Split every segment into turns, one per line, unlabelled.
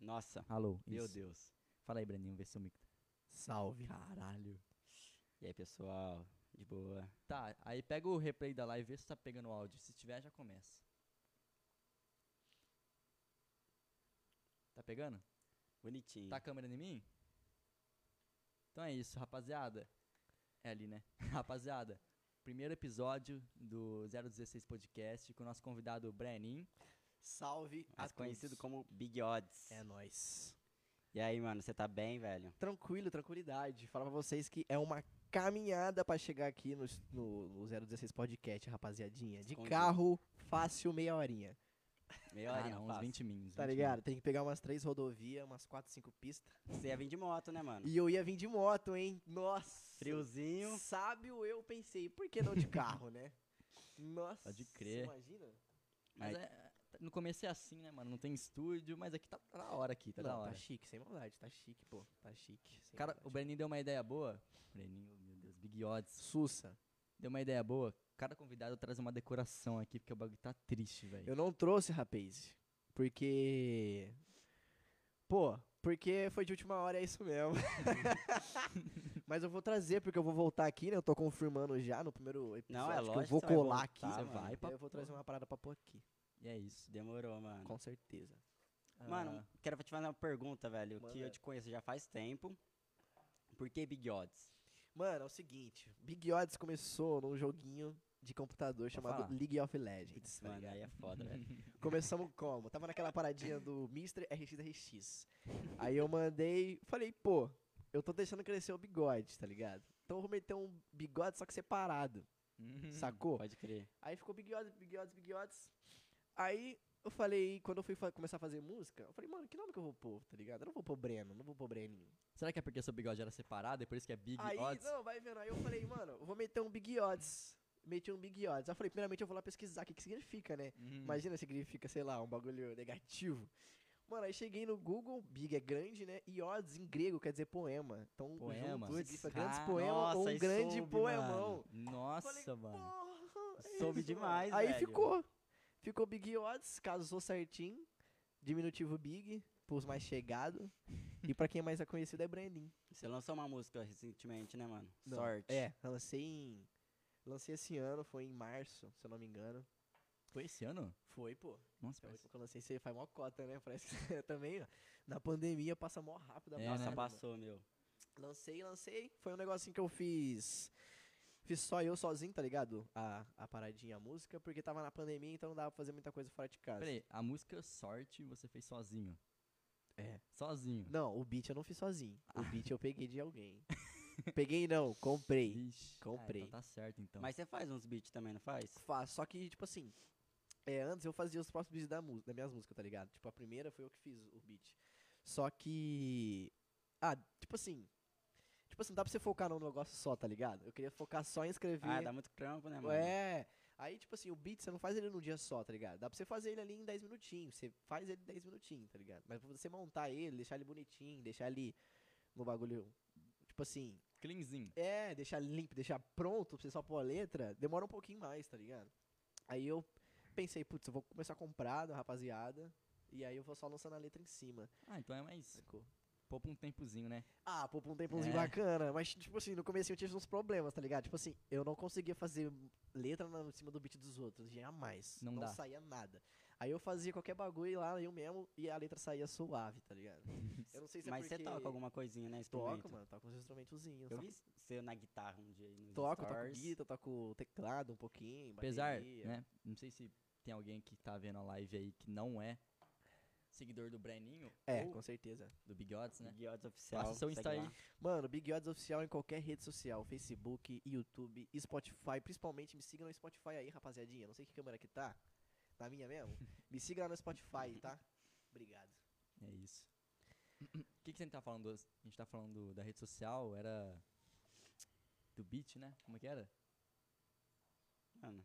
Nossa,
Alô.
meu
isso.
Deus.
Fala aí, Brandinho, vê seu micro.
Salve.
Caralho.
E aí, pessoal? De boa.
Tá, aí pega o replay da live, vê se tá pegando o áudio. Se tiver, já começa. Tá pegando?
Bonitinho.
Tá a câmera em mim? Então é isso, rapaziada. É ali, né? Rapaziada, primeiro episódio do 016 Podcast com o nosso convidado Brenin.
Salve.
Mais
a
conhecido
todos.
como Big Odds.
É nóis.
E aí, mano, você tá bem, velho?
Tranquilo, tranquilidade. Falar pra vocês que é uma caminhada pra chegar aqui no, no, no 016 Podcast, rapaziadinha. De
Escondido.
carro, fácil, meia horinha.
Meia hora,
Cara, uns 20 minutos.
Tá ligado? Tem que pegar umas três rodovias, umas quatro, cinco pistas.
Você ia vir de moto, né, mano?
E eu ia vir de moto, hein? Nossa.
Friozinho.
Sábio eu pensei, por que não de carro, né? Nossa.
Pode crer.
Imagina.
Mas é- no começo é assim, né, mano? Não tem estúdio, mas aqui tá na hora aqui, tá
não,
da hora.
tá chique, sem maldade, tá chique, pô. Tá chique. sem
Cara, o
maldade.
Brenin deu uma ideia boa. Brenin, oh, meu Deus, Big Odds.
é Sussa.
Deu uma ideia boa. Cada convidado traz uma decoração aqui, porque o bagulho tá triste, velho.
Eu não trouxe, rapaz. Porque. Pô, porque foi de última hora, é isso mesmo. Mas eu vou trazer, porque eu vou voltar aqui, né? Eu tô confirmando já no primeiro episódio.
Não, é
que
lógico
eu vou
que você vai
colar aqui.
voltar,
Você
mano.
vai,
Eu vou trazer uma parada pra pôr aqui.
E é isso. Ah,
Demorou, mano.
Com certeza.
Ah, Mano, quero te fazer uma pergunta, velho, que
Manda.
eu te conheço já faz tempo. Por que Big Odds?
Mano, é o seguinte: Big Odds começou num joguinho de computador chamado
falar.
League of Legends.
Putz,
tá
mano,
ligado?
aí é foda, velho.
Começamos como? Tava naquela paradinha do Mr. RXRX. Aí eu mandei, falei, pô, eu tô deixando crescer o bigode, tá ligado? Então eu vou meter um bigode só que separado,
Hum.
sacou?
Pode crer.
Aí ficou bigodes, bigodes, bigodes. Aí eu falei, quando eu fui fa- começar a fazer música, eu falei, mano, que nome que eu vou pôr, tá ligado? Eu não vou pôr Breno, não vou pôr Breninho.
Será que é porque seu bigode era separado e por isso que é Big
aí,
Odds?
não, vai vendo. Aí eu falei, mano, eu vou meter um Big Odds. Meti um Big Odds. Aí eu falei, primeiramente eu vou lá pesquisar o que, que significa, né?
Hum.
Imagina se significa, sei lá, um bagulho negativo. Mano, aí cheguei no Google, Big é grande, né? E odds em grego quer dizer poema. Então,
Poema.
junto, significa
Putz,
grandes
ah,
poemas ou
nossa,
um
aí
grande
soube,
poemão.
Nossa,
Falei,
mano.
Porra, é
Soube
isso, mano.
demais,
Aí
velho.
ficou. Ficou Big Odds, casou certinho. Diminutivo Big, pros mais chegados. e pra quem é mais conhecido é Brenin.
Você lançou uma música recentemente, né, mano?
Não,
Sorte.
É, eu lancei em. Lancei esse ano, foi em março, se eu não me engano.
Foi esse ano?
Foi, pô.
Nossa,
É o
parece-
último que eu lancei, você faz mó cota, né? Parece que você também, ó. Na pandemia passa mó rápido. a
É,
parada,
Nossa,
né?
passou, meu.
mano. Lancei, lancei. Foi um negocinho que eu fiz. Fiz só eu sozinho, tá ligado? A, a paradinha, a música, porque tava na pandemia, então não dava pra fazer muita coisa fora de casa.
Peraí, a música Sorte você fez sozinho.
É.
Sozinho.
Não, o beat eu não fiz sozinho.
Ah.
O beat eu peguei de alguém. peguei não, comprei.
Vixe.
comprei.
Ah, então tá certo, então.
Mas você faz uns beats também, não faz?
Faço, só que, tipo assim. É, antes eu fazia os próprios beats da mu- das minhas músicas, tá ligado? Tipo, a primeira foi eu que fiz o beat. Só que. Ah, tipo assim. Tipo assim, dá pra você focar num negócio só, tá ligado? Eu queria focar só em escrever.
Ah, dá muito trampo, né, mano?
É. Aí, tipo assim, o beat você não faz ele num dia só, tá ligado? Dá pra você fazer ele ali em 10 minutinhos. Você faz ele em 10 minutinhos, tá ligado? Mas pra você montar ele, deixar ele bonitinho, deixar ele no bagulho. Tipo assim,
Cleanzinho.
é, deixar limpo, deixar pronto pra você só pôr a letra, demora um pouquinho mais, tá ligado? Aí eu pensei, putz, eu vou começar a comprar da rapaziada. E aí eu vou só lançando a letra em cima.
Ah, então é mais...
Sacou?
Poupa um tempozinho, né?
Ah, pô, pra um tempozinho
É.
bacana. Mas, tipo assim, no começo eu tive uns problemas, tá ligado? Tipo assim, eu não conseguia fazer letra na- em cima do beat dos outros, jamais.
Não
não
dá.
saía nada. Aí eu fazia qualquer bagulho lá, eu mesmo, e a letra saía suave, tá ligado? Eu não sei se é
Mas
porque...
você toca alguma coisinha, né? instrumento?
Toco, mano, toco uns instrumentozinhos.
Eu
toco-
vi você na guitarra um dia. aí nos
Toco, toco
stories.
guitarra, toco teclado um pouquinho,
Apesar,
bateria.
né? Não sei se tem alguém que tá vendo a live aí que não é seguidor do Breninho
É,
ou
com certeza.
do Big Odds, né?
Guiotts oficial.
Passa seu Insta
segue
aí.
lá.
Mano, Big Odds Oficial em qualquer rede social, Facebook, YouTube, Spotify, principalmente me siga no Spotify aí, rapaziadinha. Não sei que câmera que tá, na minha mesmo. Me siga lá no Spotify, tá? Obrigado.
É isso. O que, que a gente tá falando? hoje? A gente tá falando da rede social, era. Do beat, né? Como é que era?
Mano.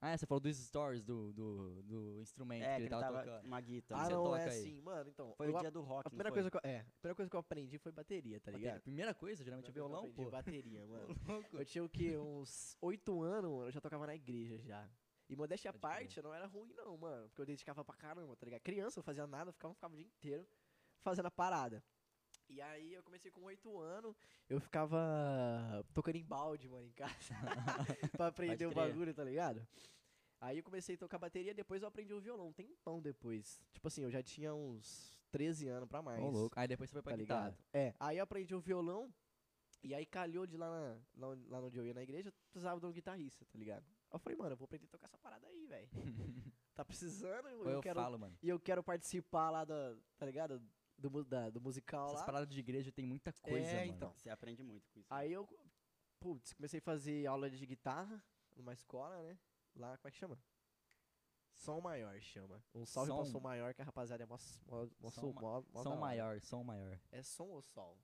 Ah, é, você falou dos stories do, do, do instrumento
É,
que ele tava, tocando.
uma guita.
ah,
você
não,
toca
é
aí.
assim, mano, então.
Foi
eu
o
a-
dia do rock,
a primeira
não foi?
coisa que eu, É, a primeira coisa que eu aprendi foi bateria, tá
Bateria.
ligado?
Primeira coisa, geralmente é
Primeira coisa
violão,
que eu aprendi,
pô.
bateria, mano.
Louco.
Eu tinha o quê? Uns oito anos, mano, eu já tocava na igreja já. E modéstia à
Pode crer.
parte, eu não era ruim, não, mano. Porque eu dedicava pra caramba, tá ligado? Criança, eu fazia nada, eu ficava, ficava o dia inteiro. fazendo a parada. E aí eu comecei com oito anos, eu ficava tocando em balde, mano, em casa. pra aprender o
crer.
bagulho, tá ligado? Aí eu comecei a tocar bateria, depois eu aprendi o violão, um tempão depois. Tipo assim, eu já tinha uns 13 anos pra mais.
Ô, louco. Aí depois você foi pra
tá
guitarra.
ligado? É, aí eu aprendi o violão, e aí calhou de lá, na, lá onde- lá onde eu ia na igreja, eu precisava de um guitarrista, tá ligado? Aí eu falei, mano, eu vou aprender a tocar essa parada aí, velho. tá precisando, eu,
Ou eu,
quero.
falo, mano.
E eu quero participar lá da, tá ligado? Do, mu- da- do musical
Essas
lá.
paradas de igreja tem muita coisa,
É,
mano.
então.
Você aprende muito com isso.
Aí eu, putz, comecei a fazer aula de guitarra numa escola, né? Lá, como é que chama? Som Maior chama. Um salve pra
Som.
Som Maior, que a rapaziada é mó, mó, mó,
Som
mó, mó, da
Som
hora.
maior, som maior.
É som ou sol?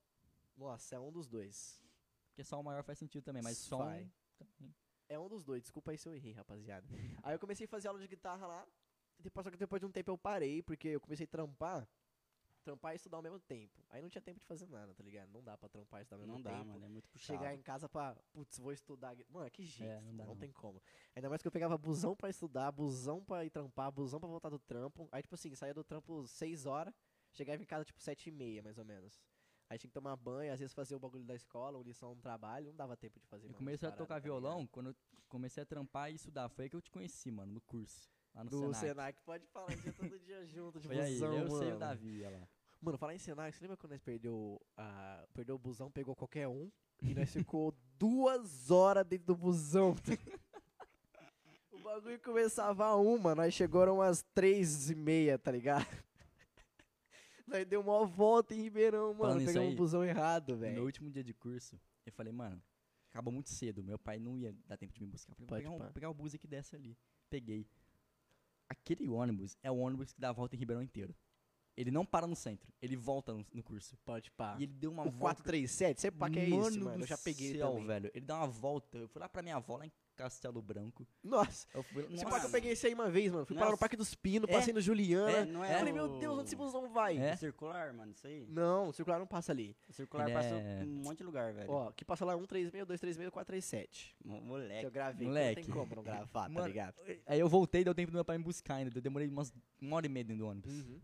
Nossa, é um dos dois.
Porque som maior faz sentido também, mas um, som...
Vai.
também.
É um dos dois, desculpa aí se eu errei, rapaziada. aí eu comecei a fazer aula de guitarra lá. Depois, só que depois de um tempo eu parei, porque eu comecei a trampar. Trampar e estudar ao mesmo tempo. Aí não tinha tempo de fazer nada, tá ligado? Não dá pra trampar e estudar ao mesmo
não
tempo.
dá, mano. É muito puxado.
chegar em casa pra, putz, vou estudar. gui- Mano, que jeito,
É, não dá
não,
não.
tem como. Ainda mais que eu pegava busão pra estudar, busão pra ir trampar, busão pra voltar do trampo. Aí, tipo assim, saía do trampo 6 horas, chegava em casa tipo 7 e meia, mais ou menos. Aí tinha que tomar banho, às vezes fazer o bagulho da escola, ou lição, um trabalho, não dava tempo de fazer.
Eu
mano,
comecei a
essas paradas,
tocar
tá ligado?
violão quando eu comecei a trampar e estudar. Foi aí que eu te conheci, mano, no curso. Lá no
Do Senac.
Senac.
pode falar, um dia todo dia junto, de
Foi aí,
busão,
eu
mano.
sei o Davi, olha lá.
Mano, falar em Senac, você lembra quando nós perdeu, a perdeu o busão, pegou qualquer um e nós ficou duas horas dentro do busão? o bagulho começava a uma, nós chegaram umas três e meia, tá ligado? Nós deu uma volta em Ribeirão,
Falando
mano,
nisso
pegamos
aí,
o busão errado,
No meu
velho.
último dia de curso, eu falei, mano, acabou muito cedo. Meu pai não ia dar tempo de me buscar. Eu Falei, vou
Pode
pegar, um-
pá.
vou pegar o bus que desce ali. Peguei. Aquele ônibus é o ônibus que dá a volta em Ribeirão inteiro. Ele não para no centro, ele volta no, no curso.
Pode pá.
E ele deu uma
Tá. O
volta.
437, você pá que é
mano
isso,
do
mano? Eu já peguei
céu,
também.
velho. Ele dá uma volta. Eu fui lá pra minha avó, lá em Castelo Branco.
Nossa,
Eu fui,
se
Nossa,
pá que eu peguei isso aí uma vez, mano. Fui
Não,
parar no
se-
Parque dos Pinos,
É.
passei no
É,
Juliana.
não é
Eu falei,
o-
meu Deus, onde esse busão vai?
É?
O circular, mano, isso aí.
Não, o circular não passa ali.
O circular
Ele
passa
é-
um monte de lugar, velho.
Ó, que passa lá 136, 236, 437.
Mo-
Que eu
Moleque.
gravei, que não
É Moleque.
tem como não gravar,
Mano,
tá ligado?
Aí eu voltei, deu tempo do meu pai me buscar ainda. Eu demorei umas uma hora e meia dentro do ônibus.
Uhum.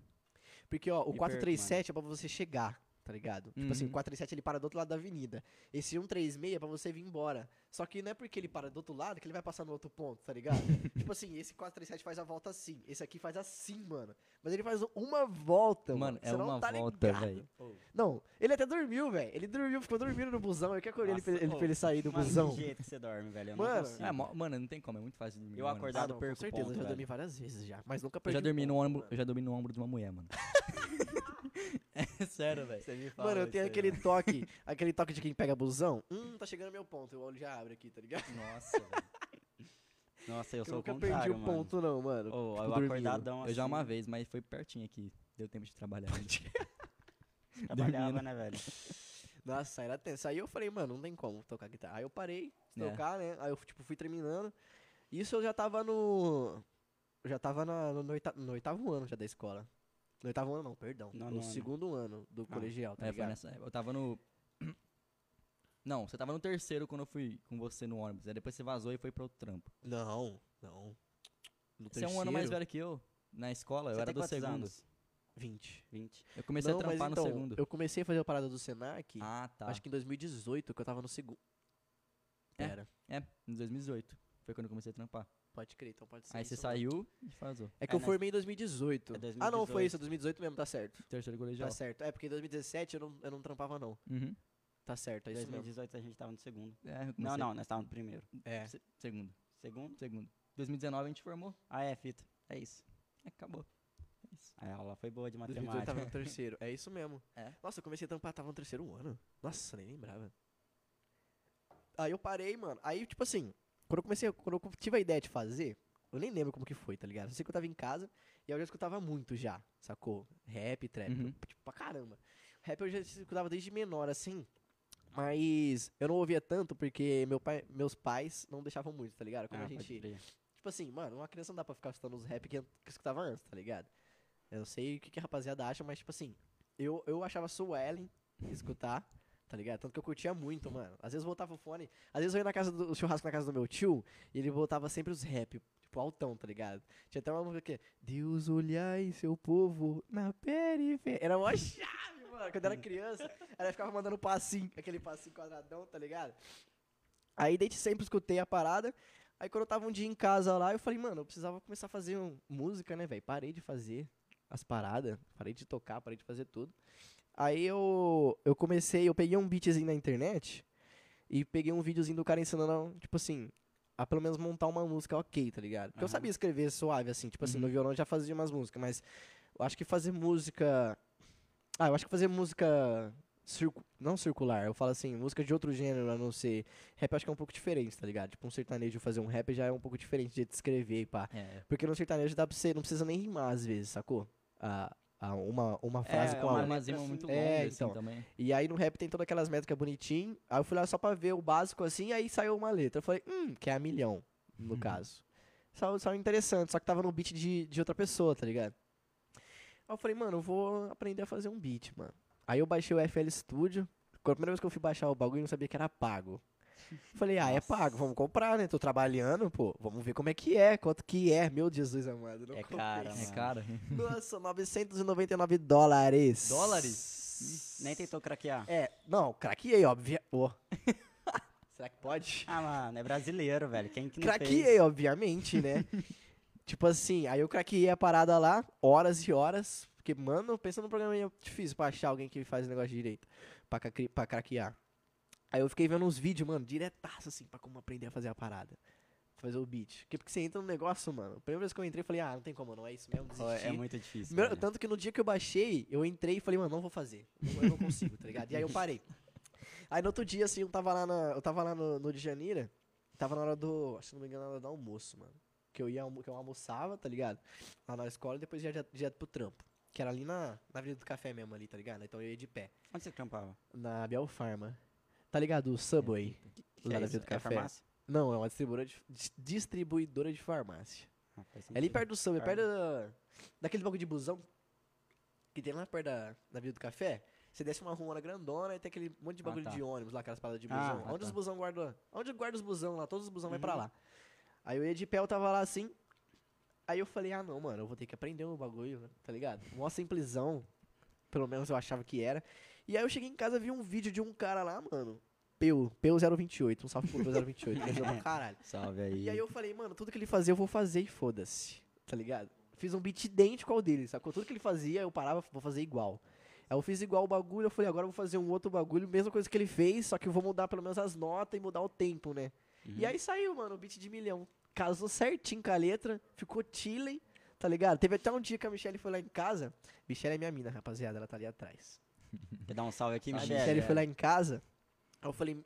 Porque, ó, o
Me
437 é pra você chegar, tá ligado? Tipo assim, o
Uhum.
437 ele para do outro lado da avenida. Esse 136 é pra você vir embora. Só que não é porque ele para do outro lado que ele vai passar no outro ponto, tá ligado? tipo assim, esse 437 faz a volta assim, esse aqui faz assim, mano. Mas ele faz uma volta, mano.
Mano, é
você não
uma
tá
volta,
ligado.
velho.
Ô,
Não, ele até dormiu, velho. Ele dormiu, ficou dormindo no busão. Eu que acordei ele
Nossa,
pra ele,
ô,
pra ele sair do
Mano,
busão.
que jeito que você dorme, velho. Eu
Mano,
não consigo.
É, mo- mano, não tem como, é muito fácil de dormir
Eu
no ônibus.
acordar acordado,
Ah, com
perco o
certeza,
ponto,
eu já
velho.
dormi várias vezes já, mas nunca
Eu
perdi
já
o
dormi no
ponto,
ombro,
mano.
eu já dormi no ombro de uma mulher, mano. é sério, velho.
Você me fala
Mano, eu
isso
tenho
aí,
aquele
mano.
toque, aquele toque de quem pega busão. Hum, tá chegando meu ponto, eu olho e já abro aqui, tá ligado?
Nossa, velho.
Nossa, eu,
Eu,
sou o
nunca
contrário,
perdi o
mano.
ponto não, mano.
Ô,
Fico
eu
dormindo.
acordadão assim.
Eu já uma vez, mas foi pertinho aqui. Deu tempo de trabalhar.
Trabalhava,
dormi,
né, velho?
Nossa, era tenso. Aí eu falei, mano, não tem como tocar guitarra. Aí eu parei de
É.
tocar, né? Aí eu, tipo, fui terminando. Isso eu já tava no... Eu já tava na- no, oita- no oitavo ano já da escola. No oitavo ano não, perdão.
No
no
nono.
segundo ano do
Ah,
colegial, tá
É, foi
ligado?
nessa época. Eu tava no. Não, você tava no terceiro quando eu fui com você no ônibus. Aí depois você vazou e foi pro outro trampo.
Não, não. No
Você é um ano mais
terceiro,
velho que eu. Na escola, eu
Você
era
tem
do
quantos
segundo.
anos?
20.
20.
Eu comecei
Não,
a
mas
trampar
então,
no segundo.
Eu comecei a fazer a parada do Senac,
Ah, tá.
acho que em 2018, que eu tava no segundo.
É.
Pera,
É, em 2018. Foi quando eu comecei a trampar.
pode crer, então pode ser.
Aí você
isso mesmo.
saiu e vazou.
É que eu
É, né?
formei em 2018.
É
Ah, não, foi
2018.
isso, é 2018 mesmo, tá certo.
Terceiro colegial.
Tá certo. É, porque em 2017 eu não, eu não trampava, não.
Uhum.
Tá certo, é
Em
isso mesmo.
2018 a gente tava no segundo.
É, eu
Não,
comecei-
não, nós távamos no primeiro.
É.
Se- Segundo.
Segundo?
Segundo. 2019 a gente formou.
Ah, é, fita. É isso.
Acabou. É isso.
Aí a aula foi boa de
2018
matemática.
tava no terceiro. É isso mesmo.
É.
Nossa, eu comecei a tampar, tava no terceiro ano. Nossa, nem lembrava. Aí eu parei, mano. Aí, tipo assim, quando eu comecei, quando eu tive a ideia de fazer, eu nem lembro como que foi, tá ligado? Eu sei que eu tava em casa e aí eu já escutava muito já, sacou? Rap, trap,
Uhum.
eu, tipo, pra caramba. Rap eu já escutava desde menor, assim. Mas eu não ouvia tanto porque meu pai, meus pais não deixavam muito, tá ligado? Como
Ah,
a
pode
gente
crer.
Tipo assim, mano, uma criança não dá pra ficar escutando os rap que, que eu escutava antes, tá ligado? Eu não sei o que, que a rapaziada acha, mas tipo assim, eu, eu achava Suelen escutar, tá ligado? Tanto que eu curtia muito, mano. Às vezes eu botava o fone, às vezes eu ia na casa do o churrasco na casa do meu tio, e ele botava sempre os rap. Tipo tipo, altão, tá ligado? Tinha até uma música que é, Deus olhai seu povo na periferia. Era uma chave, mano. Quando eu era criança, ela ficava mandando passinho, aquele passinho quadradão, tá ligado? Aí desde sempre escutei a parada. Aí quando eu tava um dia em casa lá, eu falei, mano, eu precisava começar a fazer um- música, né, velho? Parei de fazer as paradas, parei de tocar, parei de fazer tudo. Aí eu, eu comecei, eu peguei um beatzinho na internet e peguei um videozinho do cara ensinando, tipo assim, a pelo menos montar uma música ok, tá ligado? Porque eu
Aham.
sabia escrever suave, assim, tipo assim, no
Uhum.
violão eu já fazia umas músicas, mas eu acho que fazer música. Ah, eu acho que fazer música. circu- Não circular, eu falo assim, música de outro gênero, a não ser. Rap eu acho que é um pouco diferente, tá ligado? Tipo, um sertanejo fazer um rap já é um pouco diferente de escrever e pá.
É.
Porque no sertanejo dá pra você, não precisa nem rimar às vezes, sacou? A, a uma, uma frase
é,
com
uma
a
letra,
armazema
assim.
muito longa,
É, então.
assim, também.
E aí no rap tem todas aquelas métricas bonitinho. Aí eu fui lá só pra ver o básico assim, aí saiu uma letra. Eu falei, hum, que é a milhão,
Uhum.
no caso. Saiu, saiu interessante, só que tava no beat de, de outra pessoa, tá ligado? Aí eu falei, mano, eu vou aprender a fazer um beat, mano. Aí eu baixei o FL Studio. Quando a primeira vez que eu fui baixar o bagulho, eu não sabia que era pago. Falei, ah, é
Nossa.
pago, vamos comprar, né? Tô trabalhando, pô. Vamos ver como é que é, quanto que é. Meu Jesus amado, não
É
comprei.
caro,
É,
mano.
cara.
Nossa, 999 dólares.
Dólares?
Nem tentou craquear.
É, não, craqueei, óbvio. Ô. Será que pode?
Ah, mano, é brasileiro, velho. Quem que não fez?
Craqueei, obviamente, né? tipo assim, aí eu craqueei a parada lá, horas e horas. Porque, mano, pensa num programa meio difícil pra achar alguém que faz o negócio direito. Pra, cacri- pra craquear. Aí eu fiquei vendo uns vídeos, mano, diretaço, assim, pra como aprender a fazer a parada. Fazer o beat. Porque, porque você entra no negócio, mano. A primeira vez que eu entrei, eu falei, ah, não tem como, não é isso mesmo,
Pô,
desisti.
É muito difícil.
Meu-
velho.
tanto que no dia que eu baixei, eu entrei e falei, mano, não vou fazer. Eu eu não consigo, tá ligado? E aí eu parei. Aí no outro dia, assim, eu tava lá, na- eu tava lá no, no de Janeiro, tava na hora do. Se não me engano, na hora do almoço, mano. Que eu ia almo- que eu almoçava, tá ligado? Lá na escola e depois ia direto, direto pro trampo. Que era ali na, na Avenida do Café mesmo, ali, tá ligado? Então eu ia de pé.
Onde você trampava?
Na Belfarma. Tá ligado? O Subway.
Que
lá
é
na
isso?
Via do
É
Café.
farmácia?
Não, é uma distribuidora de, dis- distribuidora de farmácia.
Ah, faz
É ali
sentido.
perto do samba, é
Carne.
perto da, daquele bagulho de busão que tem lá perto da, da Vila do Café. Você desce uma rua grandona e tem aquele monte de
Ah,
bagulho
tá.
de ônibus lá, aquelas paradas de
Ah,
busão.
ah,
onde os
tá.
busão guardam? Onde guarda os busão lá? Todos os busão vai pra
Uhum.
lá. Aí eu ia de pé, eu tava lá assim. Aí eu falei, ah não, mano, eu vou ter que aprender o bagulho, tá ligado? Mó simplesão. Pelo menos eu achava que era. E aí eu cheguei em casa vi um vídeo de um cara lá, mano. Peu, Peu028, um salve pro Peu028, me ajudou pra caralho.
Salve aí.
E aí eu falei, mano, tudo que ele fazia eu vou fazer e foda-se, tá ligado? Fiz um beat idêntico ao dele, sacou? Tudo que ele fazia eu parava, vou fazer igual. Aí eu fiz igual o bagulho, eu falei, agora eu vou fazer um outro bagulho, mesma coisa que ele fez, só que eu vou mudar pelo menos as notas e mudar o tempo, né?
Uhum.
E aí saiu, mano, o beat de milhão. Casou certinho com a letra, ficou chilling, tá ligado? Teve até um dia que a Michelle foi lá em casa. Michelle é minha mina, rapaziada, ela tá ali atrás.
Quer dar um salve aqui,
Salve,
A
Michele?
Michelle
é.
foi lá em casa, aí eu falei,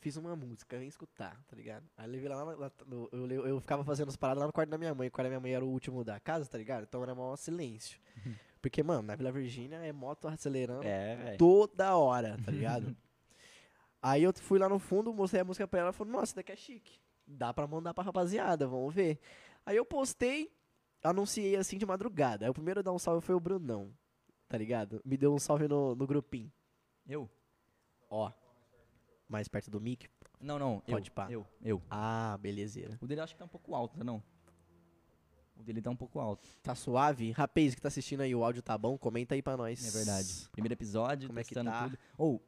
fiz uma música, vem escutar, tá ligado? Aí eu levei lá, na- lá no- eu, le- eu ficava fazendo as paradas lá no quarto da minha mãe, o quarto da minha mãe era o último da casa, tá ligado? Então era maior silêncio.
Uhum.
Porque, mano, na Vila Virgínia é moto acelerando
É, velho.
toda hora, tá ligado? Aí eu fui lá no fundo, mostrei a música pra ela, ela falou, nossa, isso daqui é chique. Dá pra mandar pra rapaziada, vamos ver. Aí eu postei, anunciei assim de madrugada. Aí o primeiro a dar um salve foi o Brunão, tá ligado? Me deu um salve no, no grupinho.
Eu?
Ó. Mais perto do mic?
Não, não.
Pode
eu,
pá.
Eu, eu.
Ah, belezeira.
O dele acho que tá um pouco alto, tá não? O dele tá um pouco alto.
Tá suave? Rapaz, que tá assistindo aí, o áudio tá bom? Comenta aí pra nós.
É verdade. Primeiro episódio,
Como é que
testando
tá?
tudo. Ou,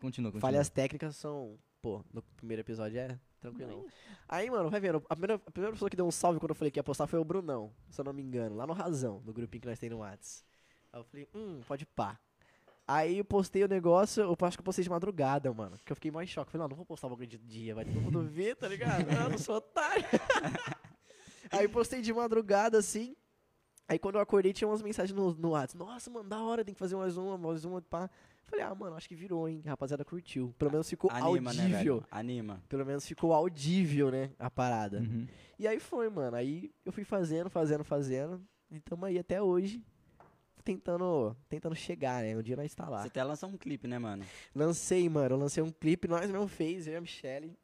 continua, continua.
Falhas técnicas são. Pô, no primeiro episódio é tranquilão. Aí, mano, vai vendo. A primeira, a primeira pessoa que deu um salve quando eu falei que ia postar foi o Brunão, se eu não me engano, lá no Razão, no grupinho que nós tem no Whats. Aí eu falei, hum, pode pá. Aí eu postei o negócio, eu acho que eu postei de madrugada, mano. Que eu fiquei mais em choque. Falei, não, não vou postar o bagulho de dia, vai todo mundo ver, tá ligado? Ah, Eu não sou otário. Aí postei de madrugada, assim. Aí quando eu acordei, tinha umas mensagens no, no Whats. Nossa, mano, da hora, tem que fazer mais uma, mais uma, pá. Falei, ah, mano, acho que virou, hein? A rapaziada curtiu. Pelo menos ficou
Anima, né,
audível.
velho? Anima.
Pelo menos ficou audível, né? A parada.
Hum.
Uhum.
E aí foi, mano. Aí eu fui fazendo, fazendo, fazendo. E tamo aí até hoje. Tentando, tentando chegar, né? Um dia nós tá lá.
Você até lançou um clipe, né, mano?
Lancei, mano. Eu lancei um clipe, nós mesmo fez, eu e a Michelle.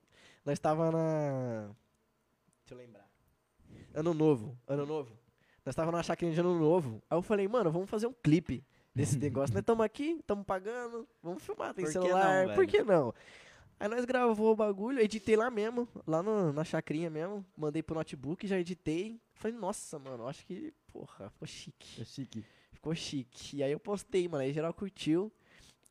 Nós tava na. Deixa eu lembrar. Ano novo. Ano novo. Nós tava numa chacrinha de ano novo. Aí eu falei, mano, vamos fazer um clipe desse negócio. Nós estamos aqui, estamos pagando, vamos filmar, tem
Por que
celular,
não,
por
velho?
que não? Aí nós gravou o bagulho, editei lá mesmo, lá no- na chacrinha mesmo. Mandei pro notebook, já editei. Falei, nossa, mano, acho que, porra, ficou chique.
É chique.
Ficou chique. E aí eu postei, mano. Aí geral curtiu.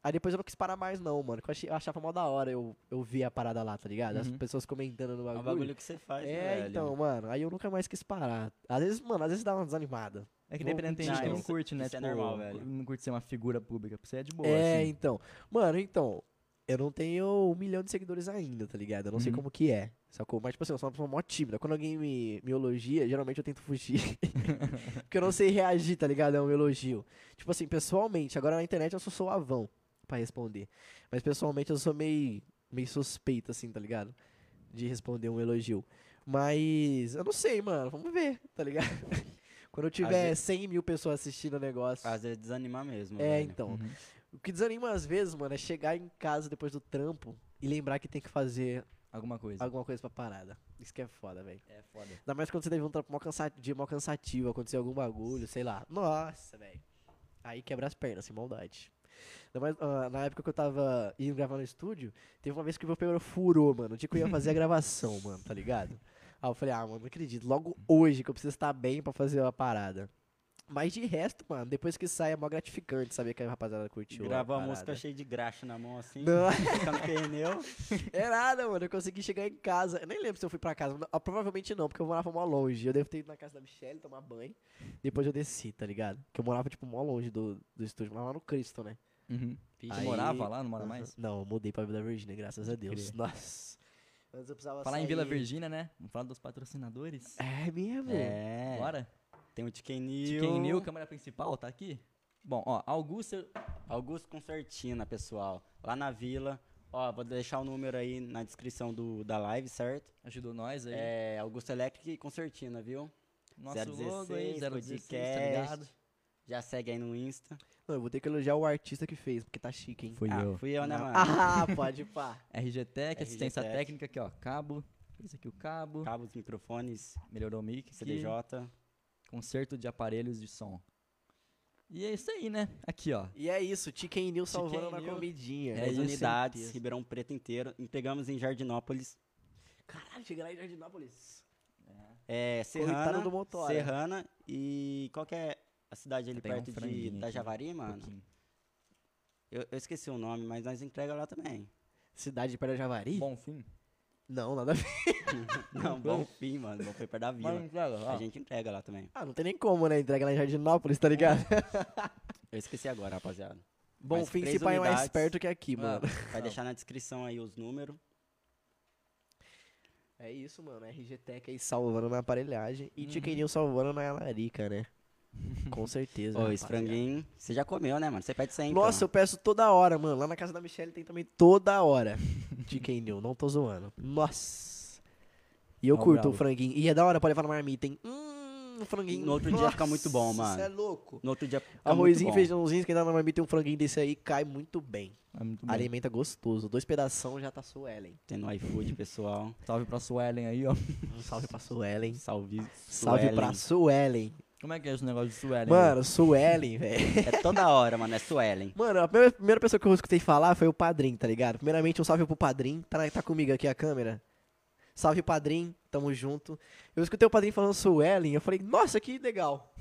Aí depois eu não quis parar mais, não, mano. que Eu, achei- eu achava mó da hora eu, eu ver a parada lá, tá ligado? As
Uhum.
pessoas comentando no
É
bagulho.
um bagulho que você faz, né,
é,
velho?
então, mano. Aí eu nunca mais quis parar. Às vezes, mano, às vezes dá uma desanimada.
É que
Vou
dependendo, tem
curtir,
gente que
não.
não curte, né?
Isso é
tipo,
normal, velho.
Não curte ser uma figura pública. Pra você é de boa,
é,
assim.
então. Mano, então. Eu não tenho um milhão de seguidores ainda, tá ligado? Eu não sei
Uhum.
como que é, sacou? Mas, tipo assim, eu sou uma pessoa mó tímida. Quando alguém me, me elogia, geralmente eu tento fugir. Porque eu não sei reagir, tá ligado? É um elogio. Tipo assim, pessoalmente, agora na internet eu sou suavão pra responder. Mas pessoalmente eu sou meio, meio suspeito, assim, tá ligado? De responder um elogio. Mas eu não sei, mano. Vamos ver, tá ligado? Quando eu tiver 100 mil pessoas assistindo o negócio.
Às vezes desanima mesmo,
É,
velho.
então.
Uhum.
O que desanima às vezes, mano, é chegar em casa depois do trampo e lembrar que tem que fazer
Alguma coisa.
alguma coisa pra parada. Isso que é foda, velho.
É foda.
Ainda mais quando você teve um trampo mó cansa... dia mó cansativo, aconteceu algum bagulho, sei lá. Nossa, velho. Aí quebra as pernas, sem maldade. Ainda mais, ah, na época que eu tava indo gravar no estúdio, teve uma vez que o meu pneu furou, mano. O dia que eu ia fazer a gravação, mano, tá ligado? Aí eu falei, ah, mano, não acredito. Logo hoje que eu preciso estar bem pra fazer a parada. Mas de resto, mano, depois que sai é mó gratificante saber que a rapaziada curtiu.
Gravou a
parada.
música cheia de graxa na mão, assim.
Não.
Fica no pneu.
É nada, mano. Eu consegui chegar em casa. Eu nem lembro se eu fui pra casa. mas- ah, Provavelmente não, porque eu morava mó longe. Eu devo ter ido na casa da Michelle tomar banho. Depois eu desci, tá ligado? Porque eu morava, tipo, mó longe do, do estúdio. Morava no Cristo, né?
Uhum.
Vixe,
Você
Aí-
morava lá? Não mora
Aham.
mais?
Não, eu mudei pra Vila Virgínia, graças a Deus.
crer.
Nossa. Antes eu precisava
Falar em Vila
sair-
Virgínia, né? Vamos falar dos patrocinadores.
É mesmo?
É.
Bora?
Tem o Tiquenil.
Chicken New, câmera principal, tá aqui? Bom, ó, Augusta.
Augusto Concertina, pessoal. Lá na Vila. Ó, vou deixar o número aí na descrição do, da live, certo?
Ajudou nós aí.
É Augusto Electric e Concertina, viu?
Nosso logo
016,
aí, 016, tá
podcast.
ligado?
Já segue aí no Insta.
Não, eu vou ter que elogiar o artista que fez, porque tá chique, hein?
Fui
ah,
eu.
fui eu, né,
Não.
mano?
Ah, pode pá.
RGTech, assistência
RGTech.
técnica aqui, ó. Cabo. Esse aqui é o cabo.
Cabos, microfones,
Melhorou o mic. aqui,
CDJ.
Conserto de aparelhos de som. E é isso aí, né? Aqui, ó.
E é isso, Chicken News
Chicken
salvando na
News.
comidinha.
É
Dez
isso, hein?
unidades,
Certeza.
Ribeirão Preto inteiro. Entregamos em Jardinópolis.
Caralho, cheguei lá em Jardinópolis.
É,
tá
Coitado
Serrana,
do Motora.
Serrana e qual que é a cidade ali
é. Vou pegar um
perto de
franguinho aqui, Um
Itajavari, mano?
pouquinho.
Eu, eu esqueci o nome, mas nós entrega lá também.
Cidade de Pedra Javari?
Bom fim.
Não, nada a ver.
Não, bom fim, mano. Bom fim perto da
Mas não
vila.
entrega, ó.
A gente entrega lá também.
Ah, não tem nem como, né? Entrega lá em Jardinópolis, tá ligado?
Eu esqueci agora, rapaziada.
Bom,
Mas
fim
três
se pai é mais
unidades.
perto que aqui,
Ah,
mano.
Vai
Não.
deixar na descrição aí os números.
É isso, mano. RG Tech aí salvando na aparelhagem. E
Uhum.
Chicken News salvando na larica, né? Com certeza.
Ô, esse
rapaziada.
franguinho, você já comeu, né, mano? Você pede sempre.
Nossa, eu
mano.
peço toda hora, mano. Lá na casa da Michelle tem também toda hora. Chicken News, não tô zoando. Nossa. E eu
Ó,
curto o
brabo.
franguinho. E é da hora pra levar na marmita, hein? Hum, o franguinho.
No outro dia fica
Nossa,
muito bom, mano.
Você é louco.
No outro dia. fica muito
Arrozinho,
bom.
feijãozinho, esquentar na marmita e um franguinho desse aí cai muito bem.
É muito bom.
Alimenta gostoso. Dois pedação já tá Suelen.
Tem no iFood, pessoal.
Salve pra Suelen aí, ó.
Um salve pra Suelen.
Salve.
Salve pra Suelen.
Como é que é esse negócio de Suelen?
Mano, Suelen, velho.
É toda hora, mano. É Suelen.
Mano, a primeira, primeira pessoa que eu escutei falar foi o Padrim, tá ligado? Primeiramente, um salve pro Padrim. Tá, na- tá comigo aqui a câmera. Salve, Padrim. Tamo junto. Eu escutei o Padrim falando Suelen. Eu falei, nossa, que legal.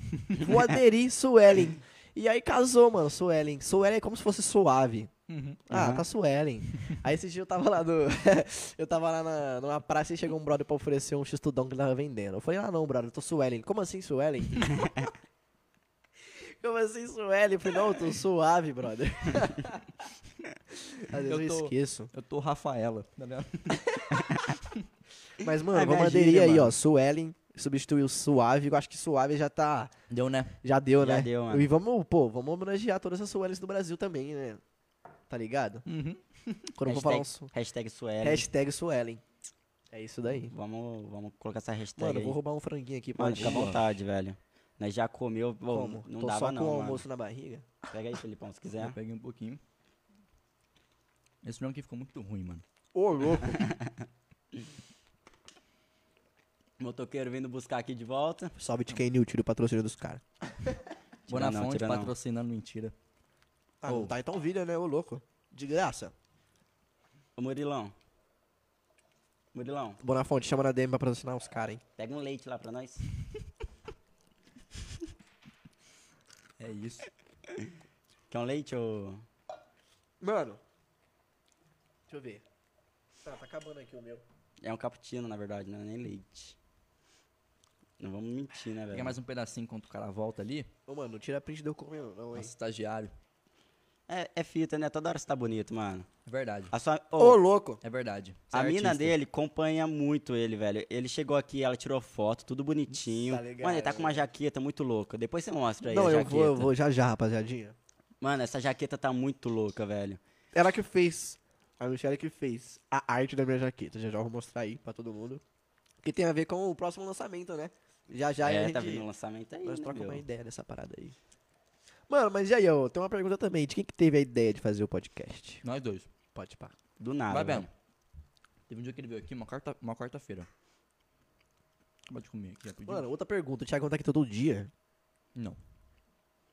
Vou aderir Suelen. E aí casou, mano, Suelen. Suelen é como se fosse suave.
Uhum.
Ah,
Aham.
tá Suelen. Aí esse dia eu tava lá no. eu tava lá na, numa praça e chegou um brother pra oferecer um X-Tudão que ele tava vendendo. Eu falei, ah não, brother, eu tô Suelen. Como assim, Suelen? Como assim, Suelen? Eu falei, não, eu tô suave, brother. Às vezes eu,
Eu tô-
esqueço.
Eu tô Rafaela. tá ligado?
Mas, mano,
É
vamos
minha
aderir
gíria,
aí, ó.
mano.
Suelen substituiu suave. Eu acho que suave já tá.
Deu, né?
Já deu,
Já
né?
deu, mano.
E vamos, pô, vamos homenagear todas as Suelens do Brasil também, né? Tá ligado?
Uhum.
Quando eu for falar um. su-
hashtag Suelen.
Hashtag Suelen. É isso daí.
Vamos, vamos colocar essa Uhum. hashtag
Mano, eu
aí.
vou roubar um franguinho aqui pra
Mano, fica à
gente.
vontade, velho. Nós já comeu, pô,
Como?
não
Tô
dava
só
não,
com o
mano.
almoço na barriga.
Pega aí, Felipão, se
Eu
quiser.
peguei um pouquinho. Esse frango aqui ficou muito ruim, mano.
Ô, louco.
Motoqueiro vindo buscar aqui de volta.
Salve de quem New, tira o patrocínio dos caras.
Tira não,
Bonafonte
tira não.
patrocinando mentira.
Ah, não
Ô.
tá então vira, né? Ô, louco. De graça.
Ô, Murilão. Murilão,
Bonafonte, chama na DM pra patrocinar os caras, hein?
pega um leite lá pra nós.
É isso.
Quer um leite ou...
Mano. Deixa eu ver. Ah, tá acabando aqui o meu.
É um cappuccino, na verdade, não é nem leite. Não vamos mentir, né, velho?
Pega mais um pedacinho enquanto o cara volta ali.
Ô, mano, não tira print de eu comendo, não, hein?
Nosso estagiário.
um
É, é fita, né? Toda hora você tá bonito, mano.
É verdade.
A sua...
Ô,
Ô,
louco!
É verdade. Você é
a mina
artista.
dele acompanha muito ele, velho. Ele chegou aqui, ela tirou foto, tudo bonitinho.
Tá ligado,
Mano, ele tá com uma
velho.
jaqueta muito louca. Depois você mostra aí
Não,
a
eu
jaqueta.
vou, eu vou já já, rapaziadinha.
Mano, essa jaqueta tá muito louca, velho.
Ela que fez. A Michelle que fez a arte da minha jaqueta. Já já eu vou mostrar aí pra todo mundo. Que tem a ver com o próximo lançamento, né? Já já
é,
a gente... é.
tá vindo o lançamento aí,
Nós
né,
trocamos
meu?
uma ideia dessa parada aí. Mano, mas e aí, ó, tem uma pergunta também. De quem que teve a ideia de fazer o podcast?
Nós dois.
Pode pá.
Do nada,
Vai
velho.
vendo. Teve um dia que ele veio aqui, uma quarta-feira. Uma quarta Pode comer aqui rapidinho.
Mano, outra pergunta. O Thiago tá aqui todo dia?
Não.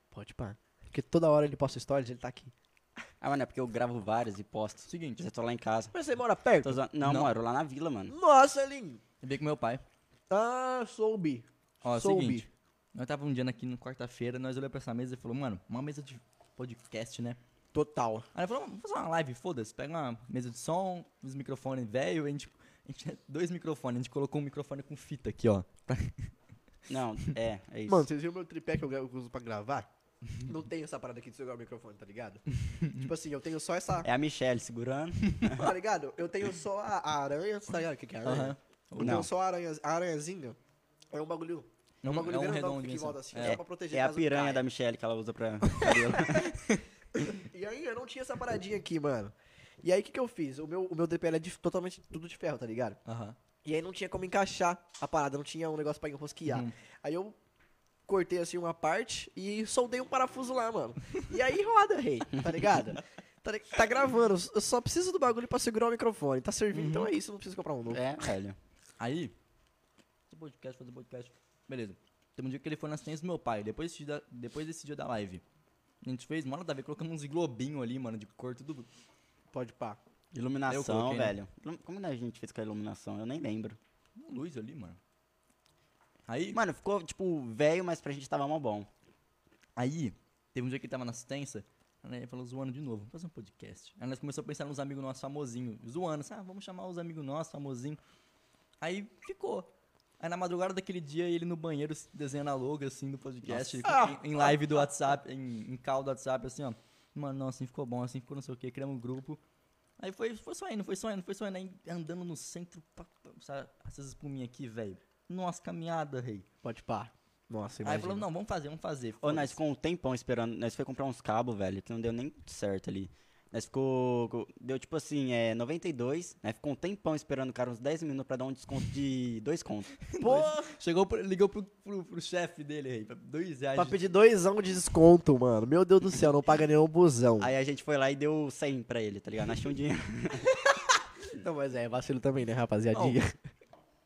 Pode pá. Porque toda hora ele posta stories, ele tá aqui.
Ah, mano, é porque eu gravo vários e posto.
Seguinte,
Já tô lá em casa.
Mas você mora
Tô
perto?
zoando. Não,
Não.
moro lá na vila, mano.
Nossa, Lin!
ele veio com meu pai.
Ah, soube.
Ó, é o
Soube.
seguinte. Nós tava um dia aqui na quarta-feira, nós olhamos pra essa mesa e falou, mano, uma mesa de podcast, né?
Total.
Aí ele falou, vamos fazer uma live, foda-se. Pega uma mesa de som, uns microfones velho, a gente, a gente tinha dois microfones, a gente colocou um microfone com fita aqui, ó.
Não, é, é isso.
Mano, vocês viram meu tripé que eu gra- que eu uso pra gravar? Não tenho essa parada aqui de segurar o microfone, tá ligado? tipo assim, eu tenho só essa.
É a Michelle segurando.
Tá ligado? Eu tenho só a, a aranha, tá ligado? O que, que é aranha?
Aham.
Eu
Não.
tenho só a, aranha, a aranhazinha. É um bagulho.
É
um bagulho grandão que
redondo
fica em volta assim,
É.
só pra proteger
É a
caso
piranha
caia.
da Michelle que ela usa pra cabelo.
E aí eu não tinha essa paradinha aqui, mano. E aí o que, que eu fiz? O meu, o meu DPL é de- totalmente tudo de ferro, tá ligado?
Aham.
E aí não tinha como encaixar a parada, não tinha um negócio pra enrosquear.
Uhum.
Aí eu cortei assim uma parte e soldei um parafuso lá, mano. E aí roda, rei, tá ligado? Tá, li- tá gravando, eu só preciso do bagulho pra segurar o microfone. Tá servindo, então é isso, não preciso comprar um novo.
é, velho.
Aí, fazer podcast, fazer podcast. Beleza. Tem um dia que ele foi na assistência do meu pai, depois desse dia, depois desse dia da live. A gente fez, mano, da ver, colocamos uns globinhos ali, mano, de cor, tudo.
Pode pá.
Iluminação,
Eu coloquei, né?
velho. Ilum- Como a gente fez com a iluminação? Eu nem lembro.
uma Luz ali, mano. Aí,
Mano, ficou, tipo, velho, mas pra gente tava mó bom.
Aí, teve um dia que ele tava na assistência, aí ele falou, zoando de novo, vamos fazer um podcast. Aí nós começamos a pensar nos amigos nossos famosinhos, zoando, assim, ah, vamos chamar os amigos nossos famosinhos. Aí ficou. Aí na madrugada daquele dia, ele no banheiro se desenhando a logo, assim, do podcast, em, em live do WhatsApp, em, em call do WhatsApp, assim, ó. Mano, não, assim ficou bom, assim ficou não sei o que, criamos um grupo. Aí foi, foi só indo, foi só indo, foi só indo. Aí andando no centro, pá, pá, sabe, essas espuminhas aqui, velho. Nossa, caminhada, rei.
Pode pá. Nossa,
Aí
imagina.
falou, não, vamos fazer, vamos fazer.
Ô, nós
foda-se.
ficou um tempão esperando. Nós foi comprar uns cabos, velho, que não deu nem certo ali. Nós ficou. co- Deu tipo assim, é 92. Nós ficou um tempão esperando, cara, uns 10 minutos pra dar um desconto de dois contos.
Pô,
Chegou, pro- ligou pro, pro, pro chefe dele aí, pra dois reais.
pra
de-
pedir doisão de desconto, mano. Meu Deus do céu, não paga nenhum busão.
Aí a gente foi lá e deu 100 pra ele, tá ligado? Nós tínhamos dinheiro.
Não, mas é, vacilo também, né, rapaziadinha?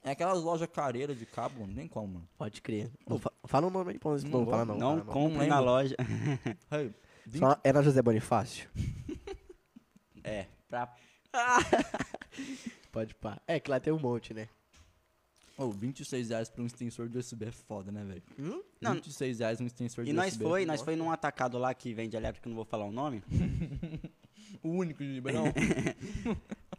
É aquelas lojas careiras de cabo, não tem como, mano.
Pode crer. Não fa- fala o nome aí pra nós.
Não
Não,
vou-
fala não.
Não,
fala
compre
não
na
lembro.
loja.
Aí, vinte-
Só era José Bonifácio?
É, pra.
Pode pá. É que lá tem um monte, né?
Ô, 26 reais pra um extensor de USB é foda, né, velho?
Hum?
Não.
26 reais um extensor de
E nós
USB.
foi, nós foi num atacado lá que vende elétrico, que eu não vou falar o nome.
O único de Ribeirão.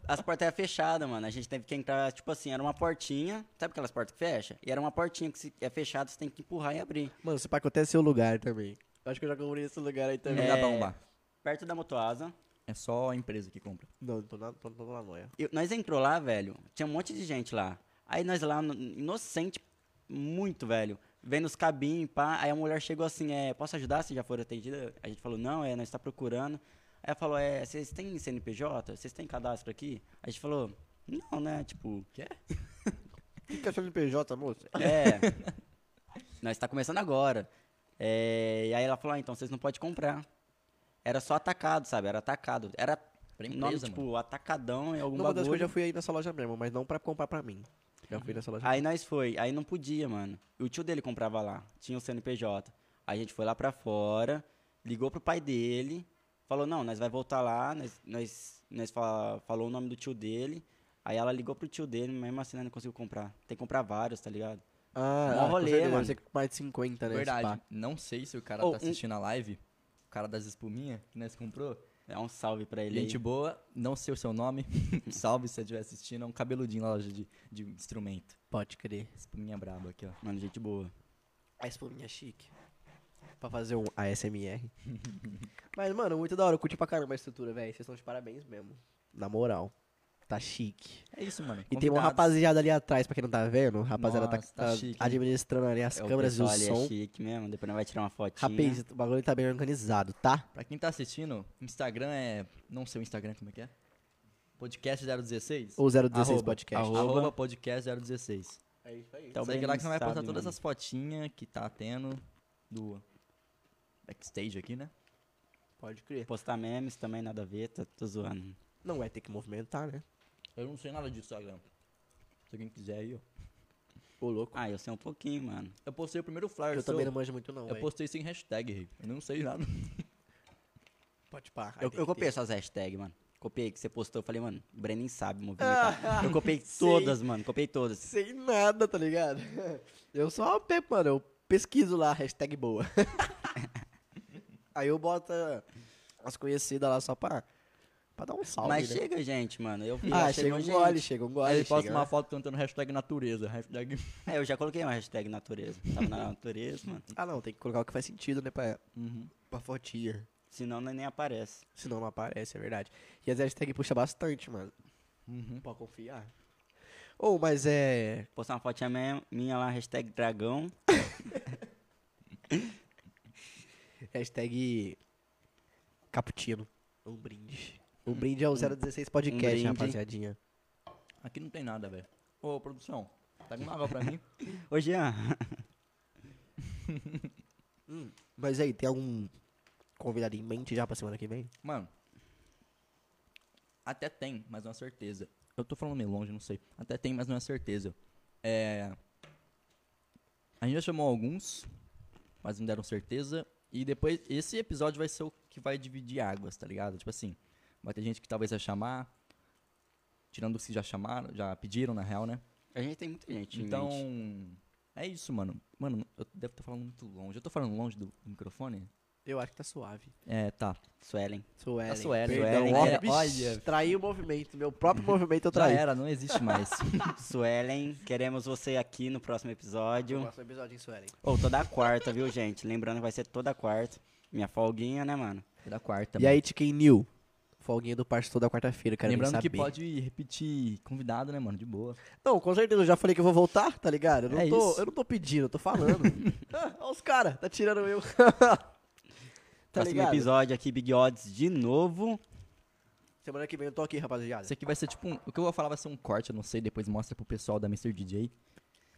As portas eram fechadas, mano. A gente teve que entrar, tipo assim, era uma portinha. Sabe aquelas portas que fecha? E era uma portinha que se é fechada, você tem que empurrar e abrir.
Mano, esse pacote é seu lugar também. Eu acho que eu já comprei esse lugar aí
não
também.
dá pra
É.
arrombar.
Perto da motoasa.
É só a empresa que compra.
Não, tô na, tô, tô na noia.
Eu- nós entrou lá, velho. Tinha um monte de gente lá. Aí nós lá, no- inocente, muito, velho. Vendo os cabinhos, pá. Aí a mulher chegou assim, é, posso ajudar se já for atendida? A gente falou, não, é, nós tá procurando. Aí ela falou, é, vocês têm CNPJ? Vocês têm cadastro aqui? A gente falou, não, né? Tipo,
O que é CNPJ, moço?
É. Nós tá começando agora. É, e aí ela falou, ah, então vocês não podem comprar. Era só atacado, sabe? Era atacado. Era
Pra
nome,
empresa, mano.
tipo, atacadão em algum
Uma das que eu
bagulho.
já fui aí nessa loja mesmo, mas não pra comprar pra mim. Já fui nessa loja.
Aí nós foi. Aí não podia, mano. E o tio dele comprava lá. Tinha o CNPJ. Aí a gente foi lá pra fora, ligou pro pai dele, falou, não, nós vai voltar lá, nós, nós Nós fa- falou o nome do tio dele. Aí ela ligou pro tio dele, mesmo assim, né, não conseguiu comprar. Tem que comprar vários, tá ligado?
Ah,
Mó
com
rolê,
certeza,
mano.
deve ser mais de 50, né? esse
Verdade.
pá.
Não sei se o cara
Ou um-
tá assistindo a live, o cara das espuminhas que nós comprou.
Dá um salve pra ele.
Gente
aí.
boa, não sei o seu nome. Salve se você estiver assistindo. É um cabeludinho na loja de, de instrumento.
Pode crer.
Espuminha braba aqui, ó.
Mano, gente boa.
A espuminha chique. Pra fazer um ASMR. Mas, mano, muito da hora. Eu curti pra caramba a estrutura, velho. Vocês estão de parabéns mesmo. Na moral. Tá chique.
É isso, mano.
E tem uma
Convidados.
rapaziada ali atrás, pra quem não tá vendo. A rapaziada tá,
Nossa, tá
tá
chique, hein?
administrando ali as
É, o
câmeras e o
pessoal ali
som.
É chique mesmo, depois nós vai tirar uma fotinha.
Rapaz, o bagulho tá bem organizado, tá?
Pra quem tá assistindo, Instagram é. Não sei o Instagram, como é que é? Podcast 016?
Ou 016
Arroba,
podcast.
arroba.
Arroba podcast 016.
É isso aí.
Então,
Segue
bem
lá que você vai
sabe,
postar todas
mano.
as fotinhas que tá tendo do backstage aqui, né?
Pode crer.
Postar memes também, nada a ver, tô, tô zoando.
Não vai ter que movimentar, né?
Eu não sei nada de Instagram. Se alguém quiser aí, ó.
Ô, louco.
Ah, eu sei um pouquinho, mano.
Eu postei o primeiro flyer
eu
seu.
também não manjo muito, não.
Eu
véi.
postei sem hashtag, Rick. Eu não sei nada.
Pode pá.
Eu, eu copiei suas hashtags, mano. Copiei que você postou, eu falei, mano, o Brennan sabe movimentar. eu copiei todas, mano, copiei todas.
Sem nada, tá ligado? Eu só pe- mano, eu pesquiso lá, hashtag boa. Aí eu boto ah, as conhecidas lá só pra, pra dar um salve.
Mas
né?
chega gente, mano. Eu vi,
Ah,
eu
chega um
gente.
gole, chega um gole.
Aí ele posta
chega-
uma foto cantando hashtag natureza. Hashtag.
É, eu já coloquei uma hashtag natureza. Tava na natureza, mano.
Ah, não, tem que colocar o que faz sentido, né, pra,
Uhum.
pra fotinha.
Senão nós nem aparece.
Senão não aparece, é verdade. E as hashtags puxa bastante, mano.
Uhum.
Pode confiar. Ou, mas é...
Postar uma fotinha minha, minha lá, hashtag dragão.
Hashtag cappuccino. Um brinde. Um brinde é o 016 podcast,
brinde.
rapaziadinha.
Aqui não tem nada, velho. Ô, produção, tá com uma água pra mim?
Ô, Jean,
Mas aí, tem algum convidado em mente já pra semana que vem?
Mano. Até tem, mas não é certeza. Eu tô falando meio longe, não sei. Até tem, mas não é certeza. É. A gente já chamou alguns, mas não deram certeza. E depois, esse episódio vai ser o que vai dividir águas, tá ligado? Tipo assim, vai ter gente que talvez vai chamar. Tirando os que já chamaram, já pediram, na real, né?
a gente tem muita gente. em
Então.
mente.
É isso, mano. Mano, eu devo estar falando muito longe. Eu tô falando longe do microfone?
Eu acho que tá suave.
É, tá.
Suelen.
Suelen.
Suelen,
perdão.
Suelen,
Ó,
é,
bicho,
Tá olha.
Traí o movimento, meu próprio movimento eu
Já
traí.
era, não existe mais.
Suelen, queremos você aqui no próximo
O
episódio.
próximo episódio em Suelen.
Ou toda quarta, viu, gente? Lembrando que vai ser toda quarta. Minha folguinha, né, mano?
É da quarta.
E aí, Chicken New? Folguinha do parto toda quarta-feira, cara.
Lembrando que pode repetir convidado, né, mano? De boa.
Não, com certeza, eu já falei que eu vou voltar, tá ligado? Eu não,
É
tô,
isso.
eu não tô pedindo, eu tô falando. ah, olha os caras, tá tirando eu. tá
próximo
ligado?
episódio aqui, Big Odds de novo.
Semana que vem eu tô aqui, rapaziada.
Isso aqui vai ser tipo um, O que eu vou falar vai ser um corte, eu não sei. Depois mostra pro pessoal da Mr. DJ.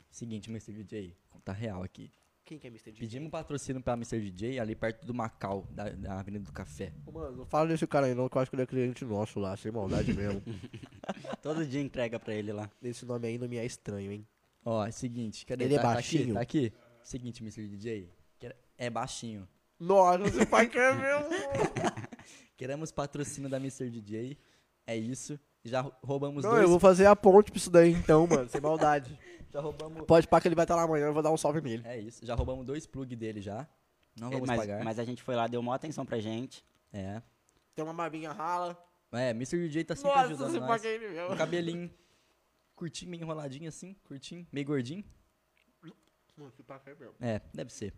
Seguinte, Mr. DJ, conta real aqui.
Quem que é Mr. DJ?
Pedimos patrocínio pra Mr. DJ ali perto do Macau, da, da Avenida do Café.
Ô, Mano, não fala desse cara aí não, que eu acho que ele é cliente nosso lá, sem maldade mesmo.
Todo dia entrega pra ele lá.
Esse nome aí não me é estranho, hein?
Ó, é seguinte, cadê
Ele é
Tá- tá aqui,
baixinho?
Tá aqui, Seguinte, Mr. DJ. quer- É baixinho.
Nossa, esse pai que é mesmo.
Queremos patrocínio da Mr. DJ. É isso. Já rou- roubamos
Não,
dois.
eu vou fazer a ponte pra isso daí então, mano, sem maldade.
Já roubamos.
Pode pá que ele vai estar lá amanhã, eu vou dar um salve nele.
É isso. Já roubamos dois plug dele já. Não
É,
vamos
mas,
pagar.
mas a gente foi lá, deu maior atenção pra gente.
É.
Tem uma maminha rala.
É, Mr. DJ tá sempre
Nossa,
ajudando
esse pai
nós.
que é ele mesmo.
Um cabelinho curtinho, meio enroladinho assim, curtinho, meio gordinho.
Mano, esse pai que é mesmo.
É, deve ser.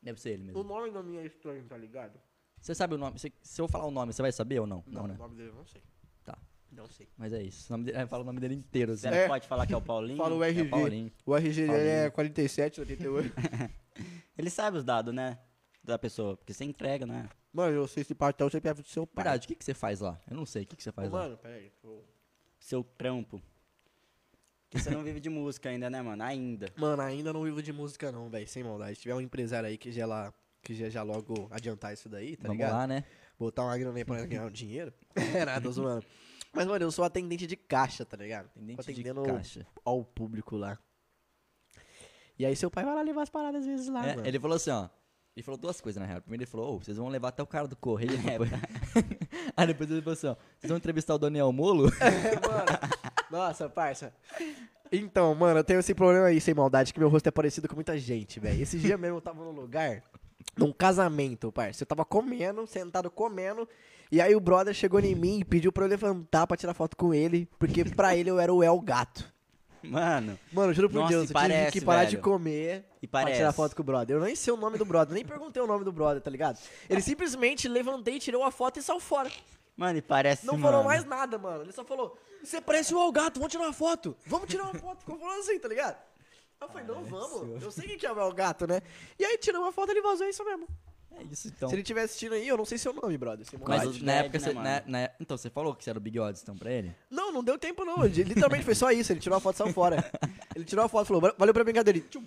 Deve ser ele
O
mesmo.
nome não me é estranho, tá ligado?
Você sabe o nome? Você- se eu falar o nome, você vai saber ou não?
o
né?
nome dele eu não sei.
Tá.
Não sei.
Mas é isso. O nome dele- é, fala o nome dele inteiro, assim.
Será
É.
que pode falar que é o Paulinho?
Fala o
É
RG.
Paulinho.
o RG dele é
Paulinho.
47, 88.
Ele sabe os dados, né? Da pessoa, porque você entrega, né?
mano, eu sei esse pai até o CPF do seu pai.
Verdade, o que, que você faz lá? Eu não sei, o que, que você faz
Ô,
lá?
mano, peraí. eu-
Seu trampo. Porque você não vive de música ainda, né, mano? Ainda.
Mano, ainda não vivo de música não, velho, sem maldade. Se tiver um empresário aí que já, lá, que já, já logo adiantar isso daí, tá
Vamos
ligado?
lá, né?
Botar uma grana aí pra nós ganhar um dinheiro. É nada, tô zoando. Mas, mano, eu sou atendente de caixa, tá ligado?
Atendente
Tô atendendo
de caixa.
ao público lá. E aí seu pai vai lá levar as paradas às vezes lá,
É,
mano.
ele falou assim, ó. Ele falou duas coisas, na real. Primeiro ele falou, ô, vocês vão levar até o cara do correio. depois- né?" Aí depois ele falou assim, ó, vocês vão entrevistar o Daniel Molo?
mano, nossa, parça. Então, mano, eu tenho esse problema aí, sem maldade, que meu rosto é parecido com muita gente, velho. Esse dia mesmo eu tava num lugar, num casamento, parça. Eu tava comendo, sentado comendo, e aí o brother chegou em mim e pediu pra eu levantar pra tirar foto com ele, porque pra ele eu era o El Gato.
Mano,
Mano, juro por
Nossa,
Deus,
e
eu
parece,
tive que parar de
velho.
comer
e
pra
parece.
tirar foto com o brother. Eu nem sei o nome do brother, nem perguntei o nome do brother, tá ligado? Ele simplesmente levantei, tirou a foto e saiu fora.
Mano, e parece.
Não
mano.
falou mais nada, mano. Ele só falou: Você parece o Al Gato, vamos tirar uma foto. Vamos tirar uma foto. Ficou falando assim, tá ligado? Aí eu falei: Não, vamos. Eu sei quem que é o Al Gato, né? E aí tirou uma foto, ele vazou, é isso mesmo.
É isso então.
Se ele estiver assistindo aí, eu não sei seu nome, brother. sem
Mas
maldade.
Mas
na
o
época
Ned, né,
você. na-
mano?
na- então, você falou que você era o Big Odds então pra ele?
Não, não deu tempo, não. Ele literalmente foi só isso. Ele tirou a foto e saiu fora. Ele tirou a foto e falou: "Va- Valeu pra brincadeira. E tchum.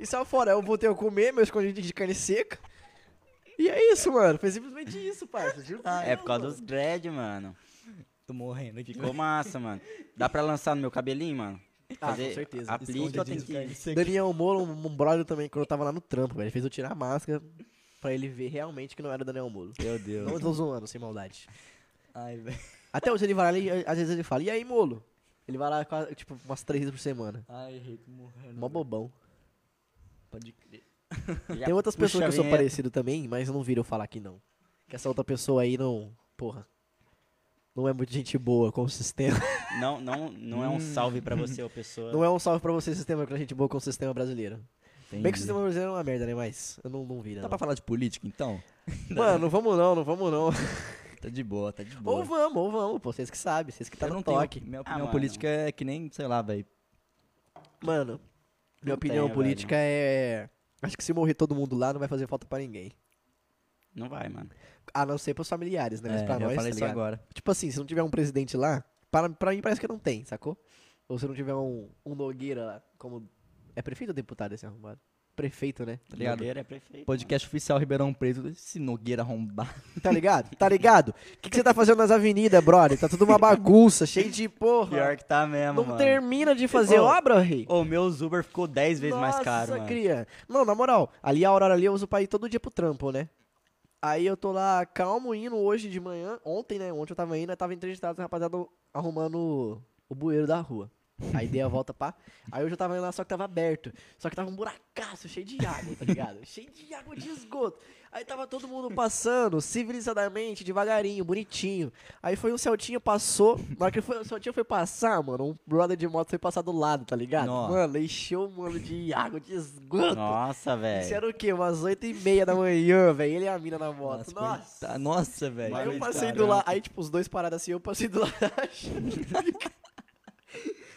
E saiu fora. Aí eu voltei a comer meu escondidinho de carne seca. E é isso, mano. Foi simplesmente isso, parça. Juro
É por causa
Deus,
dos dread, mano.
Tô morrendo aqui.
Ficou massa, mano. Dá pra lançar no meu cabelinho, mano?
Ah,
Fazer
com certeza.
Aplique
tá
eu tenho que.
Daniel Molo, um um brother também, quando eu tava lá no trampo, velho. Ele fez eu tirar a máscara pra ele ver realmente que não era o Daniel Molo.
Meu Deus.
Não tô zoando, sem maldade.
Ai, velho.
Até hoje ele vai lá e às vezes ele fala, e aí, Molo? Ele vai lá, quase, tipo, umas três vezes por semana.
Ai, errei, tô morrendo.
Mó bobão.
Pode crer.
Já
Tem outras
puxa
pessoas
a
que eu sou
vinheta.
parecido também, mas não viram eu falar que não. Que essa outra pessoa aí não... Porra. Não é muito gente boa com o sistema.
Não, não, não é um salve pra você, ô pessoa.
Hum. Não é um salve pra você, sistema, que é gente boa com o sistema brasileiro. Bem que o
Entendi.
sistema brasileiro é uma merda, né? Mas eu não, não vi, né?
Dá Tá pra falar de política então?
Mano, não vamos não, não vamos não.
Tá de boa, tá de boa.
Ou vamos, ou vamos, pô. Vocês que sabem, vocês que tá
Eu
no
tenho-
toque.
um Minha
Ah,
opinião
mano.
política é que nem, sei lá, velho.
Mano, minha
Não
opinião
tem,
política é. Acho que se morrer todo mundo lá, não vai fazer falta pra ninguém.
Não vai, mano.
A não ser pros familiares, né? Mas
É,
pra
eu
nós, tá
falei isso
ligado?
agora.
Tipo assim, se não tiver um presidente lá, para, pra mim parece que não tem, sacou? Ou se não tiver um, um Nogueira lá, como. É prefeito ou deputado esse arrombado? Prefeito, né?
Tá ligado?
Blogueiro é prefeito.
Podcast oficial Ribeirão Preto, esse Nogueira arrombado.
Tá ligado? Tá ligado? O que, que você tá fazendo nas avenidas, brother? Tá tudo uma bagunça, cheio de porra.
Pior que tá mesmo,
não
mano.
termina de fazer
Ô,
obra, rei.
O meu Uber ficou 10 vezes mais caro, mano.
cria. Não, na moral, ali a Aurora ali eu uso pra ir todo dia pro trampo, né? Aí eu tô lá calmo indo hoje de manhã, ontem, né? Ontem eu tava indo, eu tava entrevistado com rapaziada arrumando o- o bueiro da rua. Aí dei a volta pra. Aí hoje eu tava indo lá, só que tava aberto. Só que tava um buracaço cheio de água, tá ligado? cheio de água de esgoto. Aí tava todo mundo passando, civilizadamente, devagarinho, bonitinho. Aí foi um Celtinha, passou. Na hora que foi, o Celtinha foi passar, mano, um brother de moto foi passar do lado, tá ligado?
Nossa.
Mano, encheu, mano, de água de esgoto.
Nossa,
Isso
velho.
era o quê? Umas 8 e meia da manhã, velho. Ele e a mina na moto. Nossa.
coitado. tá- Nossa, né? velho.
Aí eu
Mano,
passei do
caramba.
lado. Aí, tipo, os dois parados assim, eu passei do lado da Xuxa.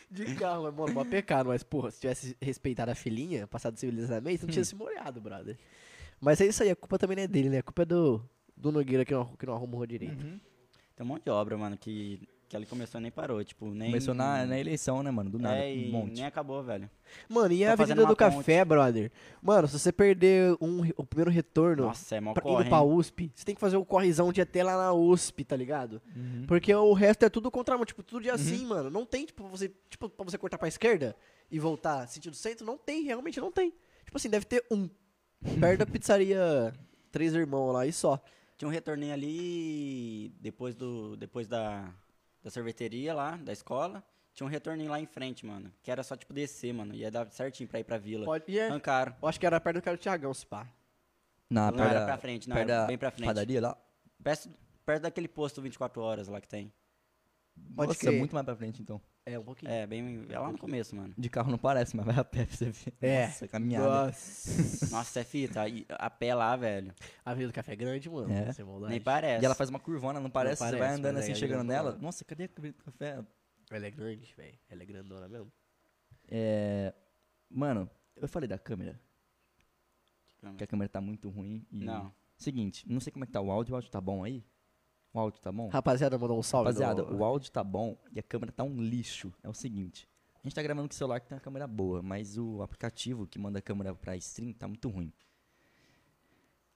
De carro, mas, mano, mó pecado. Mas, porra, se tivesse respeitado a filhinha, passado civilizadamente, não
Hum.
tinha se molhado, brother. Mas é isso aí, a culpa também não é dele, né? A culpa é do, do Nogueira que não, que não arruma o direito.
Tem um monte de obra, mano, que, que ele começou e nem parou. Tipo, nem.
Começou na, na eleição, né, mano? Do nada.
É, e
um monte.
nem acabou, velho.
Mano, e
Tô
a
Tá fazendo
Avenida do
uma ponte.
Café, brother? Mano, se você perder um, re- o primeiro retorno
Nossa, é mó
pra,
corre,
indo pra
hein?
USP, você tem que fazer o correzão de ir até lá na USP, tá ligado?
Uhum.
Porque o resto é tudo contramão, tipo, tudo de assim, mano. Não tem, tipo, você, tipo, pra você cortar pra esquerda e voltar sentido centro, não tem, realmente não tem. Tipo assim, deve ter um. Perto da pizzaria Três Irmãos lá e só.
Tinha um retorninho ali depois do depois da, da sorveteria lá, da escola. Tinha um retorninho lá em frente, mano. Que era só, tipo, descer, mano. Ia dar certinho pra ir pra vila.
Pode, e é,
Arrancaram.
eu acho que era perto do cara do Tiagão, se pá.
Na
não
perto
era
da-
pra frente, não.
perto
Era
da
bem pra frente.
Padaria lá.
Perto, perto daquele posto 24 horas lá que tem.
Pode
Nossa,
crer.
muito mais pra frente, então.
É, um pouquinho.
É, bem. É lá no começo, mano.
De carro não parece, mas vai a pé pra você ver.
É.
Nossa, caminhada.
Nossa.
Nossa, é fita. aí, A pé lá, velho.
A Avenida do Café é grande, mano.
É.
Sem maldade.
Nem parece.
E ela faz uma curvona, não parece? você vai
parece,
andando
mas
assim,
é
chegando
grandona.
nela. Nossa, cadê a cabeça do café?
Ela é grande, velho. Ela é grandona mesmo.
É. Mano, eu falei da câmera. Que a câmera tá muito ruim. E...
Não.
Seguinte, não sei como é que tá o áudio. O áudio tá bom aí? O áudio tá bom?
Rapaziada, mandou um salve.
Rapaziada,
no-
o áudio tá bom e a câmera tá um lixo. É o seguinte, a gente tá gravando com o celular que tem uma câmera boa, mas o aplicativo que manda a câmera pra stream tá muito ruim.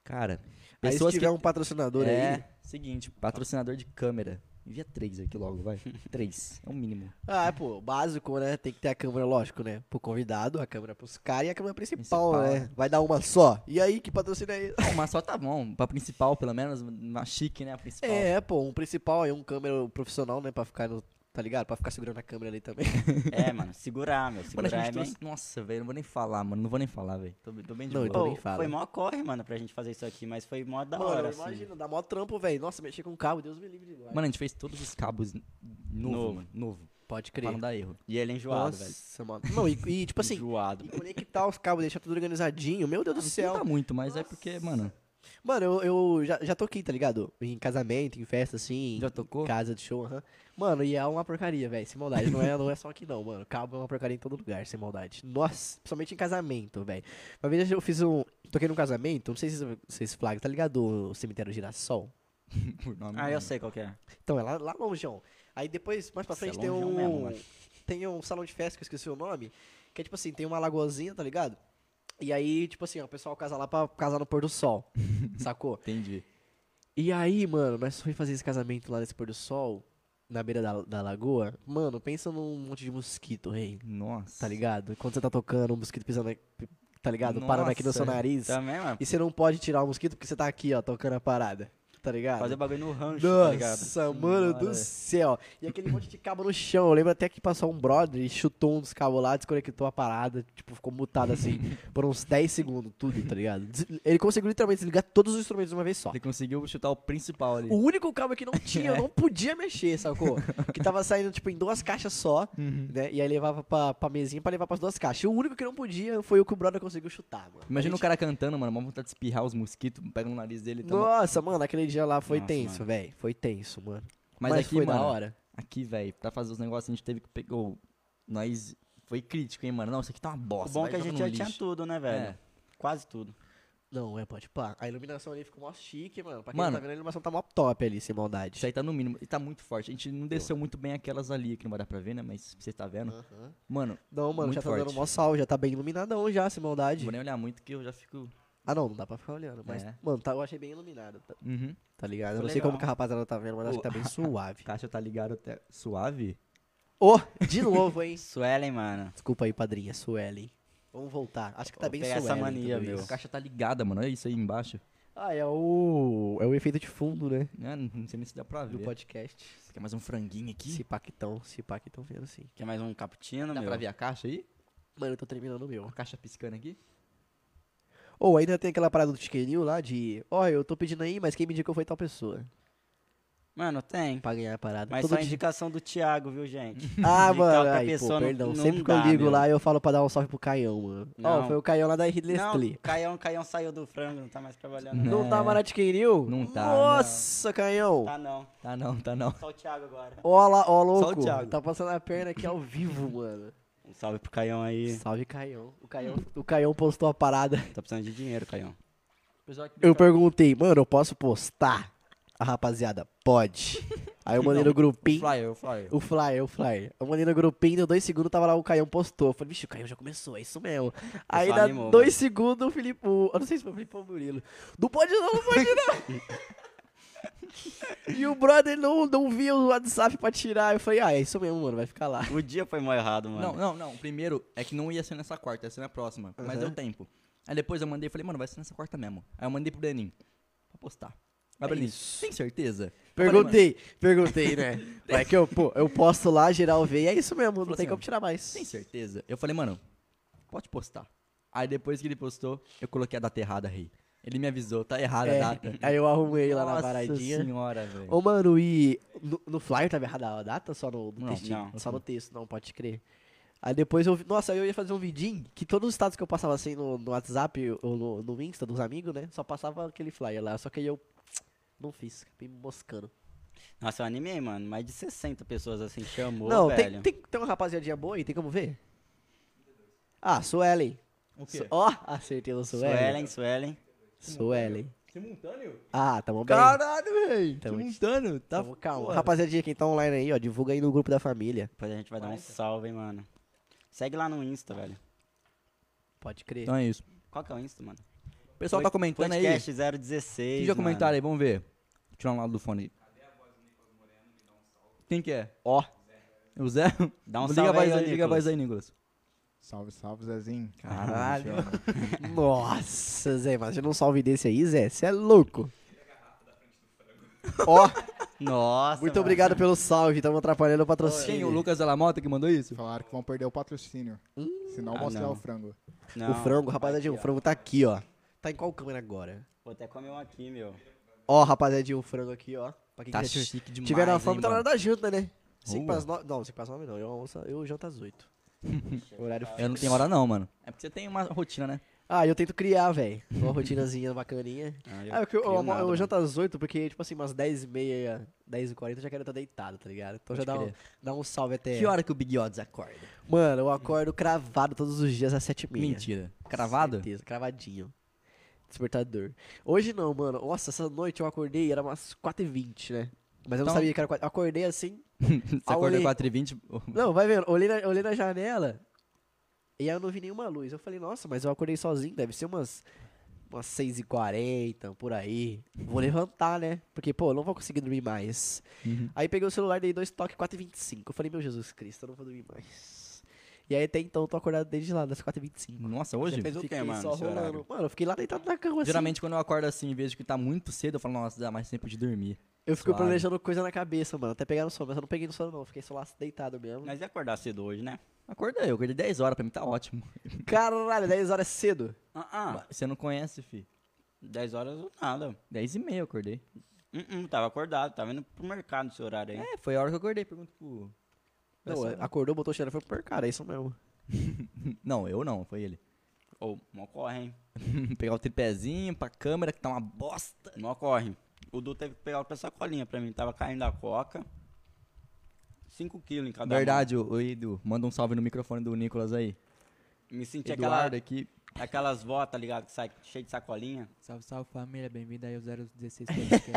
Cara,
Aí se
pessoas
tiver
que...
um patrocinador
é,
aí.
seguinte, patrocinador de câmera, Envia três aqui logo, vai. três. É o mínimo.
Ah, pô, básico, né? Tem que ter a câmera, lógico, né? Pro convidado, a câmera pros caras e a câmera principal,
Principal,
né?
né?
Vai dar uma só. E aí, que patrocina é isso?
Ah, Uma só tá bom. Pra principal, pelo menos, uma chique, né? A principal.
É, pô, um principal aí, um câmera profissional, né? Pra ficar no. Tá ligado? Pra ficar segurando a câmera ali também.
É, mano, segurar, meu.
Mano, a
Segurar
gente
é bem.
trouxe- Nossa, velho, não vou nem falar, mano. Não vou nem falar, velho. Tô, bem- tô bem de
Não,
boa.
então-
Pô,
nem fala.
foi mó corre, mano, pra gente fazer isso aqui, mas foi mó da
Mano,
hora, assim.
imagina, dá mó trampo, velho. Nossa, mexer com o carro, Deus me livre.
Mano, a gente fez todos os cabos n- novo,
Novo.
mano. Novo.
pode
Pra não dar erro.
E ele é enjoado, velho.
Nossa, mano. Não, e, e, tipo assim,
Enjoado.
e conectar os cabos, deixar tudo organizadinho. Meu Deus do
Ah, Não
céu.
dá muito, mas é porque, mano,
Mano, eu, eu já, já toquei, tá ligado? Em casamento, em festa, assim.
já tocou?
em Casa de show, aham. Mano, e é uma porcaria, velho. Sem maldade. Não é, não é só aqui, não, mano. Cabo é uma porcaria em todo lugar, sem maldade. Nossa, principalmente em casamento, velho. Uma vez eu fiz um. Toquei num casamento, não sei se vocês- vocês flagam, tá ligado? O cemitério Girassol.
Por nome,
Ah, eu
não.
sei qual que é.
Então, é lá, lá longeão. Aí depois, mais pra
Nossa, é
frente, tem
longeão
um.
mesmo, mano.
tem um salão de festa que eu esqueci o nome. Que é tipo assim, tem uma lagoazinha, tá ligado? E aí, tipo assim, ó, o pessoal casa lá pra casar no pôr do sol. sacou?
Entendi.
E aí, mano, nós fomos fazer esse casamento lá nesse pôr do sol, na beira da, da lagoa. Mano, pensa num monte de mosquito, rei.
Nossa.
Tá ligado? Quando você tá tocando, um mosquito pisando, aqui, tá ligado? Parando aqui no seu
Nossa,
nariz.
Também, mano.
E você não pode tirar o mosquito porque você tá aqui, ó, tocando a parada. Tá ligado?
Fazer bagulho no rancho, tá ligado?
Nossa, mano
Senhora.
do céu. E aquele monte de cabo no chão. Eu lembro até que passou um brother e chutou um dos cabos lá, desconectou a parada, tipo, ficou mutado assim por uns 10 segundos, tudo, tá ligado? Des- Ele conseguiu literalmente desligar todos os instrumentos de uma vez só.
Ele conseguiu chutar o principal ali.
O único cabo que não tinha,
É.
eu não podia mexer, sacou? Que tava saindo, tipo, em duas caixas só,
Uhum.
né? E aí levava pra, pra mesinha pra levar pras duas caixas. E o único que não podia foi o que o brother conseguiu chutar, mano.
Imagina
A
o cara cantando, mano. Mó vontade de espirrar os mosquitos, pega no nariz dele.
gente-
Tá bom.
Nossa, mano, aquele dia lá foi
Nossa,
tenso,
mano.
velho. Foi tenso, mano.
Mas, aqui,
foi
mano,
da hora.
aqui, velho, pra fazer os negócios a gente teve que pegar. ô, Nós. Foi crítico, hein, mano. Não, isso aqui tá uma bosta.
o bom é
vai
que a
joga
gente
no
já tinha
lixo.
tudo, né, velho?
É.
Quase tudo.
Não, é, pode pá. A iluminação ali ficou mó chique, mano. Pra quem
Mano.
não tá vendo, a iluminação tá mó top ali, sem maldade.
Isso aí tá no mínimo. E tá muito forte. A gente não desceu muito bem aquelas ali, que não vai dar pra ver, né? Mas você tá vendo.
Aham.
Mano,
Não, mano,
Muito
já tá
forte.
dando mó sal, já tá bem iluminadão já, sem
não
maldade.
vou nem olhar muito que eu já fico.
Ah, não, não dá pra ficar olhando, mas,
É.
mano, tá, eu achei bem iluminado, tá,
Uhum.
tá ligado? Eu
Foi
não sei como
legal.
que a rapaziada tá vendo, mas acho que tá bem suave.
Caixa tá ligado até. Suave?
Ô, de novo, hein?
Suelen, mano.
Desculpa aí, padrinha, Suelen. Vamos voltar. Acho que tá
Vou
bem
pegar
Suelen.
essa mania,
tudo
meu.
isso.
A caixa tá ligada, mano. Olha isso aí embaixo.
Ah, é o... É o efeito de fundo, né?
Ah, não sei nem se dá pra ver.
Do podcast.
Quer mais um franguinho aqui?
Se pá que tão, se assim. pá que tão vendo, sim.
Quer mais um cappuccino,
dá
meu?
pra ver a caixa aí?
Mano, eu tô terminando o meu.
A caixa piscando aqui?
Ou ainda tem aquela parada do Chiquenil lá de, ó, eu tô pedindo aí, mas quem me indicou foi tal pessoa.
Mano, tem.
Pra ganhar a parada.
Mas
Todo
só
dia-
indicação do Thiago, viu, gente?
Ah,
indicar
mano,
pra
aí, pô,
pessoa não-
perdão.
não
Sempre que eu
dá,
ligo
meu.
lá, eu falo pra dar um salve pro Caião, mano. Ó,
Não.
foi o Caião lá da
Não,
Ridley
Caião, Caião saiu do frango, não tá mais trabalhando.
Não,
Não,
não tá mais na Chiquenil?
Não tá,
Nossa, Caião.
tá não.
Tá não, tá não.
Só o Thiago agora.
Ó lá, ó,
o
louco.
Thiago.
Tá passando a perna aqui ao vivo, mano.
Um salve pro Caião aí.
Salve, Caião. O Caião, o Caião postou a parada.
Tá precisando de dinheiro, Caião.
Eu
tá-
perguntei, mano, eu posso postar? A rapaziada, pode. Aí eu mandei no grupinho.
Flyer, o flyer.
O flyer, o flyer. Eu mandei no grupinho, deu dois segundos, tava lá o Caião postou. Eu falei, vixe, o Caião já começou, é isso mesmo. Aí dá
animou,
dois
mano.
segundos, o Felipe. o- eu não sei se foi o Felipe ou o Murilo. Não pode não, não pode não. e o brother não, não via o WhatsApp pra tirar. Eu falei, ah, é isso mesmo, mano, vai ficar lá.
O dia foi mó errado, mano.
Não, não, não. O Primeiro é que não ia ser nessa quarta, ia ser na próxima. Mas
Aham.
deu tempo. Aí depois eu mandei e falei, mano, vai ser nessa quarta mesmo. Aí eu mandei pro Breninho. Pra postar. Aí,
É
Breninho,
isso.
tem certeza?
Perguntei, perguntei, né? Vai que eu, pô, eu posto lá, geral vê, e é isso mesmo, não tem
assim,
como tirar mais.
Tem certeza? Eu falei, mano, pode postar. Aí depois que ele postou, eu coloquei a data errada, rei. Ele me avisou, tá errada
É,
a data.
aí eu arrumei lá na
Nossa
paradinha.
senhora, velho.
Ô, mano, e no, no flyer tava errada a data? Só no, no
Não, assim.
textinho?
não.
Só no texto, não, pode crer. Aí depois eu. vi- Nossa, aí eu ia fazer um vidinho que todos os status que eu passava assim no, no WhatsApp ou no, no Insta dos amigos, né? Só passava aquele flyer lá. Só que aí eu. Não fiz, acabei me moscando.
Nossa, eu animei, mano. Mais de 60 pessoas assim chamou,
não, tem,
velho.
tem, tem uma rapaziadinha boa aí, tem como ver? Ah, Suelen.
O
Su- Ó, acertei o
Suelen,
Suelen.
Suelen.
Suelen.
Simultâneo?
Ah, tamo bem.
Caralho, velho.
Tamo-
Simultâneo. Tá
Tamo calma.
Pô,
Rapaziadinha, quem tá online aí, ó, divulga aí no grupo da família.
Depois a gente vai dar um
40.
salve, hein, mano. Segue lá no Insta, velho.
Pode crer.
Então é isso.
Qual que é o Insta, mano?
O pessoal tá comentando aí.
Podcast 016.
Deixa eu
mano.
comentar aí, vamos ver. Vou tirar um lado do fone. Quem que é?
Ó,
O Zé?
dá um
liga
salve
a
aí, ô
voz aí, liga a
Nicolas.
voz aí, Nicolas.
Salve, salve, Zezinho.
Caralho.
Então, Nossa, Zé, imagina um salve desse aí, Zé. Você é louco. Ó,
Nossa,
muito
mano.
obrigado pelo salve. Estamos atrapalhando o patrocínio.
Quem? O Lucas Delamota que mandou isso?
Falaram que vão perder o patrocínio. Se não,
Ah,
mostrar
não.
o frango.
Não,
o frango, rapaziadinho, o
aqui, ó.
frango tá aqui, ó. Tá em qual câmera agora?
Vou até comer um aqui, meu.
Ó, rapaziadinho, o frango aqui, ó. Pra quem
Tá
quiser
chique
tiver-
demais,
Tiver na
hein,
fome, tá na hora
mano.
da janta, né? 5
Boa.
pras 9. Não, 5 pras 9 não. Eu, almoço, eu janto às 8. Horário fixo.
Eu não tenho hora não, mano. É porque você tem uma rotina, né?
Ah, eu tento criar, velho. Uma rotinazinha bacaninha.
Ah,
Ah, porque eu,
crio
eu,
nada,
né?
eu
mano.
janto às 8 porque, tipo assim, umas 10h30, 10h40 eu já quero estar deitado, tá ligado? Então já
Pode
dá um,
crer.
dá um salve até.
Que hora que o Big Odds acorda?
Mano, eu acordo cravado todos os dias às 7h30.
Mentira. Cravado?
Certeza, cravadinho. Despertador. Hoje não, mano. Nossa, essa noite eu acordei, era umas 4h20, né? Mas eu não
Então-
sabia que era 4 Eu acordei assim.
Você acordou
Olhei.
4h20?
Não, vai vendo. Olhei na, olhei na janela e aí eu não vi nenhuma luz. Eu falei, nossa, mas eu acordei sozinho. Deve ser umas, umas 6h40, por aí. Vou levantar, né? Porque, pô, eu não vou conseguir dormir mais.
Uhum.
Aí peguei o celular, dei dois toques, 4h25. Eu falei, meu Jesus Cristo, eu não vou dormir mais. E aí até então eu tô acordado desde lá, das 4h25.
Nossa, hoje?
Você fez o quê,
Fiquei
mano?
só
esse horário?
rolando. Mano, eu fiquei lá deitado na cama assim.
Geralmente quando eu acordo assim e vejo que tá muito cedo, eu falo, nossa, dá mais tempo de dormir.
Eu fico
Suave.
planejando coisa na cabeça, mano. Até pegar no sono, mas eu não peguei no sono, não. Eu Fiquei só lá deitado mesmo.
Nós ia acordar cedo hoje, né?
Acordei, eu acordei 10 horas, pra mim tá ótimo.
Caralho, 10 horas cedo.
Ah, ah.
Você não conhece, fi.
10 horas ou nada.
10 e meia eu acordei.
Uh -uh, tava acordado, tava indo pro mercado nesse horário aí.
É, foi a hora que eu acordei, pergunto pro...
Não, é,
Essa-
acordou, botou o cheiro e foi pro mercado, é isso mesmo.
não, eu não, foi ele.
Ou, não ocorre, hein?
Pegar o tripézinho pra câmera, que tá uma bosta.
Não ocorre. O Du teve que pegar outra sacolinha pra mim. Tava caindo a coca. 5 quilos em cada
Verdade, o, o Edu, manda um salve no microfone do Nicolas aí.
mão. Me senti aquela,
Eduardo aqui.
aquelas votas, tá ligado? Que sai cheio de sacolinha.
Salve, salve família, bem-vindo aí ao 016 Podcast.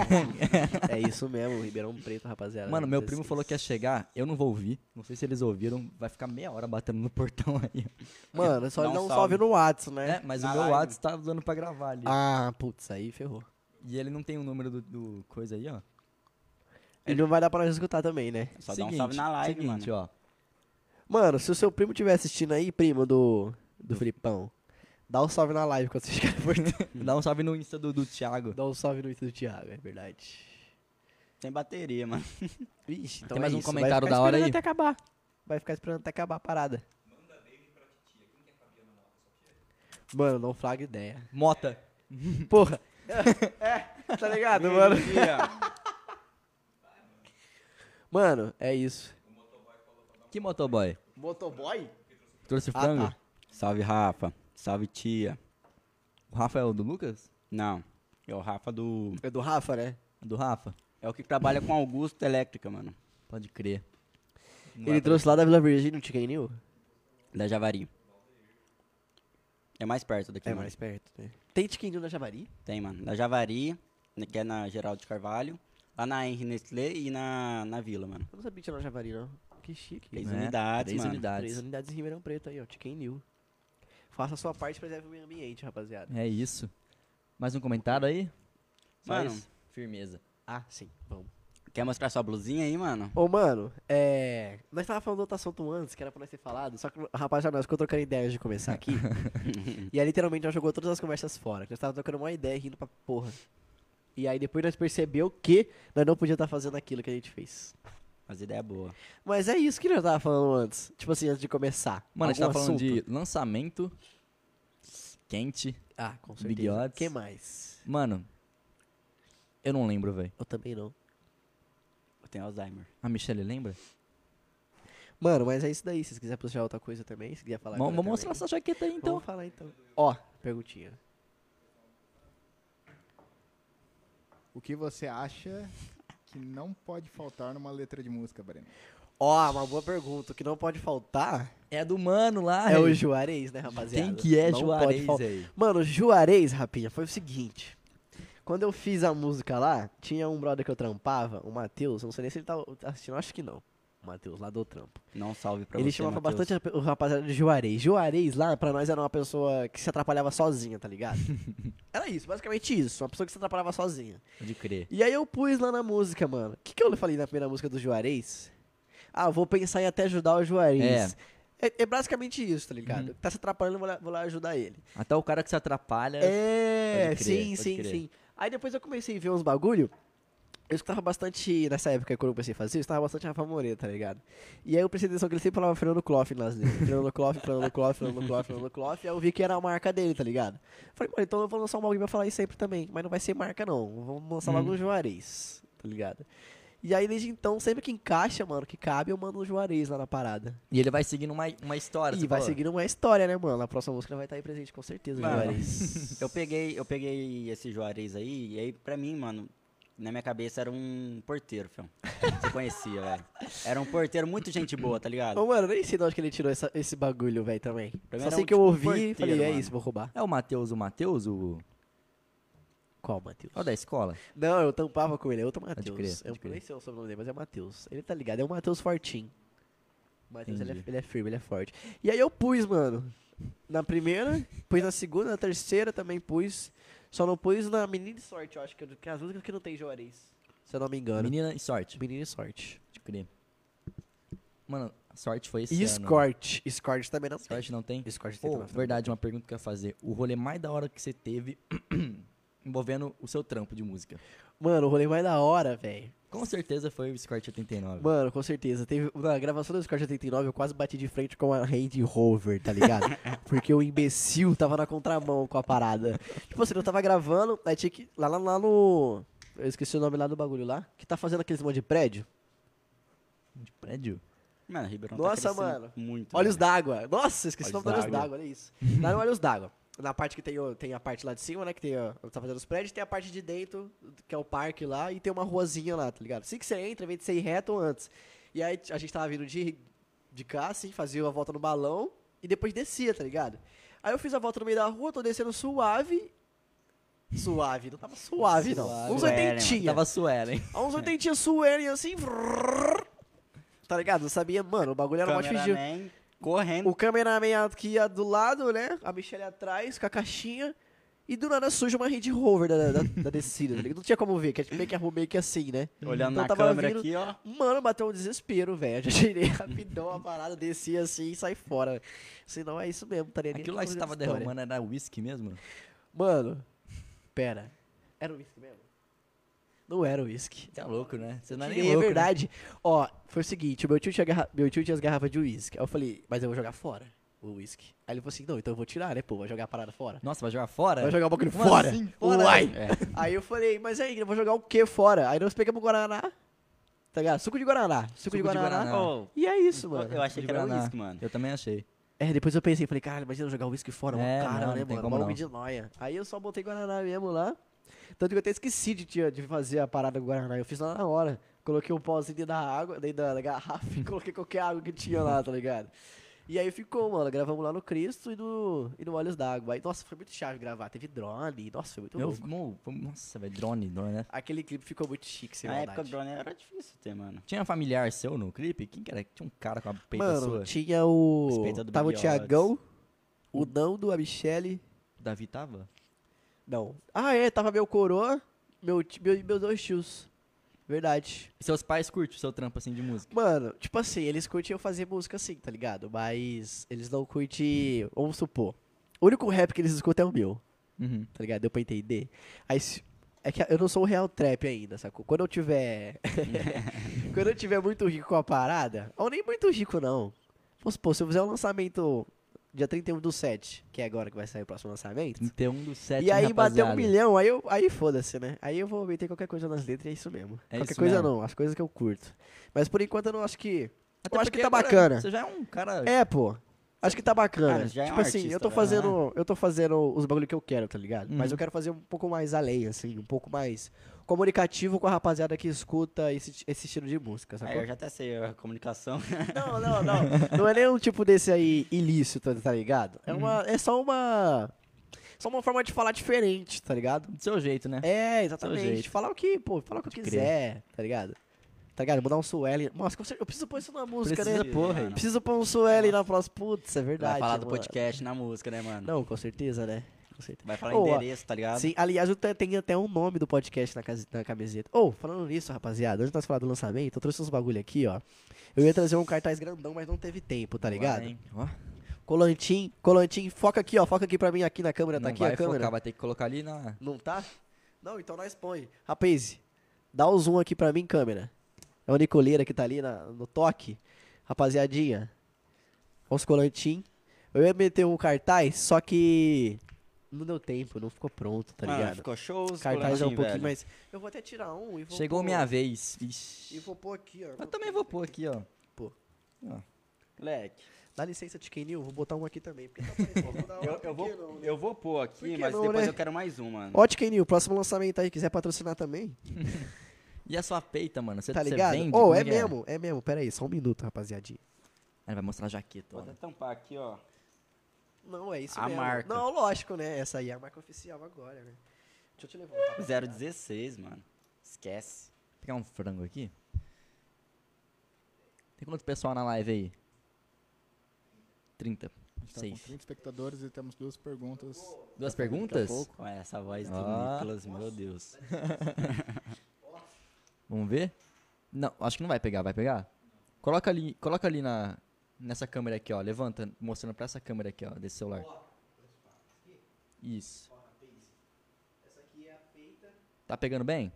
É isso mesmo, Ribeirão Preto, rapaziada.
Mano, meu
16.
primo falou que é ia chegar, eu não vou ouvir. Não sei se eles ouviram, vai ficar meia hora batendo no portão aí.
Mano, só
Dá
ele
um
dá um
salve.
salve no WhatsApp, né?
É, mas
Na
o meu
live.
WhatsApp tá dando pra gravar ali.
Ah, putz, aí ferrou.
E ele não tem o número do, do coisa aí, ó. É.
Ele não vai dar pra nós escutar também, né?
Só dá um salve na live,
seguinte,
mano.
ó.
Mano, se o seu primo estiver assistindo aí, primo do, do Filipão, dá um salve na live quando você chegar no portão.
Dá um salve no Insta do, do Thiago.
dá um salve no Insta do Thiago, é verdade.
Sem bateria, mano.
Vixe, então
Tem
é
mais um
isso,
comentário
vai ficar
da hora
esperando
aí?
até acabar. Vai ficar esperando até acabar a parada. Mano, não flagra ideia.
Mota.
Porra. É, tá ligado, mano? Mano, é isso.
Que motoboy?
Motoboy?
Trouxe
Ah,
frango?
tá.
Salve, Rafa. Salve, tia.
O Rafa é o do Lucas?
Não. É o Rafa do.
É do Rafa, né?
Do Rafa?
É o que trabalha com Augusto Elétrica, mano.
Pode crer. Não
Ele
é
trouxe lá da Vila Virgínia o Chicken New?
Da Javari. É mais perto daqui,
É
mano.
mais perto, né? Tem Chicken New na Javari?
Tem, mano. Na Javari, né, que é na Geraldo de Carvalho. Lá na Henry Nestlé e na, na Vila, mano.
Eu não sabia que tinha na Javari, não. Que chique.
Três
Né?
unidades,
Três
mano.
Três
unidades.
unidades em Ribeirão Preto aí, ó. Chicken New. Faça a sua parte e preserve o meio ambiente, rapaziada.
É isso. Mais um comentário aí? Só
Mano.
isso? Firmeza.
Ah, sim. Vamos.
Quer mostrar sua blusinha aí, mano?
Ô, mano, é. Nós tava falando do outro assunto antes, que era pra nós ter falado, só que, rapaziada, nós ficou trocando ideia antes de começar aqui. e aí, literalmente, nós jogou todas as conversas fora. que Nós tava trocando uma ideia e rindo pra porra. E aí, depois nós percebeu que nós não podíamos estar fazendo aquilo que a gente fez.
As ideias boas.
Mas é isso que nós tava falando antes. Tipo assim, antes de começar.
Mano, a gente
Algum
tá falando
assunto?
de lançamento. Quente.
Ah, com
Big
certeza. O
Odds.
que mais?
Mano. Eu não lembro, velho.
Eu também não.
Eu tenho Alzheimer.
A Michelle lembra?
Mano, mas é isso daí. Se vocês quiserem puxar outra coisa também, se quiser falar.
Vamos
agora
vamos
também.
mostrar essa jaqueta aí então.
Vamos falar então. Ó, perguntinha.
O que você acha que não pode faltar numa letra de música, Breno?
Ó, uma boa pergunta. O que não pode faltar
É do mano lá.
É
velho.
o Juarez, né, rapaziada?
Quem que é
Não
Juarez
pode fal-
aí?
Mano, Juarez, rapinha, foi o seguinte. Quando eu fiz a música lá, tinha um brother que eu trampava, o Matheus, eu não sei nem se ele tá assistindo, eu acho que não. O Matheus lá do trampo.
Não salve pra
ele
você,
chamava
Matheus.
bastante a- o rapaziada de Juarez. Juarez lá, pra nós, era uma pessoa que se atrapalhava sozinha, tá ligado? era isso, basicamente isso. Uma pessoa que se atrapalhava sozinha.
De crer.
E aí eu pus lá na música, mano. O que, que eu falei na primeira música do Juarez? Ah, vou pensar em até ajudar o Juarez. É, é basicamente isso, tá ligado? Tá se atrapalhando, vou lá, vou lá ajudar ele.
Até o cara que se atrapalha.
É,
Pode crer,
sim,
pode
sim,
crer.
sim. Aí depois eu comecei a ver uns bagulho. Eu escutava bastante, nessa época, quando eu comecei a fazer, eu escutava bastante Rafa Moreira, tá ligado? E aí eu prestei atenção que ele sempre falava Fernando Kloff nas letras. Fernando Kloff, Fernando Kloff, Fernando Kloff, Fernando Kloff. Aí eu vi que era a marca dele, tá ligado? Falei, mano, então eu vou lançar um bagulho pra falar isso sempre também. Mas não vai ser marca, não. Vamos lançar
Uhum.
logo um Juarez, tá ligado? E aí, desde então, sempre que encaixa, mano, que cabe, eu mando um Juarez lá na parada.
E ele vai seguindo uma, uma história.
e
você
vai
falou.
seguindo uma história, né, mano? A próxima música vai estar aí presente, com certeza, o
Mano,
Juarez.
Eu peguei, eu peguei esse Juarez aí, e aí pra mim, mano, na minha cabeça era um porteiro, filho. Você conhecia, velho. Era um porteiro muito gente boa, tá ligado?
Ô, mano, eu nem sei de onde que ele tirou essa- esse bagulho, velho, também.
Pra mim
Só
era
sei
um
que eu
tipo
ouvi e
porteiro,
falei, é
mano.
isso, vou roubar.
É o Matheus, o Matheus, o.
Qual, Matheus?
É o da escola?
Não, eu tampava com ele, é outro
de crer,
Matheus.
pode
Eu
crer.
nem sei o sobrenome dele, mas é Matheus. Ele tá ligado, é o Matheus Fortinho. O Matheus, ele, é,
Entendi.
ele é firme, ele é forte. E aí eu pus, mano, na primeira, pus na segunda, na terceira também pus. Só não pus na Menina de Sorte, eu acho, que, que é as músicas que não tem Juarez, se eu não me engano. Menina,
Menina e sorte.
de Sorte.
Pode crer. Mano, a sorte foi esse
E
ano.
Escort, Escort também não tem.
Sorte não tem?
Escort tem
Pô,
também.
verdade, uma pergunta que eu ia fazer. O rolê mais da hora que você teve envolvendo o seu trampo de música.
Mano, o rolê mais da hora, velho.
Com certeza foi o Escort 89.
Mano, com certeza. Teve, na gravação do Discord 89, eu quase bati de frente com a Range Rover, tá ligado? Porque o imbecil tava na contramão com a parada. Tipo assim, eu tava gravando, aí tinha que. Lá, lá, lá no. Eu esqueci o nome lá do bagulho lá. Que tá fazendo aqueles monte de prédio.
De prédio?
Mano, Ribeirão
Nossa,
tá crescendo
mano.
muito.
Olhos
velho.
d'água. Nossa, esqueci
Olhos
o nome do Olhos
d'Água.
d'água, olha isso. Lá no Olhos d'água. Na parte que tem, o- tem a parte lá de cima, né? Que tem, ó, onde tá fazendo os prédios, tem a parte de dentro, que é o parque lá, e tem uma ruazinha lá, tá ligado? Assim que você entra, vem de você ir reto ou antes. E aí a gente tava vindo de, de cá, assim, fazia a volta no balão e depois descia, tá ligado? Aí eu fiz a volta no meio da rua, tô descendo suave. Suave, não tava
Suave.
suave, não. Uns
Suave, né, mano?
oitentinha.
Tava Suelen.
A uns oitentinha suene assim. vrrr. Tá ligado? Eu sabia, mano, o bagulho era mó difícil.
Cameraman correndo.
O cameraman aqui ia do lado, né? A Michelle atrás, com a caixinha. E do nada surge uma Range Rover da, da, da descida, tá ligado? Não tinha como ver, que é meio que arrumei meio que assim, né?
Olhando
Então
na
tava
câmera
vindo-
aqui, ó.
Mano, bateu um desespero, velho. Já tirei rapidão a parada, desci assim e sai fora. Senão é isso mesmo, tá ligado?
Aquilo lá que você tava derramando era whisky mesmo?
Mano, pera. Era o uísque mesmo? Não era o uísque.
Você é louco, né? Você não é
Tirei,
nem louco,
é
né?
verdade. Ó, foi o seguinte, meu tio tinha, garra- meu tio tinha as garrafas de uísque. Aí eu falei, mas eu vou jogar fora o uísque. Aí ele falou assim, não, então eu vou tirar, né, pô, vou jogar a parada fora.
Nossa, vai jogar fora?
Vai jogar o bagulho
É. Como
fora.
assim? Fora?
Uai. Aí eu falei, mas aí, eu vou jogar o que fora? Aí nós pegamos Guaraná, tá ligado? Suco de Guaraná, suco,
Suco
de,
de
Guaraná.
Guaraná.
Ô,
E é isso, mano.
eu achei que era
Guaraná.
uísque, mano.
Eu também achei.
É, depois eu pensei, falei, cara, imagina eu jogar uísque fora, mó
É,
cara,
não,
né,
não tem
mano?
como
Mal
não.
de noia. Aí eu só botei Guaraná mesmo lá. Tanto que eu até esqueci de, tinha- de fazer a parada com Guaraná. Eu fiz lá na hora. Coloquei um pauzinho dentro da água, dentro da garrafa e coloquei qualquer água que tinha lá, tá ligado? E aí ficou, mano. Gravamos lá no Cristo e no, e no Olhos d'Água. Aí, nossa, foi muito chave gravar. Teve drone, nossa, foi muito
Eu,
louco.
mo- foi- nossa, velho, drone, drone, né?
Aquele clipe ficou muito chique, sem
Na época o
maldade.
drone era difícil ter, mano.
Tinha familiar seu no clipe? Quem que era? Tinha um cara com a peita
Mano,
sua?
tinha o...
Respeita do
Tava o
Big
Tiagão, o Nando, a Michele...
Davi tava?
Não. Ah, é, tava meu coroa, meu, ti- meu, meus dois tios. Verdade.
E seus pais curtem o seu trampo assim de música?
Mano, tipo assim, eles curtiam fazer música assim, tá ligado? Mas eles não curtem, vamos supor. O único rap que eles escutam é o meu,
Uhum.
tá ligado? Deu pra entender? Aí, se- é que eu não sou o real trap ainda, sacou? Quando eu tiver. Quando eu tiver muito rico com a parada. Ou nem muito rico, não. Vamos supor, se eu fizer um lançamento dia 31 do 7, que é agora que vai sair o próximo lançamento.
31 do 7,
Então, E aí bateu um
um rapaziada.
milhão, aí, eu- aí foda-se, né? Aí eu vou meter qualquer coisa nas letras e é isso mesmo.
É
qualquer
isso
coisa
mesmo.
não, as coisas que eu curto. Mas por enquanto eu não acho que.
Até
eu acho que
porque
tá
agora
bacana.
Você já é um cara.
É, pô. Acho que tá bacana.
Cara, já é um
tipo assim,
artista,
eu tô
velho,
fazendo. Eu tô fazendo os bagulho que eu quero, tá ligado? Mas
né? Uhum.
eu quero fazer um pouco mais além, assim, um pouco mais comunicativo com a rapaziada que escuta esse, esse estilo de música,
Aí
sacou?
eu já até sei a comunicação.
Não, não, não. Não é nenhum tipo desse aí ilícito, tá ligado?
Uhum.
É, uma, é só uma. Só uma forma de falar diferente, tá ligado?
Do seu jeito, né?
É,
Seu
exatamente.
jeito.
Falar o que, pô, falar o que eu
Pode crer.
quiser, tá ligado? Tá ligado? Mudar um Sueli. Nossa, com certeza, eu preciso pôr isso numa música,
Precisa,
né?
porra.
mano.
Preciso pôr um Sueli na próxima. Putz, é verdade.
Vai falar do
mano.
podcast na música, né, mano?
Não, com certeza, né? Com certeza.
Vai falar
Ô, ó,
endereço, tá ligado?
Sim, aliás, eu te- tenho até um nome do podcast na, case- na camiseta. Ou, falando nisso, rapaziada, antes de nós falar do lançamento, eu trouxe uns bagulho aqui, ó. Eu ia trazer um cartaz grandão, mas não teve tempo, tá ligado? Colantim, Colantim, foca aqui, ó, foca aqui pra mim, aqui na câmera,
Não
tá aqui
vai
a câmera.
focar, vai ter que colocar ali na...
Não tá? Não, então nós põe. Rapaz, dá o zoom aqui pra mim, câmera. É o Nicoleira que tá ali na- no toque. Rapaziadinha, olha os colantim. Eu ia meter um cartaz, só que não deu tempo, não ficou pronto, tá
mano,
ligado?
Ah, ficou show os
cartaz é um
colantinhos,
pouquinho
velho.
mais... Eu vou até tirar um e vou
Chegou
pôr-
minha vez.
E
Ixi.
vou pôr aqui, ó.
Eu também vou pôr aqui, ó.
Moleque,
Dá licença, Tiquenil, vou botar um aqui também. Porque tá aparecendo, vou dar uma,
eu,
por
eu, vou,
que não, né?
eu vou pôr aqui,
que
mas
não,
depois
né?
eu quero mais um, mano.
Ó, Tiquenil, próximo lançamento aí, quiser patrocinar também,
E a sua peita, mano? Você
tá
você
ligado?
vende?
Ô,
Como
é
que
mesmo, é mesmo, pera aí, só um minuto, rapaziadinha.
Aí vai mostrar a jaqueta,
Vou
ó.
até tampar aqui, ó.
Não, é isso
A
mesmo.
marca.
Não, lógico, né? Essa aí é a marca oficial agora, né? Deixa eu te levantar.
é
pra você.
016, mano. Esquece.
pegar um frango aqui. Tem quanto pessoal na live aí? 30.
A gente tá com
Seis.
30 espectadores e temos duas perguntas.
Tá
Duas
Daqui a
perguntas?
pouco.
Olha essa voz do
Ah.
Nicolas, meu Deus.
Vamos ver? Não, acho que não vai pegar, vai pegar? Coloca ali, coloca ali na nessa câmera aqui, ó. Levanta, mostrando pra essa câmera aqui, ó, desse celular. Isso. Tá pegando bem?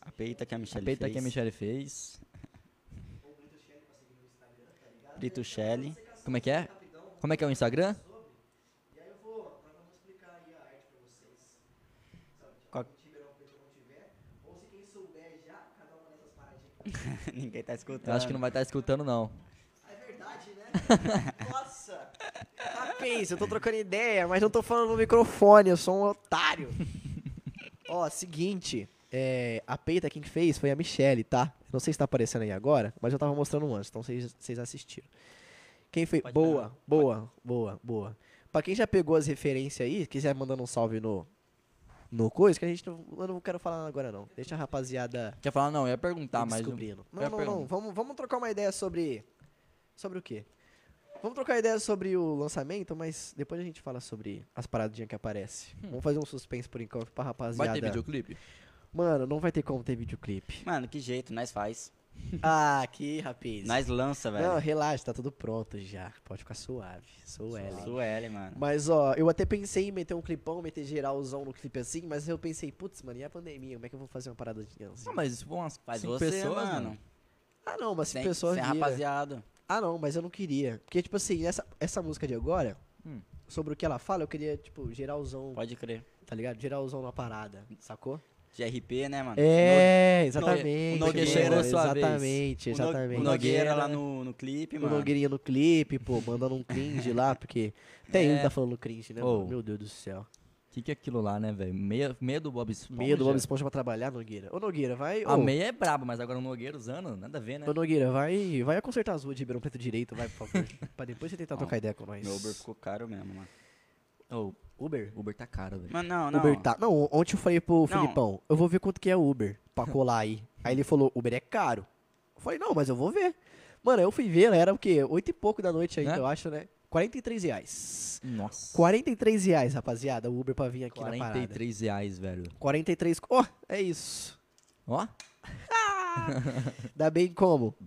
A peita que a
A
Michelle
peita
fez.
que a Michelle fez.
Brito Shelley.
Como é que é? Como é que é o Instagram?
Ninguém tá escutando.
Eu acho que não vai estar escutando, não.
Nossa! Rapaz, eu tô trocando ideia, mas não tô falando no microfone, eu sou um otário. Ó, seguinte, é, a peita quem fez foi a Michelle, tá? Não sei se tá aparecendo aí agora, mas eu tava mostrando antes, então vocês vocês assistiram. Quem fez?
Pode
boa,
parar.
boa, boa, boa. Pra quem já pegou as referências aí, quiser mandando um salve no. No coisa, que a gente não. Eu não quero falar agora, não. Deixa a rapaziada
Quer falar? Não, eu ia perguntar,
tá,
mas... não-
descobrindo.
eu
Não, não,
pergunto.
não. Vamos, vamos trocar uma ideia sobre. Sobre o quê? Vamos trocar ideia sobre o lançamento, mas depois a gente fala sobre as paradinhas que aparecem. Vamos fazer um suspense por enquanto pra rapaziada.
Vai ter videoclipe?
Mano, não vai ter como ter videoclipe.
Mano, que jeito, nós faz.
ah, que rapaz.
Nós lança,
Não,
velho.
relaxa, tá tudo pronto já. Pode ficar suave. Sou Ellen.
Suele, mano.
Mas ó, eu até pensei em meter um clipão, meter geralzão no clipe assim, mas eu pensei, putz, mano, e a pandemia? Como é que eu vou fazer uma assim? parada de
Não, mas se for umas
Faz
cinco
você,
pessoas,
mano.
mano.
Ah, não, mas se
Sem,
pessoas
sem
vira.
rapaziada.
Ah, não, mas eu não queria. Porque, tipo assim, essa, essa música de agora,
Hum.
sobre o que ela fala, eu queria, tipo, geralzão,
Pode crer.
tá ligado? Geralzão na parada, sacou?
De RP, né, mano?
É,
exatamente,
O Nogueira
mano,
chegou a sua vez.
exatamente,
O, No-
exatamente. né?
o Nogueira lá no, no clipe,
O
mano.
Nogueirinha no clipe, pô, mandando um cringe lá, porque tem um que tá falando cringe, né?
Ô.
mano? Meu Deus do céu.
O que, que é aquilo lá, né, velho? Meia, meia do Bob Esponja.
Meia do Bob Esponja pra trabalhar, Nogueira. Ô, Nogueira, vai...
A
ô,
meia é braba, mas agora o Nogueira usando, nada a ver, né?
Ô, Nogueira, vai, vai consertar as ruas de Ribeirão Preto direito, vai, por favor. pra depois você tentar
Ó,
trocar ideia com nós.
Meu Uber ficou caro mesmo, mano.
Ô,
Uber?
Uber tá caro, velho.
Mas não, não.
Uber tá. Não, ontem eu falei pro
Não.
Filipão, eu vou ver quanto que é Uber pra colar aí. Aí ele falou, Uber é caro. Eu falei, não, mas eu vou ver. Mano, eu fui ver, né, era o quê? Oito e pouco da noite ainda,
Né?
eu acho, né? 43 reais.
Nossa.
é 43 reais, rapaziada, o Uber pra vir aqui na parada.
43 reais, velho.
43. Ó, é isso.
Ó,
Dá bem como?
Hum.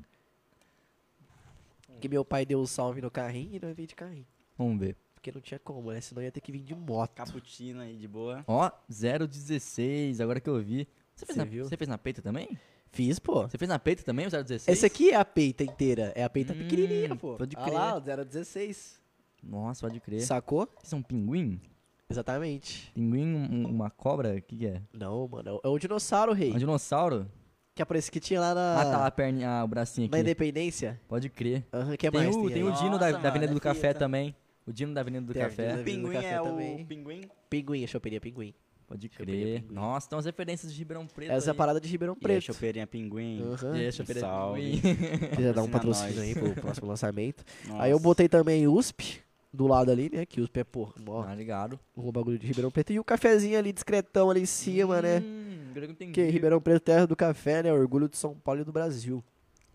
Que meu pai deu o salve no carrinho e não veio de carrinho.
vamos ver.
Porque não tinha como, né? Senão ia ter que vir de moto.
Cappuccino aí, de boa.
Ó, 0,16, agora que eu vi. Você fez,
Você
na,
viu?
você fez na peita também?
Fiz, pô.
Você fez na peita também, o 0,16?
Essa aqui é a peita inteira. É a peita
Hum,
pequenininha, pô.
pode
Olha lá, 016.
Nossa, pode crer.
Sacou?
Isso é um pinguim?
Exatamente.
Pinguim, um- uma cobra? O que, que é?
Não, mano. É o dinossauro, rei.
Um dinossauro?
Que aparece que tinha lá na,
Ah, tá, a perna, ah, o bracinho
na
aqui.
Independência.
Pode crer.
Aham, que é
tem
mais?
o,
tem
tem
aí?
o
Nossa,
Dino da, da
mano,
Avenida
é
do Café
fita.
também. O Dino da Avenida do
Tem a
Café.
Avenida do
Pinguim
Café
é
também.
o pinguim.
Pinguim, a chopeirinha pinguim.
Pode
Chopeirinha
crer.
Pinguim.
Nossa, tem umas referências de Ribeirão Preto.
Essa é a
aí. é
parada de Ribeirão
E aí,
Preto.
chopeirinha pinguim.
Aham.
E a Chopeirinha
Salve.
Pinguim.
Quiser dar um
patrocina
patrocínio aí
nós.
pro próximo lançamento.
Nossa.
Aí eu botei também USP do lado ali, né? Que USP é, pô, mó,
Tá ligado?
um bagulho de Ribeirão Preto. E o cafezinho ali discretão ali em cima, né?
Hum, Ribeirão Preto tem
Porque
vídeo.
Ribeirão Preto, é terra do café, né? Orgulho de São Paulo e do Brasil.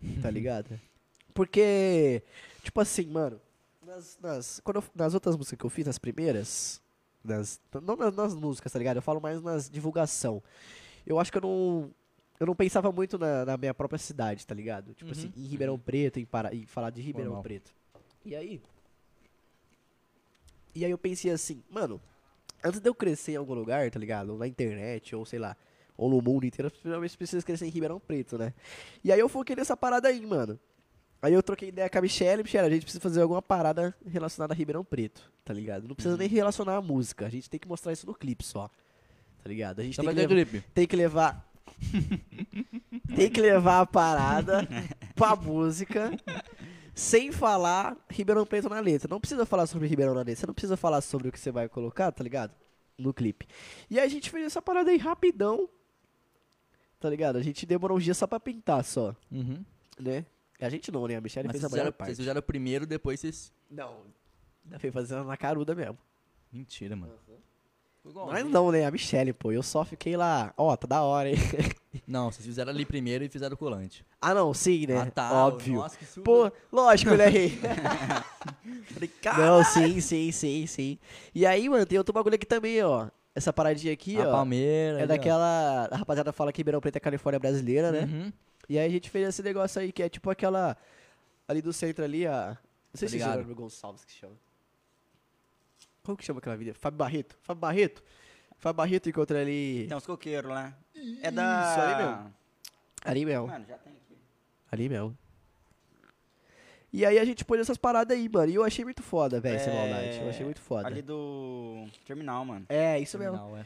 Tá ligado? Porque, tipo assim, mano, nas, nas, quando eu- nas outras músicas que eu fiz, nas primeiras, nas, não nas, nas músicas, tá ligado? Eu falo mais nas divulgação. Eu acho que eu não. Eu não pensava muito na, na minha própria cidade, tá ligado?
Uhum.
Tipo assim, em Ribeirão Preto, em, Pará, em falar de Ribeirão
Normal.
Preto. E aí. E aí eu pensei assim, mano, antes de eu crescer em algum lugar, tá ligado? Ou na internet, ou sei lá, ou no mundo inteiro, principalmente precisa crescer em Ribeirão Preto, né? E aí eu foquei nessa parada aí, mano. Aí eu troquei ideia com a Michelle, Michelle, a gente precisa fazer alguma parada relacionada a Ribeirão Preto, tá ligado? Não
Uhum.
precisa nem relacionar a música, a gente tem que mostrar isso no clipe só. Tá ligado? A gente
Só
tem
Então vai
que,
ter
levar,
drip.
tem que levar. tem que levar a parada pra música sem falar Ribeirão Preto na letra. Não precisa falar sobre Ribeirão na letra, você não precisa falar sobre o que você vai colocar, tá ligado? No clipe. E a gente fez essa parada aí rapidão. Tá ligado? A gente demorou uns dias só pra pintar só,
Uhum.
né? A gente não, né? A Michelle
Mas
fez
vocês
a maior
fizeram,
parte.
vocês fizeram primeiro, depois vocês...
Não. Ainda foi fazendo na caruda mesmo.
Mentira, mano. Foi igual
Mas
ontem.
não, né? A Michelle, pô. Eu só fiquei lá. Ó, tá da hora, hein?
Não, vocês fizeram ali primeiro e fizeram o colante.
Ah, não, sim, né?
Ah, tá.
Óbvio.
Nossa, que super...
Pô, lógico, né?
Falei, cara...
não, sim, sim, sim, sim. E aí, mano, tem outro bagulho aqui também, ó. Essa paradinha aqui,
a
ó.
Palmeira...
É daquela. A rapaziada fala que Ribeirão Preto é Califórnia brasileira, né?
Uhum.
E aí a gente fez esse negócio aí que é tipo aquela. Ali do centro ali, a. Não
Tá
sei se é
ligado.
Gerardo Gonçalves que chama. Como que chama aquela vida? Fábio Barreto. Fábio Barreto. Fábio Barreto encontra ali.
Tem uns coqueiros lá. É
Isso aí
da.
mesmo. Ali mesmo.
Mano, já tem aqui.
Ali mesmo. E aí a gente pôs essas paradas aí, mano. E eu achei muito foda, velho, essa
É,
maldade. Eu achei muito foda.
Ali do. Terminal, mano.
É, isso mesmo.
Terminal, é.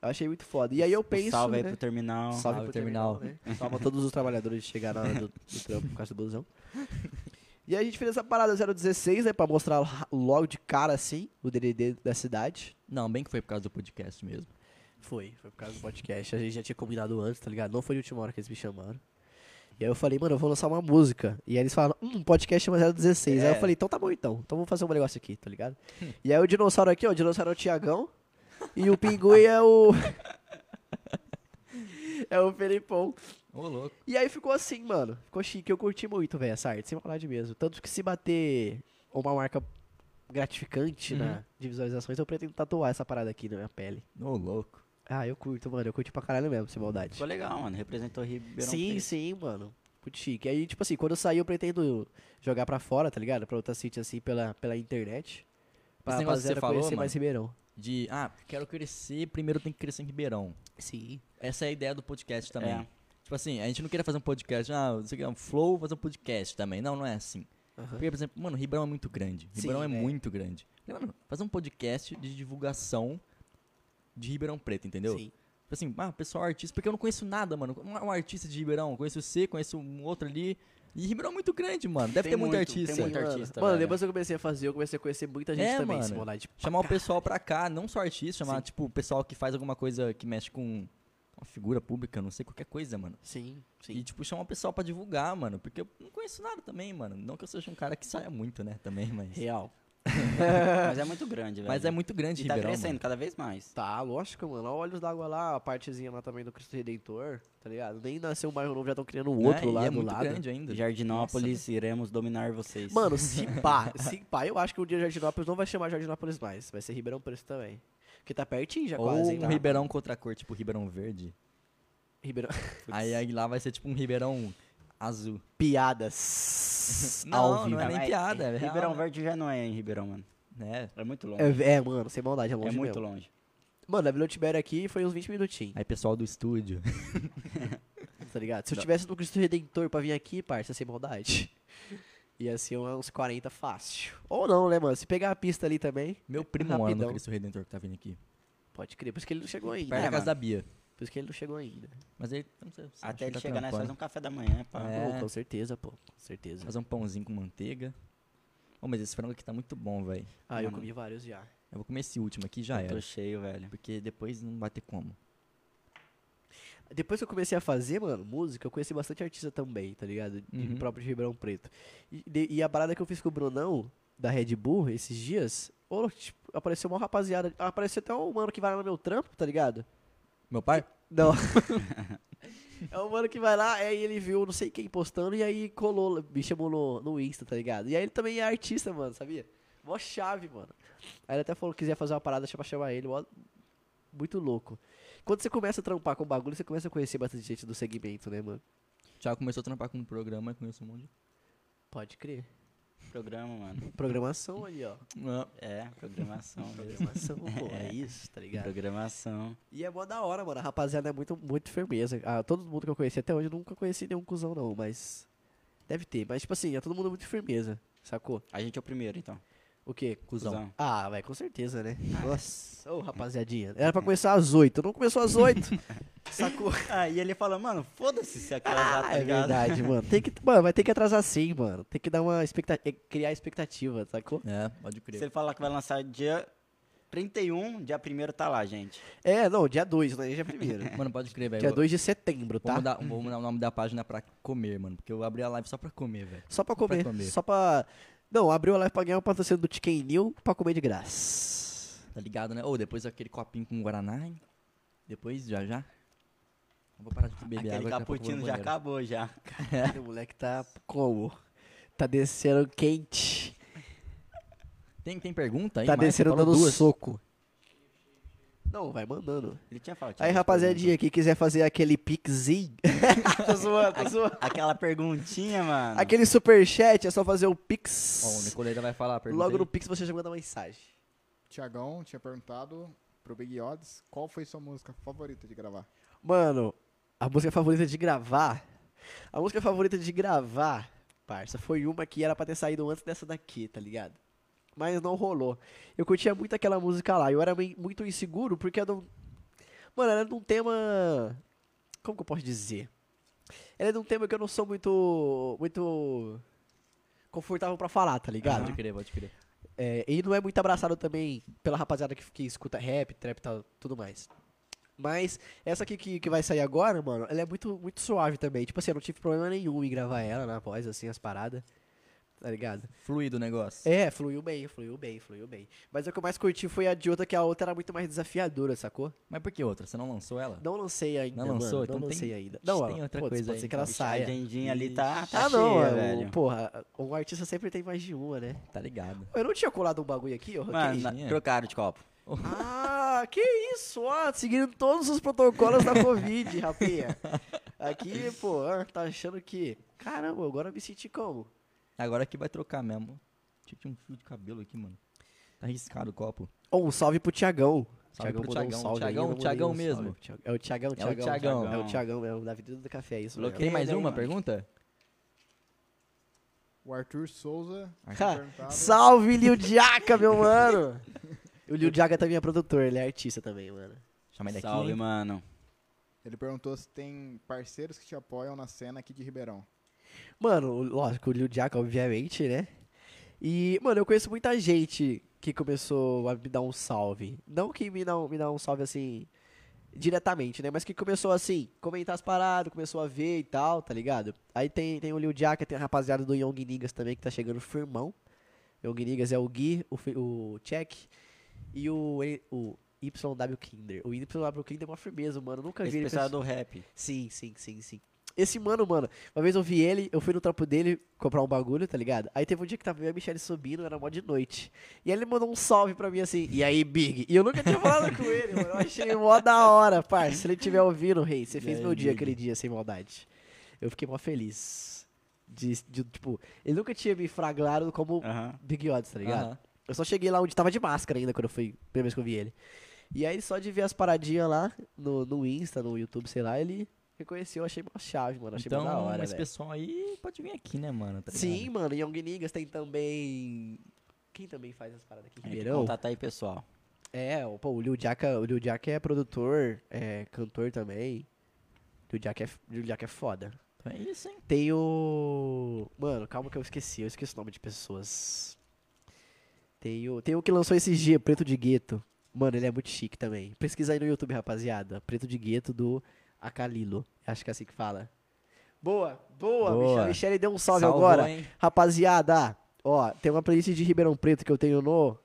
Eu achei muito foda. E aí eu penso.
Um salve aí
né?
pro terminal.
Salve, terminal.
né? Salva todos os trabalhadores de chegar na hora do, do trampo por causa do busão. E aí a gente fez essa parada 016, né? Pra mostrar ra- logo de cara, assim, o DDD da cidade.
Não, bem que foi por causa do podcast mesmo.
Foi, foi por causa do podcast. A gente já tinha combinado antes, tá ligado? Não foi de última hora que eles me chamaram. E aí eu falei, mano, eu vou lançar uma música. E aí eles falaram, hum, podcast chama 016. Aí eu
É.
falei, então tá bom então. Então vamos fazer um negócio aqui, tá ligado? e aí o dinossauro aqui, ó, o dinossauro é o Tiagão. E o pinguim é o... é o Felipão.
Ô, louco.
E aí ficou assim, mano. Ficou chique. Eu curti muito, velho, essa arte, sem falar de mesmo. Tanto que se bater uma marca gratificante na, de visualizações, eu pretendo tatuar essa parada aqui na minha pele.
Ô, louco.
Ah, eu curto, mano. Eu curti pra caralho mesmo, sem maldade.
Ficou legal, mano. Representou
um
Ribeirão
sim,
Preto.
sim, mano. Muito chique. Aí, tipo assim, quando eu sair, eu pretendo jogar pra fora, tá ligado? Pra outra city, assim, pela, pela internet. Pra
Esse negócio que
rapaziada
você falou,
conhecer
mano,
mais Ribeirão.
de, ah, quero crescer, primeiro tem que crescer em Ribeirão.
Sim.
Essa é a ideia do podcast também.
É.
Tipo assim, a gente não queria fazer um podcast, ah, você quer um flow, fazer um podcast também. Não, não é assim. Porque, por exemplo, mano, Ribeirão é muito grande. Ribeirão é
é.
muito grande. Mano, fazer um podcast de divulgação de Ribeirão Preto, entendeu?
Sim.
Tipo assim, ah, pessoal artista, porque eu não conheço nada, mano. Não é um artista de Ribeirão, eu conheço você, conheço um outro ali. E Ribeirão é muito grande, mano. Deve
Tem
ter muito,
muito, tem
artista. né?
muito
mano.
artista,
Mano,
velho.
depois que eu comecei a fazer, eu comecei a conhecer muita gente
É,
também, sem
mano.
maldade. tipo,
Chamar o pessoal pra cá, não só artista, chamar,
Sim.
tipo, o pessoal que faz alguma coisa que mexe com uma figura pública, não sei, qualquer coisa, mano.
Sim, sim.
E, tipo, chamar o pessoal pra divulgar, mano. Porque eu não conheço nada também, mano. Não que eu seja um cara que saia muito, né, também, mas.
Real.
Mas é muito grande, velho.
Mas é muito grande,
E tá
Ribeirão.
crescendo
mano.
cada vez mais.
Tá, lógico, mano. Olha Olhos d'Água lá, a partezinha lá também do Cristo Redentor, tá ligado? Nem nasceu um bairro novo, já estão criando
Né?
outro
E
lá
é
do
muito
lado.
grande ainda.
Jardinópolis, iremos dominar vocês.
Mano, se pá, se pá, eu acho que um dia Jardinópolis não vai chamar Jardinópolis mais. Vai ser Ribeirão Preto também. Porque tá pertinho já
Ou
quase, hein?
um
tá?
Ribeirão com outra cor, tipo Ribeirão Verde.
Ribeirão.
Aí, aí lá vai ser tipo um Ribeirão azul.
Piadas.
Não,
ao vivo.
não é nem
mas-
piada, é real,
Ribeirão
né?
Verde já não é em Ribeirão, mano.
Né?
É muito longe.
É, é, mano, sem maldade, é
É,
longe
muito
mesmo.
longe.
Mano, a Vila Tibério aqui foi uns 20 minutinhos,
Aí pessoal do estúdio.
tá ligado? Se eu
Não.
tivesse no Cristo Redentor pra vir aqui, parça, sem maldade, ia ser uns 40 fácil. Ou não, né, mano? Se pegar a pista ali também,
Meu primo mora no
Rapidão.
Cristo Redentor que tá vindo aqui.
Pode crer, por isso que ele não chegou ainda.
Perto da
É,
casa
mano.
da Bia.
Por isso que ele não chegou ainda.
Mas ele. eu Não sei, acho que
Até ele
tá
chegar, né?
trampando.
Faz um café da manhã, pá.
É.
Pô, Tá com certeza, pô. Com certeza.
Fazer um pãozinho com manteiga. Ô, mas esse frango aqui tá muito bom, velho.
Ah, eu
Mano.
comi vários já.
Eu vou comer esse último aqui já
Eu tô
era.
cheio, velho.
Porque depois não vai ter como.
Depois que eu comecei a fazer, mano, música, eu conheci bastante artista também, tá ligado? De
Uhum.
próprio de Ribeirão Preto. E, de- e a parada que eu fiz com o Brunão, da Red Bull, esses dias, ô, tipo, apareceu uma rapaziada. Apareceu até um mano que vai lá no meu trampo, tá ligado?
Meu pai?
Não. é um mano que vai lá, aí ele viu não sei quem postando e aí colou, me chamou no, no Insta, tá ligado? E aí ele também é artista, mano, sabia? Mó chave, mano. Aí ele até falou que quiser fazer uma parada pra chamar ele, mó... muito louco. Quando você começa a trampar com o bagulho, você começa a conhecer bastante gente do segmento, né, mano?
O Thiago começou a trampar com um programa e conheceu um monte de.
Pode crer.
Programa, mano.
Programação aí, ó.
Ah,
É, programação mesmo.
Programação, pô, é isso, tá ligado?
Programação.
E é mó da hora, mano. A rapaziada é muito, muito firmeza. Ah, todo mundo que eu conheci até hoje, eu nunca conheci nenhum cuzão, não, mas. Deve ter. Mas, tipo assim, é todo mundo muito firmeza, sacou?
A gente é o primeiro, então.
O quê?
Cusão.
Ah, vai, com certeza, né? Nossa, ô rapaziadinha. Era pra começar às oito, não começou às oito. sacou?
Aí ele fala, mano, foda-se se atrasar,
Ah,
tá
é
ligado?
verdade, mano. Tem que, mano, vai ter que atrasar sim, mano. Tem que dar uma expectativa, criar expectativa, sacou?
É, pode crer.
Se ele falar que vai lançar dia 31, dia 1 tá lá, gente.
É, não, dia 2, né? Dia primeiro.
Mano, pode crer,
é
velho.
dia
Eu-
2 de setembro,
Vou
tá?
mudar, vou mudar o nome da página pra comer, mano. Porque eu abri a live só pra comer, velho.
Só pra comer,
comer.
só pra... Não, abriu a live pra ganhar o patrocínio do Chicken New pra comer de graça.
Tá ligado, né? Ou depois aquele copinho com Guaraná. hein? Depois, já já. Eu vou parar de beber
Aquele
água. daqui a pouco eu vou
cappuccino
no
já
banheiro.
acabou, já.
O moleque tá como? Tá descendo quente.
Tem, tem pergunta aí?
tá
Marcos?
descendo
Falou
dando
duas.
soco. Não, vai mandando.
Ele tinha falado. tinha
Aí,
duas
então.
rapaziadinha, quem quiser fazer aquele piquezinho...
Ah,
tô zoando, tô zoando.
perguntas. Aquela perguntinha, mano.
Aquele superchat é só fazer o
Ó, o
pix.
Nicoleira vai falar a pergunta.
Logo
aí.
no pix você já manda mensagem.
Tiagão tinha perguntado pro Big Odds qual foi sua música favorita de gravar.
Mano, a música favorita de gravar. A música favorita de gravar, parça, foi uma que era pra ter saído antes dessa daqui, tá ligado? Mas não rolou. Eu curtia muito aquela música lá. Eu era mei- muito inseguro porque eu não. Mano, era de um tema. Como que eu posso dizer? Era de um tema que eu não sou muito. Muito. Confortável pra falar, tá ligado?
Pode crer, pode crer.
É, e não é muito abraçado também pela rapaziada que, que escuta rap, trap e tal, tudo mais. Mas essa aqui que, que vai sair agora, mano, ela é muito, muito suave também. Tipo assim, eu não tive problema nenhum em gravar ela na voz, assim, as paradas. Tá ligado?
Fluido o negócio.
É, fluiu bem, fluiu bem, fluiu bem. Mas o que eu mais curti foi a de outra, que a outra era muito mais desafiadora, sacou?
Mas por que outra? Você não lançou ela?
Não lancei ainda,
Não lançou?
mano.
Então
não
tem-
lancei ainda. Não,
tem
ó,
outra
putz,
coisa
Pode
aí.
ser que ela
Vixe, a
saia.
agendinha ali tá, tá
é Ah, não,
cheia,
é, o-
velho.
porra, um artista sempre tem mais de uma, né?
Tá ligado.
Eu não tinha colado um bagulho aqui, eu ranquei.
Mano, na-
Engenharia.
trocaram de copo.
Ah, que isso, ó, seguindo todos os protocolos da Covid, rapinha. Aqui, pô, ó, tá achando que... Caramba, agora eu me senti como?
Agora que vai trocar mesmo. Tinha que ter um fio de cabelo aqui, mano. Tá arriscado o copo.
Ó, um salve pro Tiagão.
Salve pro
mandou um
Thiagão.
salve aí,
Thiagão,
eu mandei
Thiagão
um
mesmo.
salve pro Thiagão. É o Tiagão,
É o Thiagão.
É o Tiagão, é o da Vida do Café, é isso
Bloqueio.
mesmo.
Tem mais
Ele aí,
uma
mano.
pergunta?
O Arthur Souza tinha
Ha,
perguntado
Salve, Lil Diaca, meu mano! O Lil Diaca também é produtor, ele é artista também, mano.
Chama ele aqui.
Salve,
hein?
mano.
Ele perguntou se tem parceiros que te apoiam na cena aqui de Ribeirão.
Mano, o- lógico, o Lil Jack, obviamente, né? E, mano, eu conheço muita gente que começou a me dar um salve. Não que me dá, um- me dá um salve assim, diretamente, né? Mas que começou assim, comentar as paradas, começou a ver e tal, tá ligado? Aí tem, tem o Lil Jack, tem a rapaziada do Young Niggas também que tá chegando firmão. Young Niggas é o Gui, o, Fe- o Check e o, E- o YW Kinder. O YW Kinder é uma firmeza, mano. Eu nunca vi
Esse
ele com
pessoal é
esse-
do rap.
Sim, sim, sim, sim. Esse mano, mano, uma vez eu vi ele, eu fui no trampo dele comprar um bagulho, tá ligado? Aí teve um dia que tava eu e a Michelle subindo, era mó de noite. E aí ele mandou um salve pra mim assim, e aí, Big? E eu nunca tinha falado com ele, mano. Eu achei mó da hora, parça. Se ele estiver ouvindo, rei, você
E
fez
aí,
meu dia
Big?
aquele dia, sem maldade. Eu fiquei mó feliz. De, de, tipo, ele nunca tinha me flagrado como
É.
Aham.
Big Odds, tá ligado?
Aham.
Eu só cheguei lá onde tava de máscara ainda quando eu fui, primeira vez que eu vi ele. E aí só de ver as paradinhas lá no, no Insta, no YouTube, sei lá, ele reconheceu, achei uma chave, mano. Achei mó da
Então,
hora,
esse
velho.
pessoal aí pode vir aqui, né, mano? Tá ligado?
Sim, mano, Young Niggas tem também. Quem também faz as paradas aqui? em
Tem que
Ribeirão?
Contatar aí, pessoal.
É, o- pô, o Lil Jaca, o Lil Jaca é produtor, é cantor também. Lil Jaca é, f- Lil Jaca é foda.
Então é isso, hein?
Tem o. Mano, calma que eu esqueci, eu esqueço o nome de pessoas. Tem o, tem o que lançou esse dia, Preto de Gueto. Mano, ele é muito chique também. Pesquisa aí no YouTube, rapaziada. Preto de Gueto do Acalilo. Acho que é assim que fala. Boa, boa,
Boa.
Michele. Michele deu um salve
Salvou,
agora.
hein?
Rapaziada, ó, tem uma playlist de Ribeirão Preto que eu tenho no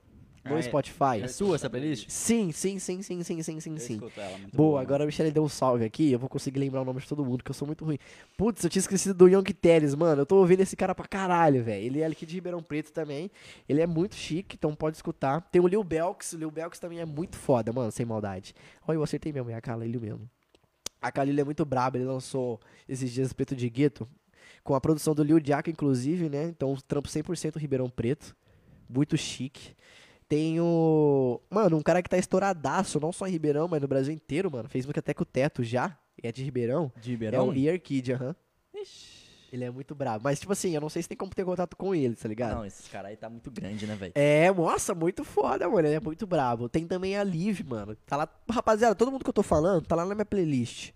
no
Ah, é.
Spotify.
É sua essa playlist?
Sim, sim, sim, sim, sim, sim, sim,
Eu
sim.
escuto ela, muito né?
Boa, agora a Michelle deu um salve aqui. Eu vou conseguir lembrar o nome de todo mundo, que eu sou muito ruim. Putz, eu tinha esquecido do Young Teles, mano. Eu tô ouvindo esse cara pra caralho, velho. Ele é aqui de Ribeirão Preto também. Ele é muito chique, então pode escutar. Tem o Lil Belks. O Lil Belks também é muito foda, mano, sem maldade. Olha, eu acertei mesmo, é a Kalil mesmo. A Kalil é muito braba, ele lançou esses dias Preto de Gueto. Com a produção do Lil Diaco, inclusive, né? Então, trampo 100% Ribeirão Preto. Muito chique. Tem o. Mano, um cara que tá estouradaço, não só em Ribeirão, mas no Brasil inteiro, mano. Fez música até com o teto já. E é de Ribeirão.
De
É
Ribeirão?
o Ear Kid, aham. Ele é muito brabo. Mas, tipo assim, eu não sei se tem como ter contato com ele, tá ligado?
Não, esses caras aí tá muito grande, né, velho?
É, nossa, muito foda, mano. Ele é muito brabo. Tem também a Liv, mano. Tá lá. Rapaziada, todo mundo que eu tô falando tá lá na minha playlist.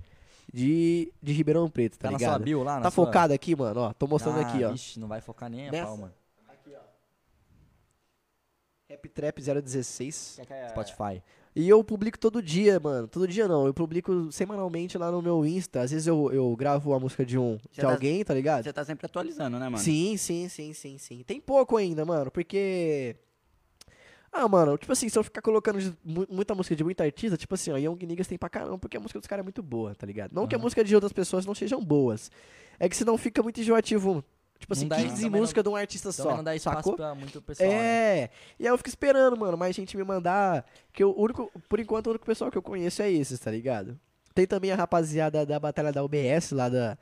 De, de Ribeirão Preto, tá,
Tá na sua
ligado?
bio lá? na
tá
sua-
focado aqui, mano, ó. Tô mostrando
Ah,
aqui, ó.
Vixe, não vai focar nem a
Nessa-
pau, mano.
Rap Trap 016.
É. Spotify.
E eu publico todo dia, mano. Todo dia não. Eu publico semanalmente lá no meu Insta. Às vezes eu, eu gravo a música de um de
tá-
alguém, tá ligado?
Você tá sempre atualizando, né, mano?
Sim, sim, sim, sim, sim. Tem pouco ainda, mano, porque. Ah, mano, tipo assim, se eu ficar colocando de mu- muita música de muita artista, tipo assim, ó, Young Niggas tem pra caramba, porque a música dos caras é muito boa, tá ligado? Não que a
Aham.
música de outras pessoas não sejam boas. É que senão fica muito enjoativo. Tipo assim,
dá-
15
também não-
músicas de um artista
Também
só.
não dá Então espaço
sacou?
pra muito pessoal. né?
É, e aí eu fico esperando, mano, mais gente me mandar. Que o único, por enquanto, o único pessoal que eu conheço é esses, tá ligado? Tem também a rapaziada da Batalha da UBS, lá da.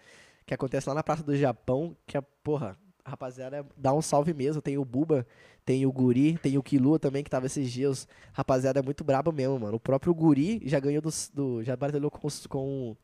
Que acontece lá na Praça do Japão, que a porra, a rapaziada dá um salve mesmo. Tem o Buba, tem o Guri, tem o Kilua também, que tava esses dias. Rapaziada é muito brabo mesmo, mano. O próprio Guri já ganhou dos- do. já batalhou com, os- com,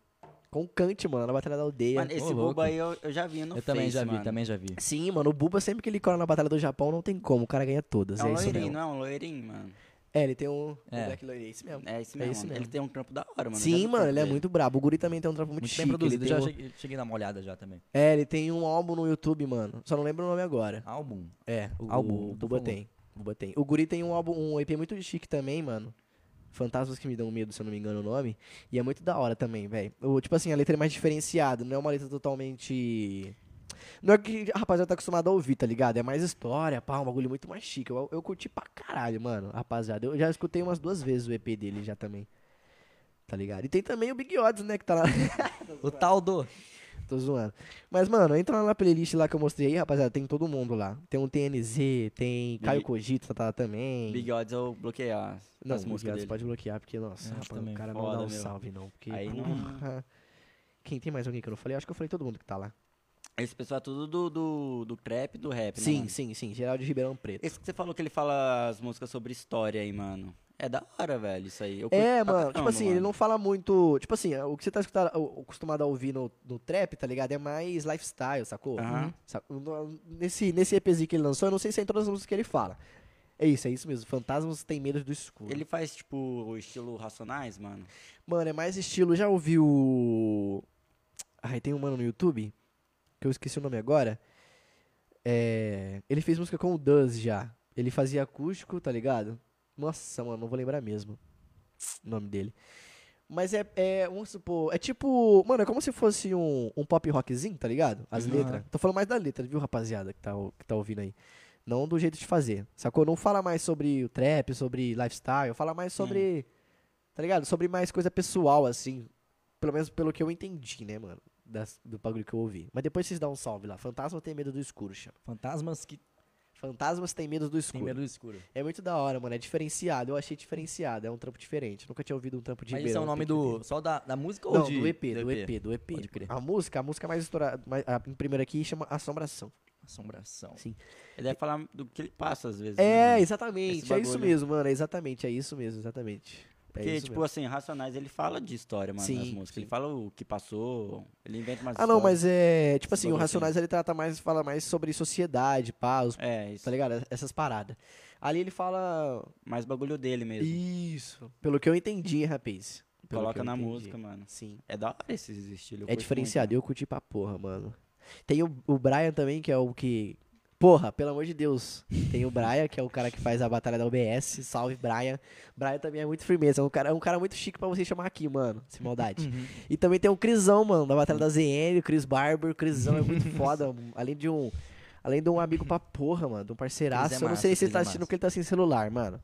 com o Kant, mano, na Batalha da Aldeia.
Mano, esse
Ô, louco.
bobo aí eu, eu já vi no
Eu também
Face,
já vi,
mano.
também já vi.
Sim, mano, o Buba sempre que ele cola na Batalha do Japão não tem como, o cara ganha todas.
É
É,
um
isso
loirinho, não
mesmo.
é um loirinho, mano.
É, ele tem um,
É.
um Black Lore, é isso mesmo.
É esse
É
mesmo.
esse
mano.
mesmo.
Ele tem um trampo da hora, mano. Eu já vi
Sim,
o
mano,
trampo
ele é
dele.
muito brabo. O Guri também tem um trampo muito,
Muito
chique.
bem produzido,
ele
já
tem um-
cheguei, cheguei a dar uma olhada já também.
É, ele tem um álbum no YouTube, mano. Só não lembro o nome agora.
Álbum.
É, o,
Álbum,
o
então
Buba
falou.
tem. O Buba tem. O Guri tem um álbum, um EP muito chique também, mano. Fantasmas que me dão medo, se eu não me engano o nome. E é muito da hora também, velho. O- Tipo assim, a letra é mais diferenciada, não é uma letra totalmente. Não é que a rapaziada tá acostumada a ouvir, tá ligado? É mais história, pá, um bagulho muito mais chique. Eu, eu curti pra caralho, mano, rapaziada. Eu já escutei umas duas vezes o EP dele já também. Tá ligado? E tem também o Big Odds, né, que tá lá.
O tal do.
Tô zoando. Mas, mano, entra lá na playlist lá que eu mostrei aí, rapaziada. Tem todo mundo lá. Tem um TNZ, tem Caio Cogito, tá lá também.
Big Odds eu bloqueei ó,
não,
as músicas
obrigado,
dele.
você pode bloquear, porque, nossa,
É,
rapaz,
também.
o cara não
Foda,
dá um
meu.
salve, não. Porque,
Aí não-
porra. Quem tem mais alguém que eu não falei? Eu acho que eu falei todo mundo que tá lá.
Esse pessoal é tudo do, do, do trap e do rap, né,
sim,
mano?
sim, sim. Geraldo de Ribeirão Preto.
Esse que você falou que ele fala as músicas sobre história aí, mano. É da hora, velho, isso aí. Eu curto
É,
pra
mano, tipo
caramba,
assim, ele não fala muito. Tipo assim, o que você tá escutado- o- acostumado a ouvir no, no trap, tá ligado? É mais lifestyle, sacou?
Aham.
Sa- no- Nesse, nesse EPzinho que ele lançou, eu não sei se é em todas as músicas que ele fala. É isso, é isso mesmo. Fantasmas têm medo do escuro.
Ele faz, tipo, o estilo Racionais, mano.
Mano, é mais estilo. Já ouviu. Ai, tem um mano no YouTube, que eu esqueci o nome agora. É, Ele fez música com o Duz já. Ele fazia acústico, tá ligado? Nossa, mano, não vou lembrar mesmo o nome dele. Mas é, é, vamos supor, é tipo, mano, é como se fosse um, um pop rockzinho, tá ligado? As
Aham.
letras. Tô falando mais da letra, viu, rapaziada, que tá, o- que tá ouvindo aí. Não do jeito de fazer, sacou? Não fala mais sobre o trap, sobre lifestyle, fala mais sobre, tá ligado? Sobre mais coisa pessoal, assim. Pelo menos pelo que eu entendi, né, mano? das- do bagulho que eu ouvi. Mas depois vocês dão um salve lá. Fantasma tem medo do escuro, chama.
Fantasmas que
Fantasmas tem medo do
tem
escuro.
medo do escuro.
É muito da hora, mano. É diferenciado. Eu achei diferenciado. É um trampo diferente. Nunca tinha ouvido um trampo de
Mas esse é o
verão,
nome
tem que ter.
do. Só da, da música ou
Não,
de.
do EP, do EP, do EP.
Pode crer.
A música, a música mais estourada, mais, a, em primeiro aqui chama Assombração.
Assombração.
Ele deve falar do que ele passa, às vezes. né,
É,
mano?
exatamente.
Esse
É isso
bagulho.
mesmo, mano. É exatamente, é isso mesmo, exatamente. É
Porque,
isso
tipo
mesmo.
assim, Racionais, ele fala de história, mano, nas
Sim,
músicas.
sim.
Ele fala o que passou, ele inventa mais
Ah, não, mas é. Tipo assim, o
bagulho
Racionais ele trata mais, fala mais sobre sociedade, pá, os-
É, isso.
tá ligado? Essas paradas. Ali ele fala.
Mais bagulho dele mesmo.
Isso. Pelo que eu entendi, rapaz. Pelo que
Coloca
eu
na
entendi.
música, mano.
Sim.
É da hora esse estilo. eu
É
curto
diferenciado,
muito,
eu curti pra porra, mano. Tem o, o Brian também, que é o que. Porra, pelo amor de Deus. Tem o Brian, que é o cara que faz a batalha da OBS. Salve, Brian. Brian também é muito firmeza. É um cara, é um cara muito chique pra você chamar aqui, mano. Sem maldade.
Uhum.
E também tem o Crisão, mano, da batalha da ZN, o Chris Barber. O Crisão é muito foda. Além de um. Além de um amigo pra porra, mano, de um parceiraço.
Cris é
eu não sei
massa,
se ele
Cris
tá
é
assistindo
massa.
porque ele tá sem celular, mano.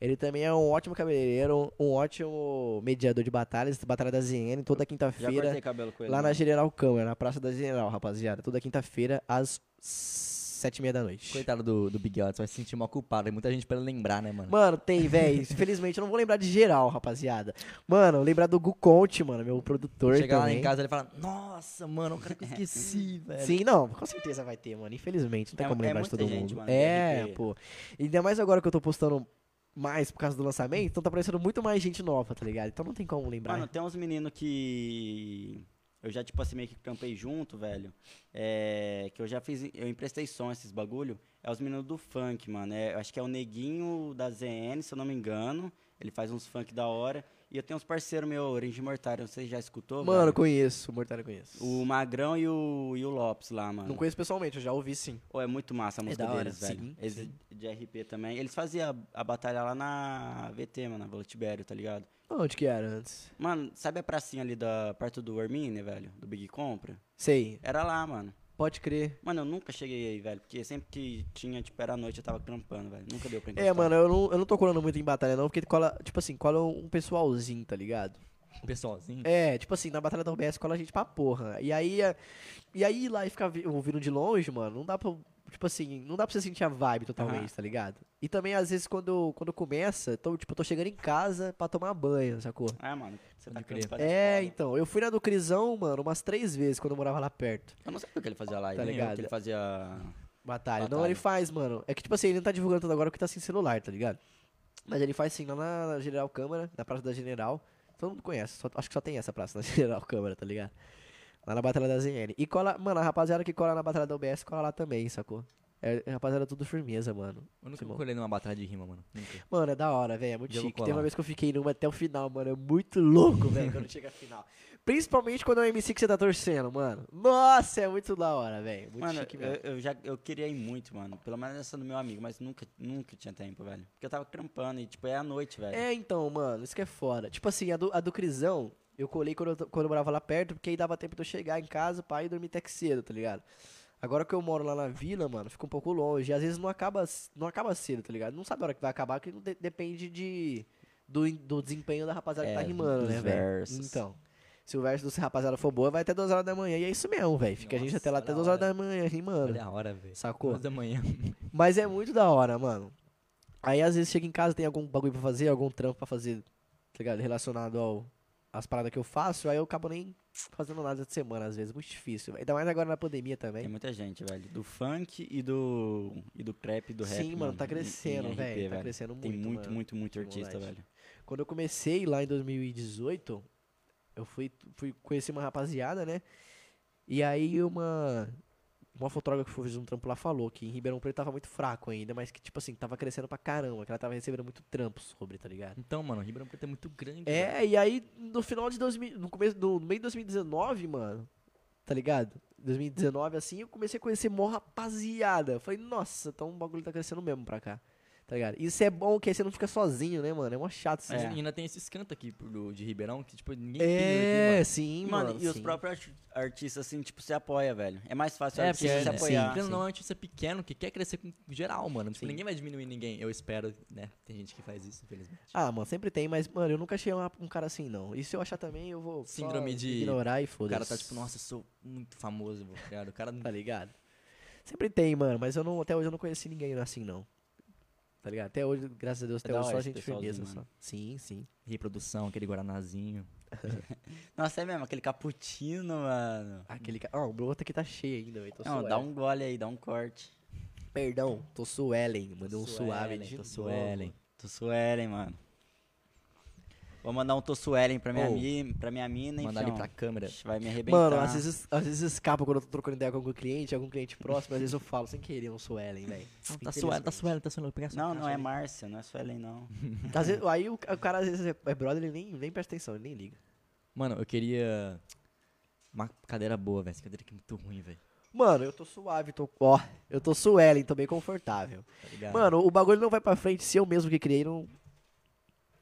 Ele também é um ótimo cabeleireiro, um, um ótimo mediador de batalhas, Batalha da ZN, toda
Já
quinta-feira,
cortei cabelo com ele.
lá na
mano.
General Câmara, na Praça da General, rapaziada. Toda quinta-feira, às sete e meia da noite.
Coitado do, do Big Odds, vai se sentir mal culpado. Tem muita gente pra ele lembrar, né, mano?
Mano, tem, véi. Infelizmente, eu não vou lembrar de geral, rapaziada. Mano, lembrar do Gu Conte, mano, meu produtor
Chegar lá
também.
em casa ele fala, nossa, mano, o cara que eu esqueci, velho.
Sim, não, com certeza vai ter, mano. Infelizmente, não tem
É-
como
é
lembrar de
muita
todo
gente,
mundo.
mano,
é,
RP.
pô. Ainda mais agora que eu tô postando mais por causa do lançamento, então tá aparecendo muito mais gente nova, tá ligado? Então não tem como lembrar.
Mano, tem uns meninos que. Eu já, tipo assim, meio que campei junto, velho. É, que eu já fiz. Eu emprestei som esses bagulho. É os meninos do funk, mano. É, eu acho que é o Neguinho da ZN, se eu não me engano. Ele faz uns funk da hora. E eu tenho uns parceiros meu, Origem Mortário, você já escutou?
mano,
velho?
conheço, o Mortário eu conheço.
O Magrão e o, e o Lopes lá, mano.
Não conheço pessoalmente, eu já ouvi sim.
Ô, é muito massa a
É
música
da hora,
deles, velho.
sim,
Eles de RP também. Eles faziam a, a batalha lá na VT, mano, na Velotibério, tá ligado?
Onde que era antes?
Mano, sabe a pracinha ali da perto do Armini, velho? Do Big Compra?
Sei,
Era lá, mano.
pode crer.
Mano, eu nunca cheguei aí, velho. Porque sempre que tinha, tipo, era à noite, eu tava trampando, velho. Nunca deu pra encostar.
É, mano, eu não, eu não tô colando muito em batalha não, porque cola, tipo assim, cola um pessoalzinho, tá ligado?
Hum.
Pessoalzinho.
É, tipo assim, na Batalha da UBS cola a gente pra porra. E aí, é- e aí lá e ficar vi- ouvindo de longe, mano, não dá pra. Tipo assim, não dá pra você sentir a vibe totalmente,
Aham.
tá ligado? E também, às vezes, quando, quando começa, tô, tipo, eu tô chegando em casa pra tomar banho, sacou?
É, mano. Você tá
Pode crer.
cansado de
É,
escola.
então, eu fui na do Crisão, mano, umas três vezes quando eu morava lá perto.
Eu não sabia o que ele fazia lá,
Tá
tá ligado?
ligado?
Que ele fazia.
Batalha. Não,
Batalha.
ele faz, mano. É que, tipo assim, ele não tá divulgando tudo agora porque tá sem celular, tá ligado? Mas ele faz sim lá na General Câmara, na Praça da General. Todo mundo conhece, só- acho que só tem essa praça na General Câmara, tá ligado? Lá na Batalha da ZN. E cola, mano, a rapaziada que cola na Batalha da UBS cola lá também, sacou? É, a rapaziada, tudo firmeza, mano.
Eu
Sim,
nunca
bom.
colhei numa batalha de rima, mano. Nunca.
Mano, é da hora, velho. É muito
Já vou
chique. Tem
colar.
uma vez que eu fiquei numa até o final, mano. É muito louco, velho, quando chega a final. Principalmente quando é o MC que você tá torcendo, mano. Nossa, é muito da hora, velho. Muito
Mano,
chique
eu,
mesmo.
eu já eu queria ir muito, mano. Pelo menos essa do meu amigo, mas nunca, nunca tinha tempo, velho. Porque eu tava trampando e, tipo, é à noite, velho.
É, então, mano, isso que é foda. Tipo assim, a do, a do Crisão, eu colei quando eu, to- quando eu morava lá perto, porque aí dava tempo de eu chegar em casa, pai, e dormir até que cedo, tá ligado? Agora que eu moro lá na vila, mano, fica um pouco longe. E às vezes não acaba, c- não acaba cedo, tá ligado? Não sabe a hora que vai acabar, porque não de- depende de, do, in- do desempenho da rapaziada que
É,
tá rimando,
dos
né, velho?
versos.
Então. Se o verso do rapaziada for boa, vai até 2 horas da manhã. E é isso mesmo, velho. Fica a gente
Nossa,
até lá
olha
até
a
2 horas
hora.
da manhã rimando.
Olha a hora, velho.
Sacou?
Duas da manhã.
Mas é muito da hora, mano. Aí às vezes chega em casa, tem algum bagulho pra fazer, algum trampo pra fazer, tá ligado? Relacionado ao às paradas que eu faço, aí eu acabo nem fazendo nada de semana, às vezes. Muito difícil. Ainda mais agora na pandemia
Tem
também.
muita gente, velho. Do funk e do. E do crap e do rap.
Sim, mano, tá
em- em
crescendo,
RP,
velho. Tá crescendo
Tem muito, muito,
mano.
muito,
Esse
artista,
moleque.
velho.
Quando eu comecei lá em 2018, eu fui, fui conhecer uma rapaziada, né? E aí uma. Uma fotógrafa que fez um trampo lá falou que em Ribeirão Preto tava muito fraco ainda, mas que, tipo assim, tava crescendo pra caramba, que ela tava recebendo muito trampo sobre, tá ligado?
Então, mano, Ribeirão Preto é muito grande. velho.
É, e aí no final de 2000, no começo do no meio de 2019, mano, tá ligado? 2019 assim, eu comecei a conhecer mó rapaziada. Eu Falei, nossa, então o bagulho tá crescendo mesmo pra cá. Tá ligado? Isso é bom que aí você não fica sozinho, né, mano? É mó chato isso.
Mas
É.
ainda tem esses cantos aqui por- do- de Ribeirão que, tipo, ninguém
É,
pisa aqui,
sim, mano.
Mano, e os
sim.
próprios arti- artistas, assim, tipo, se apoia, velho. É mais fácil
mano.
o
É, porque
artista
é,
se
né?
apoiar.
Querendo ou não, é um artista pequeno que quer crescer com geral, mano. Tipo,
Sim.
ninguém vai diminuir ninguém. Eu espero, né? Tem gente que faz isso, infelizmente.
Ah, mano, sempre tem, mas, mano, eu nunca achei uma- um cara assim, não. E se eu achar também, eu vou só
Síndrome de-
ignorar e
O
foda-se.
cara tá tipo, nossa, eu sou muito famoso, vou criar. O cara
Tá ligado? Sempre tem, mano, mas eu não, até hoje eu não conheci ninguém assim, não. Tá ligado? Até hoje, graças a
É
Deus, até
da
hoje só
hora
a
esse
gente firmeza.
pessoalzinho,
Só. Sim, sim.
reprodução, aquele guaranazinho.
Nossa, é mesmo, aquele cappuccino, mano.
Aquele cara. Ah, o meu outro aqui tá cheio ainda, velho. Tô
Não,
suave.
dá um gole aí, dá um corte.
Perdão, tô suelen. Mandei um suave
suelen,
de
Tô
novo.
Suelen.
Tô Suelen, mano. Vou mandar um Tô Suelen pra minha,
Ou,
mi, pra minha mina, hein,
Mandar ali
fião?
pra câmera.
Ixi, Vai me arrebentar.
Mano, às vezes, às vezes escapa quando eu tô trocando ideia com algum cliente, algum cliente próximo, às vezes eu falo sem querer um suelen, velho.
Tá suave, tá
Infelizmente.
suave, tá suave. Pega sua
Não,
caixa
não, é
ali.
Márcia, não é Suelen, não.
Às vezes- aí o, ca- o cara às vezes é é brother, ele nem, nem presta atenção, ele nem liga.
Mano, eu queria uma cadeira boa, velho. Essa cadeira aqui é muito ruim, velho.
Mano, eu tô suave, tô. Ó, eu tô suelen, tô bem confortável.
Tá ligado?
Mano, o bagulho não vai pra frente se eu mesmo que criei não.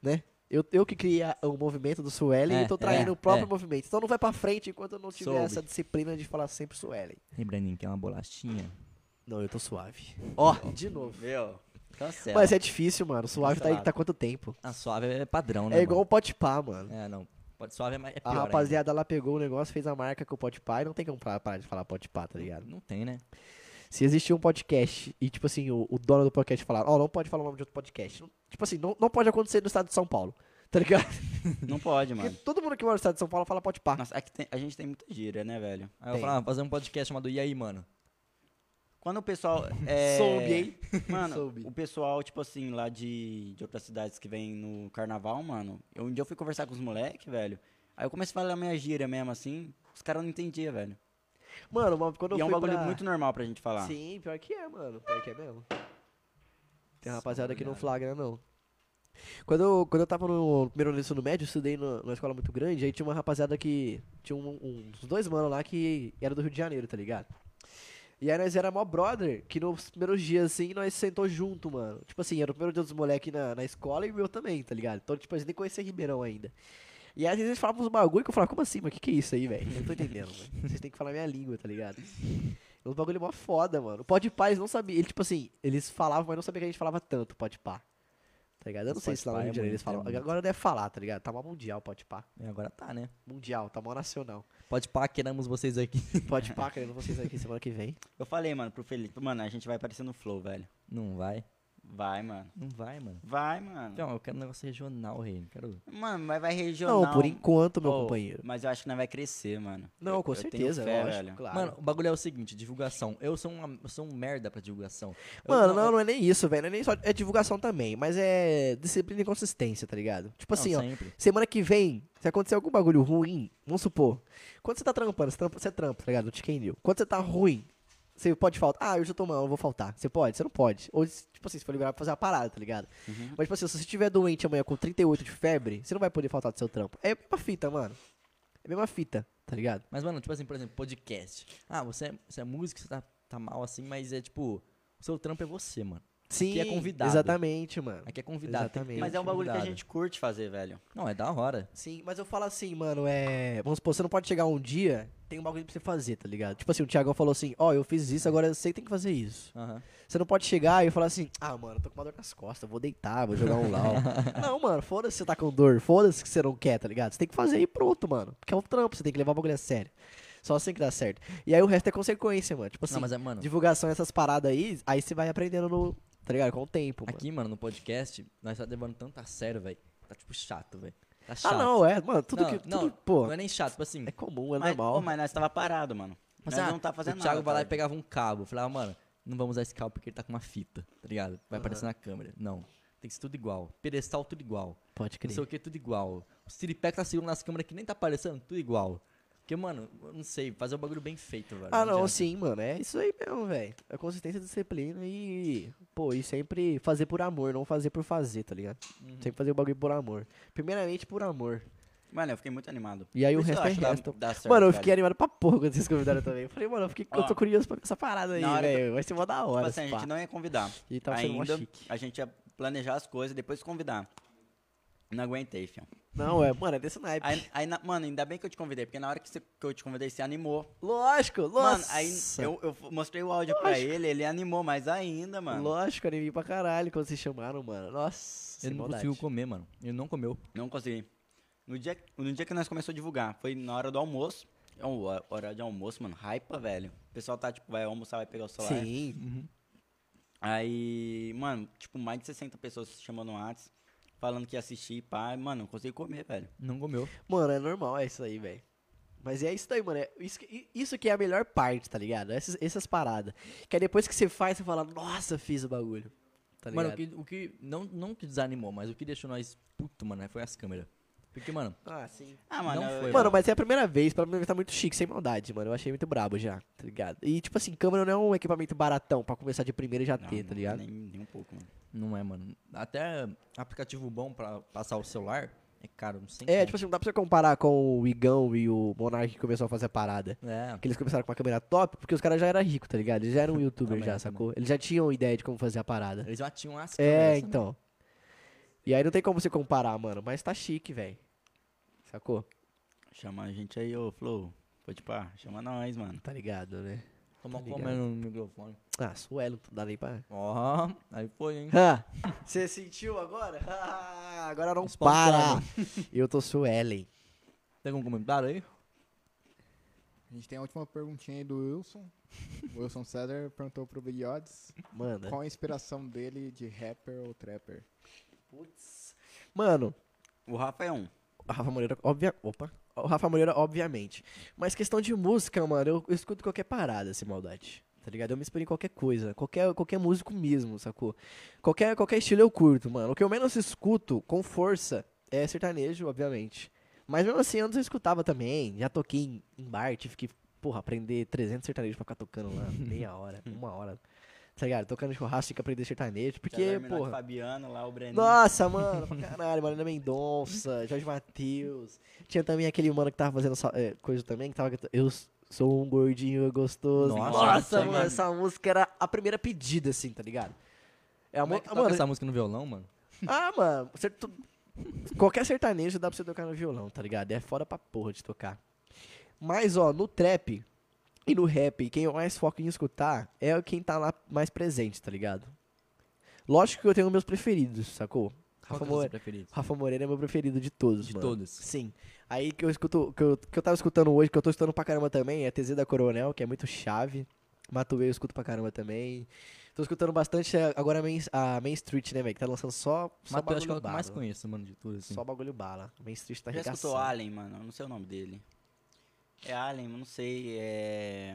Né? Eu, eu que criei a- o movimento do Suelen
É,
e tô traindo
é,
o próprio
é.
movimento. Então não vai pra frente enquanto eu não tiver
Soube.
essa disciplina de falar sempre Suelen.
Lembrando que é uma bolachinha.
Não, eu tô suave. Ó, de novo.
Meu, cancela.
Mas é difícil, mano. Suave tá aí
Cancelado.
que tá quanto tempo?
A suave é padrão, né?
É igual o
mano?
pote pá, mano.
É, não. Pode- Suave é mais. É
A
pior
rapaziada lá pegou o negócio, fez a marca com o pote pá e não tem como pra- parar de falar pote pá, tá
ainda.
ligado?
Não tem, né?
Se existir um podcast e, tipo assim, o, o dono do podcast falar, ó, não pode falar o nome de outro podcast. Não- tipo assim, não, não pode acontecer no estado de São Paulo, tá ligado?
Não pode,
Porque
mano.
todo mundo que mora no estado de São Paulo fala pode pá.
Nossa, é que tem- a gente tem muita gíria, né, velho?
Aí eu
Tem.
falava, ah, fazer um podcast chamado E aí, mano?
Quando o pessoal. É...
Soube, hein?
Mano,
Soube.
o pessoal, tipo assim, lá de, de outras cidades que vem no carnaval, mano. Eu, um dia eu fui conversar com os moleques, velho. Aí eu comecei a falar minha gíria mesmo, assim. Os caras não entendiam, velho.
Mano, mano, quando eu
e é um
fui
bagulho
pra-
muito normal pra gente falar.
Sim, pior que é, mano. Pior que é mesmo. Tem uma rapaziada que não flagra, não. Quando eu, quando eu tava no primeiro ano do ensino médio, eu estudei no- numa escola muito grande, aí tinha uma rapaziada que. Tinha um, um- uns dois manos lá que era do Rio de Janeiro, tá ligado? E aí nós era mó brother, que nos primeiros dias, assim, nós sentou junto, mano. Tipo assim, era o primeiro dia dos moleques na, na escola e o meu também, tá ligado? Então, tipo, a gente nem conhecia Ribeirão ainda. E aí, às vezes, eles falavam uns bagulho que eu falava, como assim, mas o que que é isso aí, velho? Eu não tô entendendo, velho. Vocês têm que falar minha língua, tá ligado? É um bagulho mó foda, mano. O Pode Pá, eles não sabiam. Ele, tipo assim, eles falavam, mas não sabia que a gente falava tanto Pode Pá. Tá ligado? Eu não
O
sei se lá no
Podpah
Rio
é
de
muito,
Janeiro eles falam.
é muito.
Agora deve falar, tá ligado? Tá mó mundial Pode Pá.
É, agora tá, né?
Mundial, tá mó nacional.
Pode pá, queremos vocês aqui.
Pode Pá, querendo vocês aqui semana que vem.
Eu falei, mano, pro Felipe, mano, a gente vai aparecer no Flow, velho.
Não vai.
Vai, mano.
Não vai, mano.
Vai, mano.
Então, eu quero um negócio regional, rei. Não Quero...
Mano, vai, vai regional.
Não, por enquanto, meu
Oh,
companheiro.
Mas eu acho que não vai crescer, mano.
Não,
Eu-
com
eu tenho
certeza,
fé,
lógico,
velho.
claro.
Mano, o bagulho é o seguinte, divulgação. Eu sou, uma, eu sou um merda pra divulgação. Eu-
Mano,
eu-
não, não é nem isso, velho. Não é nem só. É divulgação também, mas é disciplina e consistência, tá ligado? Tipo assim, ó.
não, sempre.
Semana que vem, se acontecer algum bagulho ruim, vamos supor. Quando você tá trampando, você trampa, você trampa tá ligado? No Chicken Deal. Quando você tá ruim, você pode faltar. Ah, hoje eu tô mal, eu vou faltar. Você pode? Você não pode. Ou, tipo assim, você foi liberado pra fazer uma parada, tá ligado?
Uhum.
Mas, tipo assim, se você estiver doente amanhã com 38 de febre, você não vai poder faltar do seu trampo. É a mesma fita, mano. É a mesma fita, tá ligado?
Mas, mano, tipo assim, por exemplo, podcast. Ah, você é, você é músico, você tá, tá mal assim, mas é tipo... O seu trampo é você, mano.
Sim,
é convidado.
Exatamente, mano.
Aqui é convidado. tem que ter
Exatamente.
Mas é um bagulho que a
convidado.
gente curte fazer, velho.
Não, é da hora.
Sim, mas eu falo assim, mano, é. Vamos supor, você não pode chegar um dia, tem um bagulho pra você fazer, tá ligado? Tipo assim, o Thiagão falou assim: ó, eu fiz isso, agora eu sei que tem que fazer isso.
Aham.
Você não pode chegar e falar assim, ah, mano, tô com uma dor nas costas, vou deitar, vou jogar um LOL. não, mano, foda-se você tá com dor, foda-se que você não quer, tá ligado? Você tem que fazer e pronto, mano. Porque é um trampo, você tem que levar o bagulho a sério. Só assim que dá certo. E aí o resto é consequência, mano. Tipo assim,
Não, mas é, mano...
divulgação, essas paradas aí, aí você vai aprendendo no. Tá ligado? Com o tempo, mano.
Aqui, é mano, no podcast, nós tá levando tanto a sério, velho. Tá tipo chato, velho. Tá
ah,
chato.
não, é, mano, tudo
Não,
que. Tudo,
não,
pô,
Não é nem chato, tipo assim.
é comum, é
mas,
normal.
pô, mas nós tava parado, mano.
Mas,
Nós
ah,
não tá fazendo
o Thiago
nada.
vai lá e
tá ligado?
pegava um cabo. Falava, mano, não vamos usar esse cabo porque ele tá com uma fita, tá ligado? Vai aparecer na câmera. Não. Tem que ser tudo igual. Pedestal, tudo igual.
Pode
Não sei o
crer.
que, tudo igual. O Siripé que tá segurando nas câmeras que nem tá aparecendo, tudo igual. Porque, mano, eu não sei, fazer um bagulho bem feito, velho.
Ah, não,
adianta.
sim, mano. É isso aí mesmo, velho. É consistência, disciplina e. Pô, e sempre fazer por amor, não fazer por fazer, tá ligado?
Uhum.
Sempre fazer o bagulho por amor. Primeiramente por amor.
Mano, eu fiquei muito animado.
E aí
Por
o
isso eu
resto é
acho que dá-
resto.
dá certo,
mano, eu
velho.
fiquei animado pra porra quando vocês convidaram também. Eu falei, mano, eu, fiquei, eu
Ó,
tô curioso pra ver essa parada aí,
na hora
velho. Vai ser mó da
Tipo
hora.
assim, a
esse
gente
pá.
não ia convidar.
E tava sendo mó
Ainda
chique.
a gente ia planejar as coisas e depois convidar. Não aguentei, fião.
Não, é, mano, é desse naipe.
Aí, aí na- mano, ainda bem que eu te convidei, porque na hora que, você- que eu te convidei, você animou.
Lógico, lógico.
Mano, aí eu, eu mostrei o áudio pra ele, ele animou mais ainda, mano.
Lógico, animei pra caralho quando vocês chamaram, mano. Nossa,
Ele
sem
não
maldade.
conseguiu comer, mano. Ele não comeu.
Não consegui. No dia, no dia que nós começamos a divulgar, foi na hora do almoço. É um hor- horário de almoço, mano. Hypa, velho. O pessoal tá, tipo, vai almoçar, vai pegar o celular.
Sim.
Aí, mano, tipo, mais de 60 pessoas se chamando no Whats, falando que ia assistir, pá. Mano, não consegui comer, velho.
Não comeu.
Mano, é normal, é isso aí, velho. Mas é isso daí, mano. É isso, que, isso que é a melhor parte, tá ligado? Essas, essas paradas. Que aí depois que você faz, você fala, nossa, fiz o bagulho. Tá ligado?
mano, o que, o que não, não que desanimou, mas o que deixou nós puto, mano, foi as câmeras. Porque, mano,
Ah, sim.
Ah, mano,
Não
eu-
foi,
Mano, mas é a primeira vez, pra mim tá muito chique, sem maldade, mano. Eu achei muito brabo já, tá ligado? E, tipo assim, câmera não é um equipamento baratão pra começar de primeira e já
Não,
ter, tá
não,
ligado?
Nem, nem um pouco, mano.
Não é, mano. Até aplicativo bom pra passar o celular é caro, não sei.
É, tipo assim, não dá pra você comparar com o Igão e o Monark que começou a fazer a parada.
É,
Que eles começaram com uma câmera top, porque os caras já eram ricos, tá ligado? Eles já eram youtubers
Também, também.
já, sacou? Eles já tinham ideia de como fazer a parada.
eles já tinham as
É,
câmeras. né?
então. E aí não tem como você comparar, mano, mas tá chique, velho. Sacou?
tipo, ah, Chama a gente aí, ô, Flow. Pode pá, chama nós, mano.
Tá ligado, né?
Tomar
Tá
uma
ligado.
é no microfone.
Ah, suelo, não dá nem pra.
Ó, aí foi, hein?
Ah, Você sentiu agora? Ah, agora não
Espontâneo.
Eu tô suelen.
Tem algum comentário aí?
A gente tem a última perguntinha aí do Wilson. O Wilson César perguntou pro Big Odds
Manda.
qual a inspiração dele de rapper ou trapper.
Putz. Mano,
O Rafa é um.
o Rafa Moreira, obvia... Opa. O Rafa Moreira, obviamente. Mas questão de música, mano, eu, eu escuto qualquer parada, sem maldade. Tá ligado? Eu me inspiro em qualquer coisa. Qualquer, qualquer músico mesmo, sacou? Qualquer, qualquer estilo eu curto, mano. O que eu menos escuto, com força, é sertanejo, obviamente. Mas mesmo assim, antes eu escutava também. Já toquei em, em bar, tive que, porra, aprender 300 sertanejos pra ficar tocando lá. meia hora, uma hora. Tá ligado? Tocando churrasco, tinha que aprender sertanejo. Porque,
César Menotti,
porra...
Fabiano lá, o Breninho.
Nossa, mano, pra caralho, Marina Mendonça, Jorge Matheus. Tinha também aquele mano que tava fazendo essa, é, coisa também, que tava. cantando, Eu s- sou um gordinho gostoso.
Nossa,
Nossa,
essa
mano,
aí,
essa música era a primeira pedida, assim, tá ligado? É a
Como
mo-
é que
ah,
toca
mano,
essa música no violão, mano?
Ah, mano, você tu- qualquer sertanejo dá pra você tocar no violão, tá ligado? É foda pra porra de tocar. Mas, ó, no trap e no rap, quem eu mais foco em escutar é quem tá lá mais presente, tá ligado? Lógico que eu tenho meus preferidos, sacou?
Qual que é o
Moreira-
seu preferido?
Rafa Moreira é meu preferido de todos,
De
mano.
todos.
Sim. Aí que eu escuto, que eu, que eu tava escutando hoje, que eu tô escutando pra caramba também, é TZ da Coronel, que é muito chave. Matuei eu escuto pra caramba também. Tô escutando bastante é, agora a Main, a Main Street, né, velho? Que tá lançando só,
Mas eu acho
só
que é
bagulho
o que eu mais
bala.
conheço, mano, de tudo, assim.
Só bagulho bala. Main Street tá
Já escutou
arregaçando.
Allen, mano? Eu não sei o nome dele. É Allen, eu não sei. É.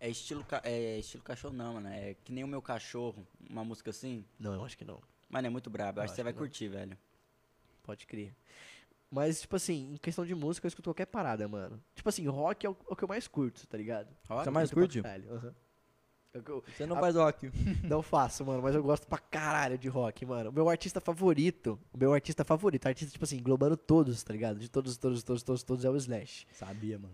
É estilo, ca- é estilo cachorro, não, mano. É que nem o meu cachorro, uma música assim.
Não, eu acho que não.
Mano, é muito brabo. Eu acho que você
acho
vai
que não.
curtir, velho.
Pode crer. Mas, tipo assim, em questão de música, eu escuto qualquer parada, mano. Tipo assim, rock é o, é o que eu mais curto, tá ligado?
Você
Eu
mais
curto
curte?
pra caralho, aham. É o que eu-
Você não
A-
faz rock.
Não faço, mano, mas eu gosto pra caralho de rock, mano. O meu artista favorito, o meu artista favorito, artista, tipo assim, englobando todos, tá ligado? De todos, todos, todos, todos, todos é o Slash,
Sabia, mano.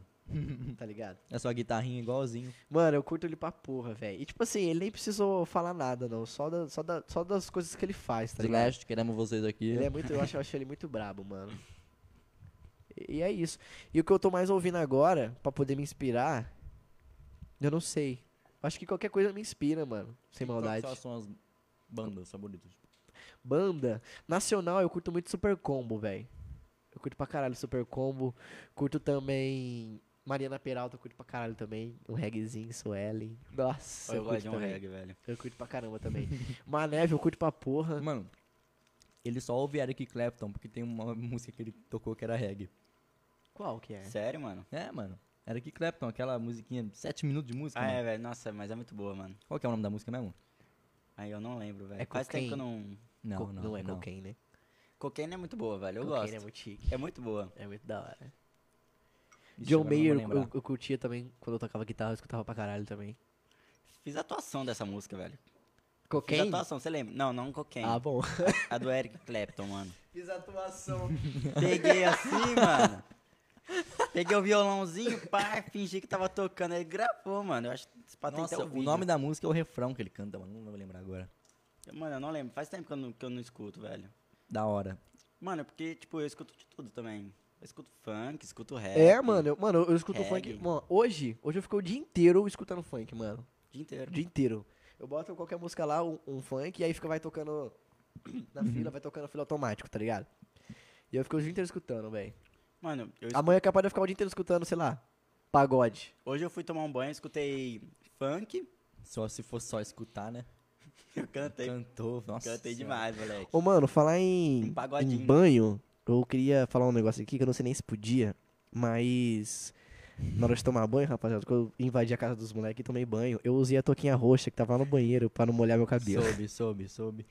tá ligado?
É só a guitarrinha igualzinho.
Mano, eu curto ele pra porra, velho. E tipo assim, ele nem precisou falar nada, não. Só, da, só, da, só das coisas que ele faz, tá ligado?
Slash, queremos vocês aqui.
Ele é muito, eu acho, eu acho ele muito brabo, mano. E, e é isso. E o que eu tô mais ouvindo agora, pra poder me inspirar, eu não sei. Acho que qualquer coisa me inspira, mano. Sem maldade.
Quais são as bandas favoritas?
Banda nacional, eu curto muito Super Combo, velho. Eu curto pra caralho Super Combo. Curto também Mariana Peralta, eu curto pra caralho também. Um reggaezinho, Suelen. Nossa, eu,
Eu
curto
gosto de um
também.
reggae, velho.
Eu curto pra caramba também. Maneve, eu curto pra porra.
Mano, ele só ouve Eric Clapton, porque tem uma música que ele tocou que era reggae.
Qual que é?
Sério, mano?
É, mano. Eric Clapton, aquela musiquinha, 7 minutos de música.
Ah,
mano.
é, velho. Nossa, mas é muito boa, mano.
Qual que é o nome da música mesmo?
Aí eu não lembro, velho.
É
Faz tempo que eu
Cocaine.
não.
Não,
Co-
não,
é cocaine, né?
Cocaine é muito boa, velho. Eu
cocaine
gosto.
é muito chique.
É muito boa.
É muito da hora.
Ixi, agora eu não
John
vou
Mayer, eu,
lembrar.
eu curtia também. Quando eu tocava guitarra, eu escutava pra caralho também.
Fiz a atuação dessa música, velho. Fiz a
Cocaine?
atuação, você lembra? Não, não Cocaine.
Ah, bom.
A do Eric Clapton, mano.
Fiz atuação.
Peguei assim, mano. Peguei o violãozinho, pá, fingi que tava tocando. Ele gravou, mano. Eu acho que pra
Nossa,
tentar o,
o
né?
nome da música é o refrão que ele canta, mano. Não vou lembrar agora.
Mano, eu não lembro. Faz tempo que eu não, que eu não escuto, velho.
Da hora.
Mano, é porque, tipo, eu escuto de tudo também. Eu escuto funk, escuto rap.
É, mano, eu, mano, eu escuto
Reggae.
funk. Mano, hoje, hoje eu fico o dia inteiro escutando funk, mano.
O dia inteiro.
O dia inteiro. Eu boto qualquer música lá, um, um funk, e aí fica, vai tocando na fila, vai tocando na fila automático, tá ligado? E eu fico o dia inteiro escutando, velho.
Mano, eu es-
Amanhã é capaz de eu ficar o dia inteiro escutando, sei lá, pagode.
hoje eu fui tomar um banho, escutei funk.
Só se fosse só escutar, né?
Eu cantei.
Cantou, nossa.
Cantei
senhora.
demais, moleque.
Ô, mano, falar em,
Um pagodinho.
em banho, eu queria falar um negócio aqui que eu não sei nem se podia, mas na hora de tomar banho, rapaziada, quando eu invadi a casa dos moleques e tomei banho, eu usei a toquinha roxa que tava lá no banheiro pra não molhar meu cabelo.
Soube, soube, soube.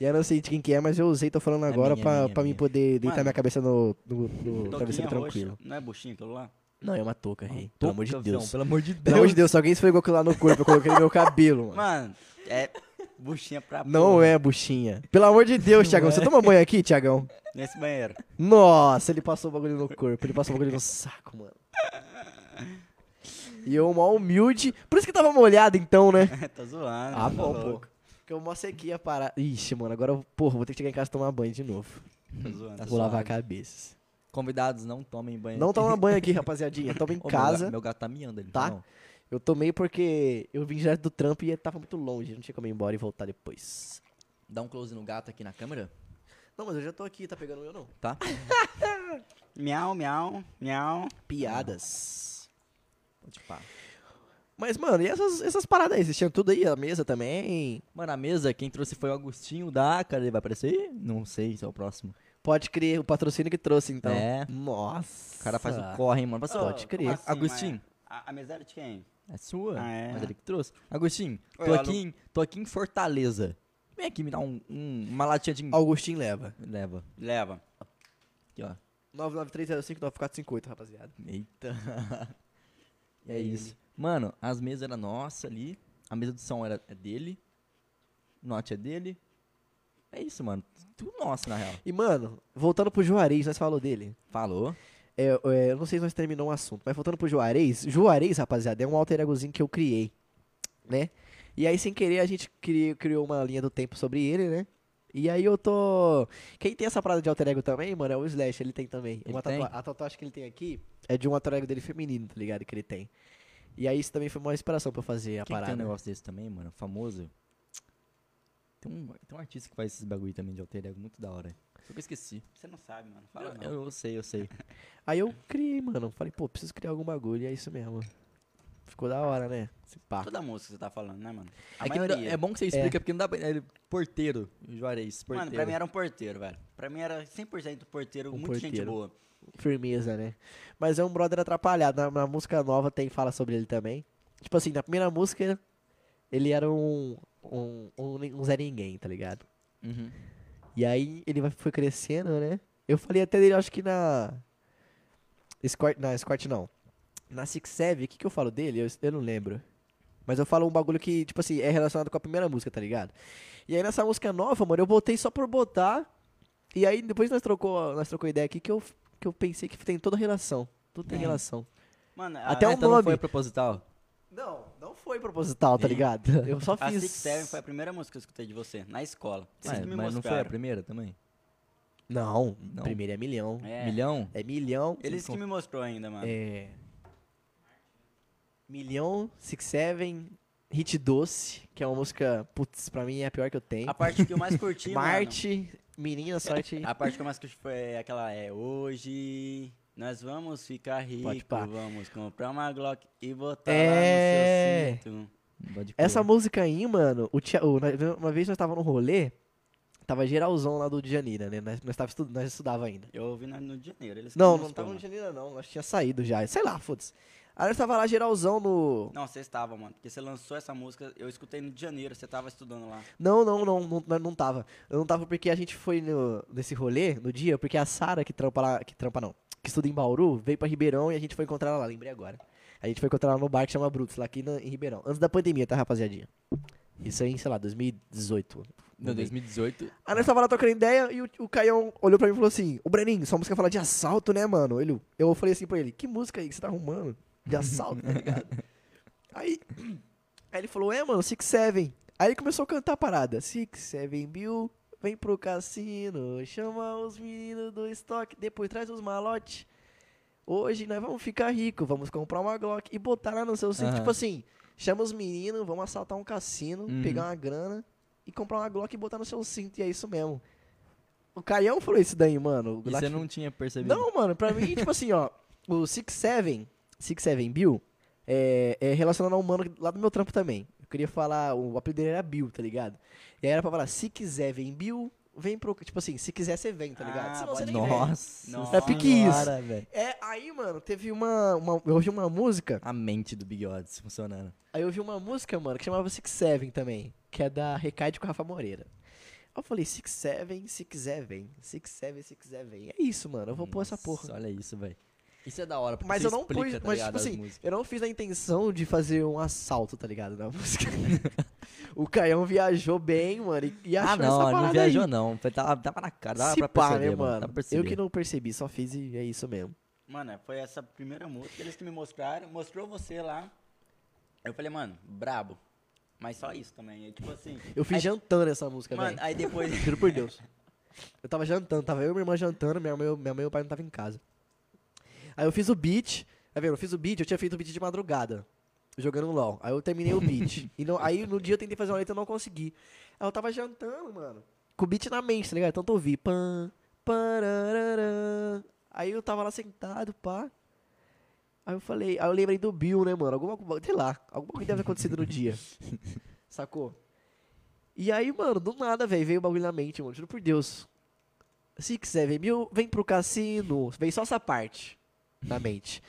E eu não sei de quem que é, mas eu usei, tô falando
É
agora
minha,
pra,
minha,
pra
minha.
mim poder deitar
Mano,
minha cabeça no, no, no
Toquinha
travesseiro tranquilo.
roxa. Não é buchinho aquilo lá?
Não, é uma touca, rei. Pelo amor de
Toca, vião,
Deus.
Pelo amor de Deus.
Pelo amor de Deus, se alguém esfregou aquilo lá no corpo, eu coloquei no meu cabelo, mano.
Mano, é buchinha pra
Não
porra.
é buchinha. Pelo amor de Deus, Tiagão. Você toma banho aqui, Tiagão?
Nesse banheiro.
Nossa, ele passou o bagulho no corpo, ele passou o bagulho no saco, mano. E eu, mó humilde. Por isso que tava molhado então, né?
tá zoando.
Ah,
tá
bom,
louco.
pô. Porque eu mó sequia parar. Ixi, mano, agora, eu- porra, vou ter que chegar em casa e tomar banho de novo.
Tá zoando.
Tá
vou lavar a
suave.
cabeça.
Convidados, não tomem banho.
Não toma banho aqui, rapaziadinha. Toma em
Ô, meu
casa.
ga- Meu gato tá miando ali.
tá?
não.
Eu tomei porque eu vim direto do trampo e tava muito longe. Não tinha como ir embora e voltar depois.
Dá um close no gato aqui na câmera,
Não, mas eu já tô aqui, tá pegando eu não.
tá?
Miau, miau, miau.
Piadas.
Pode pá.
Mas, mano, e essas, essas paradas aí? Vocês tinham tudo aí? A mesa também?
Mano, a mesa, quem trouxe foi o Agostinho da... Cara, ele vai aparecer? aí? Não sei se é o próximo.
Pode crer, o patrocínio que trouxe, então.
É.
Nossa.
O cara faz o corre, hein, mano. Passa-
Pode crer.
como assim,
Agostinho.
mas A, a mesa era de quem?
É sua.
Ah, é?
Mas ele que trouxe. Agostinho,
Oi,
tô
Alu.
aqui, em, tô aqui em Fortaleza. Vem aqui me dar um, um- uma latinha de...
Augustinho leva.
Leva.
Leva.
Aqui, ó.
993059458, rapaziada.
Eita. e é
É
isso. Mano, as mesas eram nossa ali. A mesa de som era é dele. O Note é dele. É isso, mano. Tudo nosso, na real.
E, mano, voltando pro Juarez, nós falou dele.
Falou.
É, é, eu não sei se nós terminamos o assunto, mas voltando pro Juarez, Juarez, rapaziada, é um alter egozinho que eu criei, né? E aí, sem querer, a gente cri- criou uma linha do tempo sobre ele, né? E aí eu tô... Quem tem essa parada de alter ego também, mano, é o Slash, ele tem também.
Ele
Uma
tem?
tatua- A tatuagem que ele tem aqui é de um alter ego dele feminino, tá ligado? Que ele tem. E aí isso também foi uma inspiração pra eu fazer
Quem
a
que
parada.
tem um negócio desse também, mano? Famoso. Tem um, tem um artista que faz esses bagulho também de alter ego muito da hora. Só que eu esqueci.
Você não sabe, mano. Fala não.
eu, eu sei, eu sei.
Aí eu criei, mano. Falei, pô, preciso criar algum bagulho. E é isso mesmo. Ficou da hora, né? Esse pá.
Toda música que você tá falando, né, mano? A
É, que não dá-
maioria.
é bom que você explica, porque não dá pra... É porteiro, Juarez, porteiro.
Mano, pra mim era um porteiro, velho. Pra mim era 100% porteiro,
Um
muito gente
porteiro.
boa.
Firmeza, né? Mas é um brother atrapalhado. Na, na música nova tem fala sobre ele também. Tipo assim, na primeira música, ele era um. Um, um, ni- um Zé Ninguém, tá ligado?
Uhum.
E aí ele vai- foi crescendo, né? Eu falei até dele, acho que na. Squirt, na Squirt não. Na Six Seven, o que, que eu falo dele? Eu, eu não lembro. Mas eu falo um bagulho que, tipo assim, é relacionado com a primeira música, tá ligado? E aí nessa música nova, mano, eu botei só por botar. E aí depois nós trocou, nós trocou ideia aqui que eu, que eu pensei que tem toda relação. Tudo tem
Tem.
relação.
Mano,
Até
a,
Ah,
um
então não
nome.
foi proposital?
Não, não foi proposital, tá
Ih.
ligado? Eu só
a
fiz.
Six Seven foi a primeira música que eu escutei de você, na escola. Vocês
Ué,
que me
mas não foi a
moscaram.
primeira também?
Não,
Não.
primeiro é milhão.
É.
Milhão?
É milhão.
Eles que me mostrou ainda, mano.
É. Milhão, Six Seven, Hit Doce, que é uma música, putz, pra mim é a pior que eu tenho.
A parte que eu mais curti, mano.
Marte, Menina, Sorte.
A parte que eu mais curti foi aquela é hoje. Nós vamos ficar rico,
pá.
vamos comprar uma Glock e botar
É.
lá no seu cinto.
Pode crer.
Essa música aí, mano, o tia- o- nós- uma vez nós tava no rolê, tava geralzão lá do Janina, né? Nós, nós, tava estu- nós estudava ainda.
Eu ouvi na- no de janeiro. Eles que
Não,
me
não
mostrou,
tava no
mano.
Janina não, nós tinha saído já. Sei lá, foda-se. Aí nós tava lá geralzão no...
Não, você estava, mano. Porque você lançou essa música, eu escutei no de janeiro, você tava estudando lá.
Não, não, não, não, não, não tava. Eu não tava porque a gente foi no- nesse rolê no dia, porque a Sara que trampa lá, que trampa não, que estuda em Bauru, veio pra Ribeirão e a gente foi encontrar ela lá, lembrei agora. A gente foi encontrar ela no bar que chama Brutus, lá aqui na- em Ribeirão. Antes da pandemia, tá, rapaziadinha? Isso aí, sei lá, 2018.
Não, 2018.
Aí nós tava lá trocando ideia e o, o Caião olhou pra mim e falou assim: Ô Breninho, sua música fala de assalto, né, mano? Ele, eu falei assim pra ele: Que música aí que você tá arrumando? De assalto, tá ligado? aí, aí ele falou: É, mano, Six Seven. Aí ele começou a cantar a parada: Six Seven Bill, vem pro cassino, chama os meninos do estoque, depois traz os malotes. Hoje nós vamos ficar rico, vamos comprar uma Glock e botar lá no seu cinto.
Aham.
Tipo assim, chama os meninos, vamos assaltar um cassino,
Uhum.
pegar uma grana e comprar uma Glock e botar no seu cinto. E é isso mesmo. O Caião falou isso daí, mano. O
E
Lati-
você não tinha percebido?
Não, mano, pra mim, tipo assim, ó. O Six Seven, Six Seven Bill, é, é relacionado a um mano lá do meu trampo também. Eu queria falar, o apelido dele era Bill, tá ligado? E aí era pra falar, se quiser vem Bill, vem pro... Tipo assim, se quiser você vem, tá ligado?
Ah,
Senão você
pode
nem
crer.
vem.
Nossa.
Nossa.
É pique isso.
senhora, velho.
É, aí, mano, teve uma, uma... Eu ouvi uma música,
A mente do Big Odds funcionando.
aí eu ouvi uma música, mano, que chamava Six Seven também, que é da Recaide com o Rafa Moreira. Aí eu falei, Six Seven, se quiser vem, Six Seven, se quiser vem. É isso, mano, eu vou pôr essa
Nossa,
porra.
Olha isso, velho. Isso é da hora, porque
Mas
você
eu não
explica,
pus,
tá
mas
ligado,
tipo
as
assim,
músicas.
eu não fiz a intenção de fazer um assalto, tá ligado, na música. o Caião viajou bem, mano, e, e achou
Ah, não,
essa
ele
parada
não viajou,
aí.
não. Foi- Tava, tava na cara, dava
Se
pra
pá,
perceber,
né,
mano. Dá
mano?
pra perceber.
Eu que não percebi, só fiz e é isso mesmo.
Mano, foi essa primeira música, eles que me mostraram, mostrou você lá. Eu falei, mano, brabo. Mas só isso também. E, tipo assim.
Eu fiz
aí,
jantando essa música,
Mano,
velho.
aí depois.
Juro por Deus. Eu tava jantando, tava eu e minha irmã jantando, minha mãe, minha mãe e meu pai não tava em casa. Aí eu fiz o beat, tá vendo? Eu fiz o beat, eu tinha feito o beat de madrugada, jogando um LOL. Aí eu terminei o beat. e não- aí no dia eu tentei fazer uma letra e eu não consegui. Aí eu tava jantando, mano, com o beat na mente, tá ligado? Tanto ouvi. Pam, parararã. Aí eu tava lá sentado, pá. Aí eu falei, aí eu lembrei do Bill, né, mano? Alguma, co- sei lá, alguma coisa deve ter acontecido no dia. Sacou? E aí, mano, do nada, velho, veio o bagulho na mente, mano. Juro por Deus. Se quiser ver mil, vem pro cassino. Veio só essa parte na mente.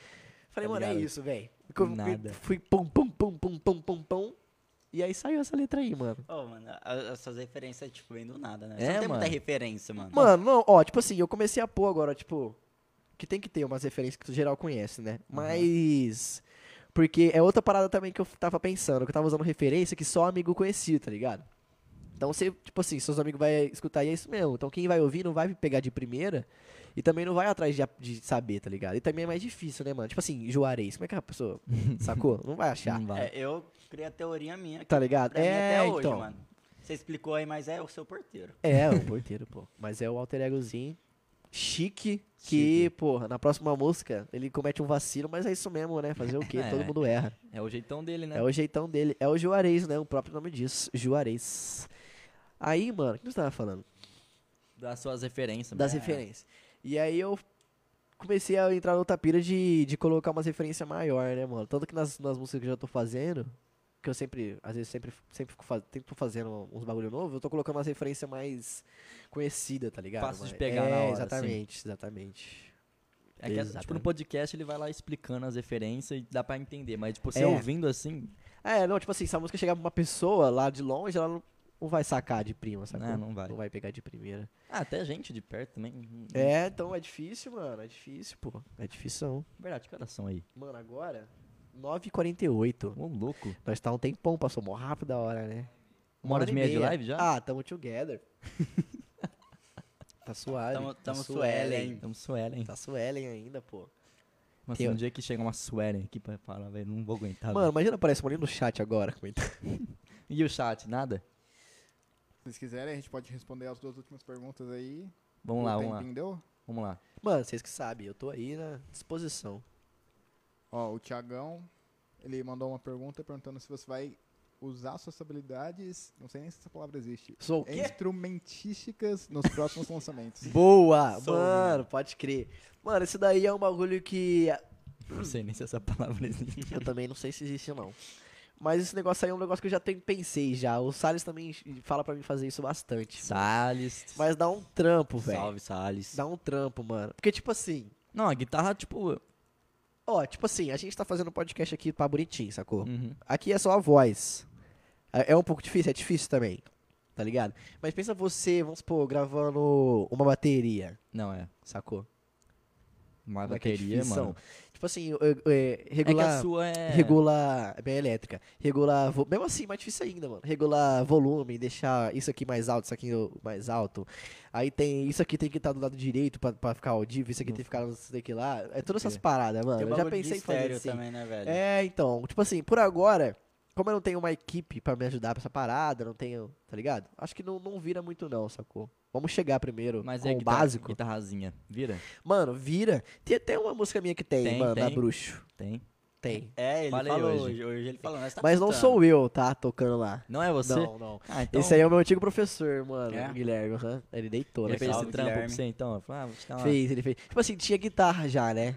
Falei,
Tá
mano, é
ligado?
isso, velho.
Nada.
Fui pum, pum, pum, pum, pum, pum, pum. E aí saiu essa letra aí, mano.
Ô, mano, a- as suas referências, tipo, vem do nada, né?
É,
Você não tem muita
mano.
referência, mano.
Mano, não, ó, tipo assim, eu comecei a pôr agora, tipo, que tem que ter umas referências que tu geral conhece, né?
Uhum.
Mas. Porque é outra parada também que eu tava pensando, que eu tava usando referência que só amigo conhecia, tá ligado? Então você, tipo assim, seus amigos vai escutar e é isso mesmo. Então quem vai ouvir não vai pegar de primeira e também não vai atrás de, a- de saber, tá ligado? E também é mais difícil, né, mano? Tipo assim, Juarez, como é que a pessoa sacou? Não vai achar,
Não Hum, vai.
É, eu criei a teoria minha que
tá ligado?
pra mim
É,
até hoje,
então.
mano. Você explicou aí, mas é o seu porteiro.
É, o porteiro, pô. Mas é o alter egozinho chique que, porra, na próxima música ele comete um vacilo, mas é isso mesmo, né? Fazer o quê?
É.
Todo mundo erra.
É o jeitão dele, né?
É o jeitão dele. É o Juarez, né? O próprio nome diz. Juarez. Aí, mano, o que você tava falando?
Das suas referências. É,
Das
mano.
referências. E aí eu comecei a entrar noutra pira de, de colocar umas referências maior, né, mano? Tanto que nas, nas músicas que eu já tô fazendo, que eu sempre, às vezes, sempre, sempre, fico faz, sempre tô fazendo uns bagulho novo, eu tô colocando umas referências mais conhecida, tá ligado?
Fácil de
Mas-
pegar
é,
na hora,
Exatamente, exatamente.
É que, tipo, no
Exatamente.
podcast ele vai lá explicando as referências e dá pra entender. Mas, tipo, você
É.
ouvindo assim,
É, não, tipo assim, se a música chegar pra uma pessoa lá de longe, ela não, não vai sacar de prima, sacou?
né, não vai.
Não vai pegar de primeira.
Ah, até gente de perto também. Hum,
É, então é difícil, mano. É difícil, pô. É difícil. não.
Verdade, que horas são aí?
Mano, agora, 9h48.
Ô, louco.
Nós tá um tempão, passou mó rápido a hora, né?
Uma hora e meia de live já?
Ah, tamo together. tá suave.
Tamo,
tá
tamo Suelen.
Estamos Suelen.
Tá suelen ainda, pô.
Mas
Tem-
um dia que chega uma Suelen aqui pra falar, velho, não vou aguentar.
Mano, imagina aparece um ali no chat agora. comentando.
velho. E o chat, nada?
Se vocês quiserem, a gente pode responder as duas últimas perguntas aí.
Um
Vamos lá,
O
vamos lá.
tempinho deu?
Vamos lá.
Mano, vocês que sabem, eu tô aí na disposição.
Ó, o Tiagão, ele mandou uma pergunta perguntando se você vai usar suas habilidades, não sei nem se essa palavra existe,
Sou o quê?
instrumentísticas nos próximos lançamentos.
Boa!
Sou,
mano, pode crer. Mano, esse daí é um bagulho que
Não sei nem se essa palavra existe.
eu também não sei se existe ou não. Mas esse negócio aí é um negócio que eu já tenho, pensei já. O Salles também fala pra mim fazer isso bastante.
Salles.
Mas dá um trampo, velho.
Salve, Salles.
Dá um trampo, mano. Porque, tipo assim,
Não, a guitarra, tipo.
ó, tipo assim, a gente tá fazendo um podcast aqui pra bonitinho, sacou?
uhum.
Aqui é só a voz. É é um pouco difícil, é difícil também. Tá ligado? Mas pensa você, vamos supor, gravando uma bateria,
Não, é.
sacou?
Uma
Como é que é
bateria,
difícil,
mano.
Tipo assim, eu- eu- é, regular.
É que a sua é.
Regular. Bem elétrica. Regular. vo- Mesmo assim, mais difícil ainda, mano. Regular volume, deixar isso aqui mais alto, isso aqui mais alto. Aí tem. Isso aqui tem que estar do lado direito pra, pra ficar audível, isso aqui tem que ficar isso daqui lá. É todas essas
Uhum. Entendi. um
paradas, mano.
Tem
Eu já
bagulho de
pensei em fazer
estéreo
assim.
também, né, velho?
É, então. Tipo assim, por agora, como eu não tenho uma equipe pra me ajudar pra essa parada, não tenho. Tá ligado? Acho que não, não vira muito, não, sacou? Vamos chegar primeiro
Mas
com
é
o
guitarra,
básico.
guitarrazinha. Vira?
Mano, vira. Tem até uma música minha que tem,
Tem,
mano, da
tem.
Bruxo.
Tem.
Tem.
É, ele
Falei
falou
hoje.
hoje. hoje. ele falou, nós tá
Mas não
escutando.
sou eu, tá? Tocando lá.
Não é você?
Não, não.
Ah, então.
Esse aí é o meu antigo professor, mano,
É?
o Guilherme. aham. Ele deitou,
Ele
né?
fez esse
Salve,
trampo pra
Guilherme.
você, então. Eu falei, ah, vou te dar uma.
Fez, ele fez. Tipo assim, tinha guitarra já, né?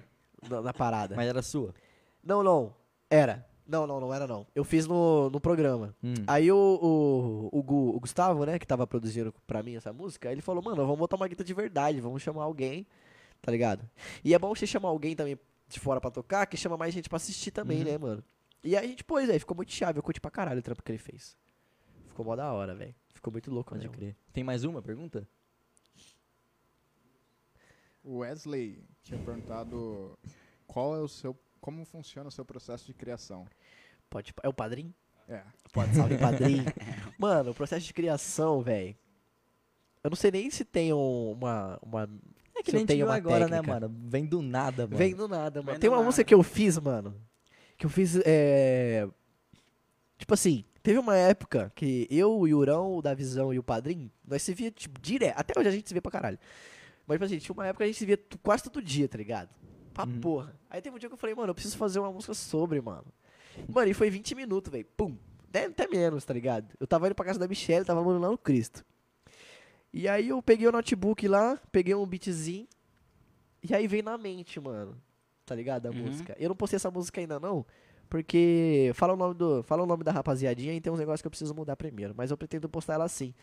Na, na parada.
Mas era sua.
Não, não. Era. Não, não, não era não. Eu fiz no, no programa.
Hum.
Aí o, o, o, Gu- o Gustavo, né, que tava produzindo pra mim essa música, ele falou, mano, vamos botar uma guita de verdade, vamos chamar alguém, tá ligado? E é bom você chamar alguém também de fora pra tocar, que chama mais gente pra assistir também,
Uhum.
né, mano? E aí a gente pôs, aí ficou muito chave, eu curti pra caralho o trampo que ele fez. Ficou mó da hora, velho. Ficou muito louco, né,
Pode
mesmo.
crer. Tem mais uma pergunta?
O Wesley tinha perguntado qual é o seu, como funciona o seu processo de criação.
Pode, pa- é o padrinho?
É,
Pode, salve padrinho. Mano, o processo de criação, velho. Eu não sei nem se tem um- uma. uma
É que
se
nem
eu
a gente
tenho
viu
uma
agora, né,
técnica.
mano? Vem do nada, mano.
Vem do nada, mano.
Vem
Tem
do
uma
nada.
música que eu fiz, mano. Que eu fiz. É... Tipo assim, Teve uma época que eu, o Yurão, o Davizão e o Padrinho, nós se via, tipo, direto. Até hoje a gente se vê pra caralho. Mas, tipo assim, tinha uma época que a gente se via tu- quase todo dia, tá ligado? Pra
Uhum.
porra. Aí teve um dia que eu falei, mano, eu preciso fazer uma música sobre, mano. Mano, e foi 20 minutos, velho. Pum. Até, até menos, tá ligado? Eu tava indo pra casa da Michelle, tava morando lá no Cristo. E aí eu peguei o notebook lá, peguei um beatzinho. E aí veio na mente, mano. Tá ligado? A
Uhum.
música. Eu não postei essa música ainda, não. Porque fala o nome do, fala o nome da rapaziadinha e tem uns negócios que eu preciso mudar primeiro, mas eu pretendo postar ela assim.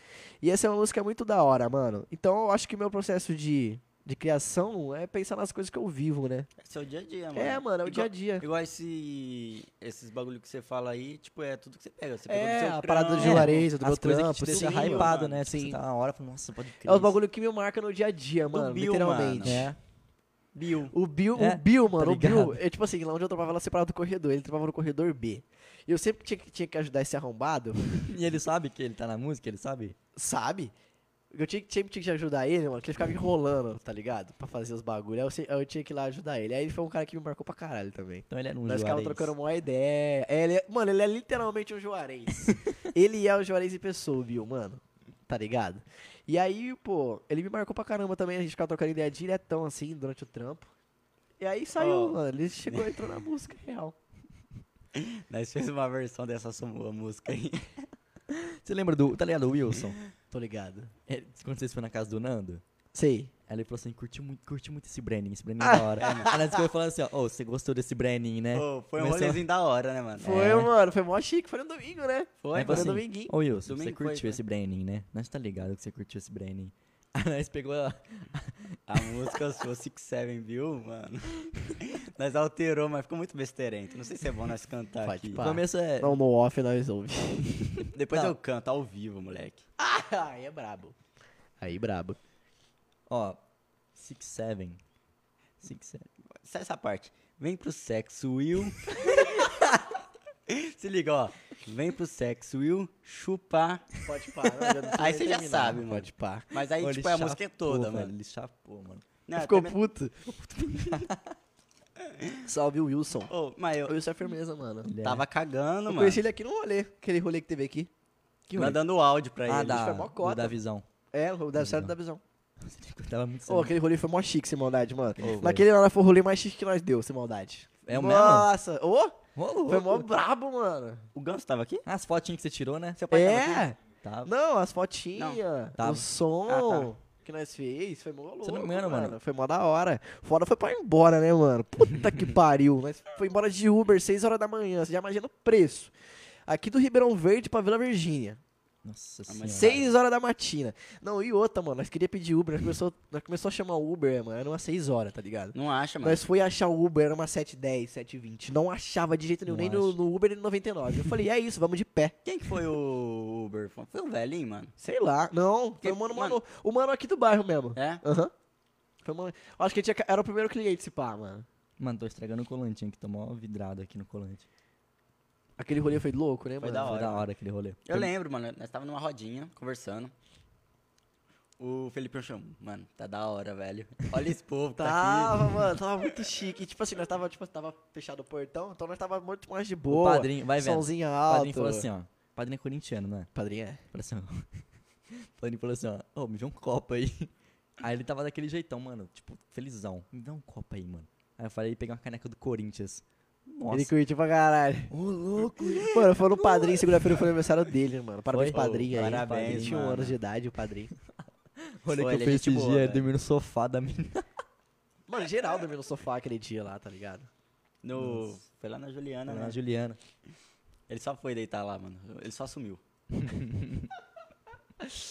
E essa é uma música muito da hora, mano. Então eu acho que meu processo de, de criação é pensar nas coisas que eu vivo, né?
É seu dia a dia, mano.
É, mano, é o dia a dia.
Igual esse, esses bagulho que você fala aí, tipo, é tudo que você pega. Você pegou do
É,
seu né?
a parada do
trampo,
Juarez, do
As
meu
coisas que
trampo,
te deixam
sim,
hypado,
mano,
né? Tipo,
sim.
Você tá na hora, fala, nossa, pode crer.
É os bagulho que me marca no dia a dia,
Do
mano,
Bill,
literalmente.
mano.
É.
Bill.
O Bill,
É,
o Bill, mano, o Bill,
ligado?
é tipo assim, lá onde eu trabalhava, ela separava do corredor, ele trabalhava no corredor B. E eu sempre tinha que, tinha que ajudar esse arrombado,
E ele sabe que ele tá na música, ele sabe?
sabe? Eu tinha, que- sempre tinha que ajudar ele, mano, que ele ficava enrolando, tá ligado? Pra fazer os bagulho. Aí eu, se- aí eu tinha que ir lá ajudar ele. Aí ele foi um cara que me marcou pra caralho também.
Então ele era um
Nós ficava
Juarez.
tá trocando uma ideia. É, ele é- mano, ele é literalmente um Juarez. ele é o Juarez em pessoa, o Bill, mano. Tá ligado? E aí, pô, ele me marcou pra caramba também. A gente ficava trocando ideia diretão, assim, durante o trampo. E aí saiu,
Ó.
mano. Ele chegou e entrou na música real.
Nós fez uma versão dessa sua música aí.
Você lembra do, tá ligado, o Wilson?
Tô ligado.
Ele- É, Quando vocês foram na casa do Nando?
Sei. Ah,
Aí ele falou assim, curti muito, curti muito esse branding, esse branding é da hora. Aí nós ficamos falando assim, ó, ô, você gostou desse branding, né?
Ô, foi um
Começou-
rolezinho da hora, né, mano?
É. Foi, um-
É.
mano. Foi mó chique. Foi no domingo, né?
Aí
Foi,
falou
Foi
mano.
no
assim,
domingo.
Ô Wilson,
Domingo
você
foi,
curtiu
foi.
esse branding, né? Nós tá ligado que você curtiu esse branding. Aí nós pegou a-
A música sua, Six Seven, viu, mano? nós alterou, mas ficou muito besteirento. Não sei se é bom nós cantar
Pode
aqui.
pá.
No começo é.
Não, no off nós ouve.
Depois
Não.
eu canto ao vivo, moleque.
aí é brabo. Aí brabo.
Ó, Six Seven. Six Seven.
Sai essa parte. Vem pro sexo, Will. se liga, ó. Vem pro sexo, Will. Chupar.
Pode parar.
Aí você já sabe, mano.
né? Pode parar.
Mas aí,
Ô, ele
tipo, é a
chapou,
música é toda,
velho,
mano.
Ele chapou, mano.
Não,
Ficou
até me-
puto. Salve o Wilson.
Ô, mas eu
O Wilson é firmeza, mano.
Ele é-
tava cagando,
Eu
mano.
conheci ele aqui no rolê. Aquele rolê que teve aqui.
Que Mandando áudio pra
Ah,
ele.
da,
foi mó cota.
do da visão.
É, o da série da visão.
Tava muito
Ô,
sério.
aquele rolê foi mó chique, sem maldade, mano.
Ô,
Naquele lá foi o rolê mais chique que nós deu, sem maldade.
É o mesmo?
Nossa. Ô,
Ô,
foi mó
louco.
brabo, mano.
O Ganso tava aqui?
Ah, As fotinhas que você tirou, né?
Seu pai tava aqui?
É.
Tava.
Não, as fotinhas,
Tá.
o
Ah,
som que nós fez, foi mó louco,
Você tá. não engana, mano.
Foi mó da hora. Foda foi pra ir embora, né, mano? Puta que pariu. Nós foi embora de Uber, 6 horas da manhã, você já imagina o preço. Aqui do Ribeirão Verde pra Vila Virgínia.
Nossa
Ah, mas-
senhora.
Sim.
6 horas da matina. Não, e outra, mano, nós queria pedir Uber, nós começou, nós começou a chamar o Uber, mano, era umas 6 horas, tá ligado?
Não acha, mano.
Nós foi achar o Uber, era umas 7h10, 7h20. Não achava de jeito nenhum,
Não
nem no,
acha.
no Uber nem no 99. Eu falei, é isso, vamos de pé.
Quem que foi o Uber? Foi o velhinho, mano.
Sei lá. Não,
Que-
foi o mano,
mano-
mano, o mano aqui do bairro mesmo.
É?
Aham. Foi o mano. Acho que ele tinha, ca- era o primeiro cliente, esse pá, mano.
Mano, tô estragando o colante, tinha que tomar uma vidrada aqui no colante.
Aquele rolê foi louco, né,
Foi
mano?
da
Foi
hora,
da
mano.
hora aquele rolê.
Eu lembro, mano. Nós tava numa rodinha, conversando. O Felipe Oxum, mano, tá da hora, velho. Olha esse povo que tá aqui.
Tava, mano, tava muito chique. Tipo assim, nós tava, tipo, tava fechado o portão, então nós tava muito mais de boa.
O padrinho, vai vendo.
Somzinho
O
alto.
padrinho falou assim, ó. O padrinho é corintiano, né?
Padrinho é.
Falou assim, ó. O padrinho falou assim, ó. Ô, me vê um copo aí. Aí ele tava daquele jeitão, mano. Tipo, felizão. Me dá um copo aí, mano. Aí eu falei, peguei uma caneca do Corinthians. Nossa.
Ele curtiu pra caralho.
Ô, louco.
Mano, foi no padrinho, segunda-feira foi o aniversário dele, mano. Parabéns,
Foi?
padrinho
Ô,
aí.
parabéns,
21
mano.
anos de idade, o padrinho.
Olha
Foi,
que
ele
eu
é
fiz né?
gente
esse
boa,
dia,
velho.
dormir no sofá da menina.
Mano, geral dormiu no sofá aquele dia lá, tá ligado?
No... Foi lá na Juliana,
Dona
né?
Juliana.
Ele só foi deitar lá, mano. Ele só sumiu.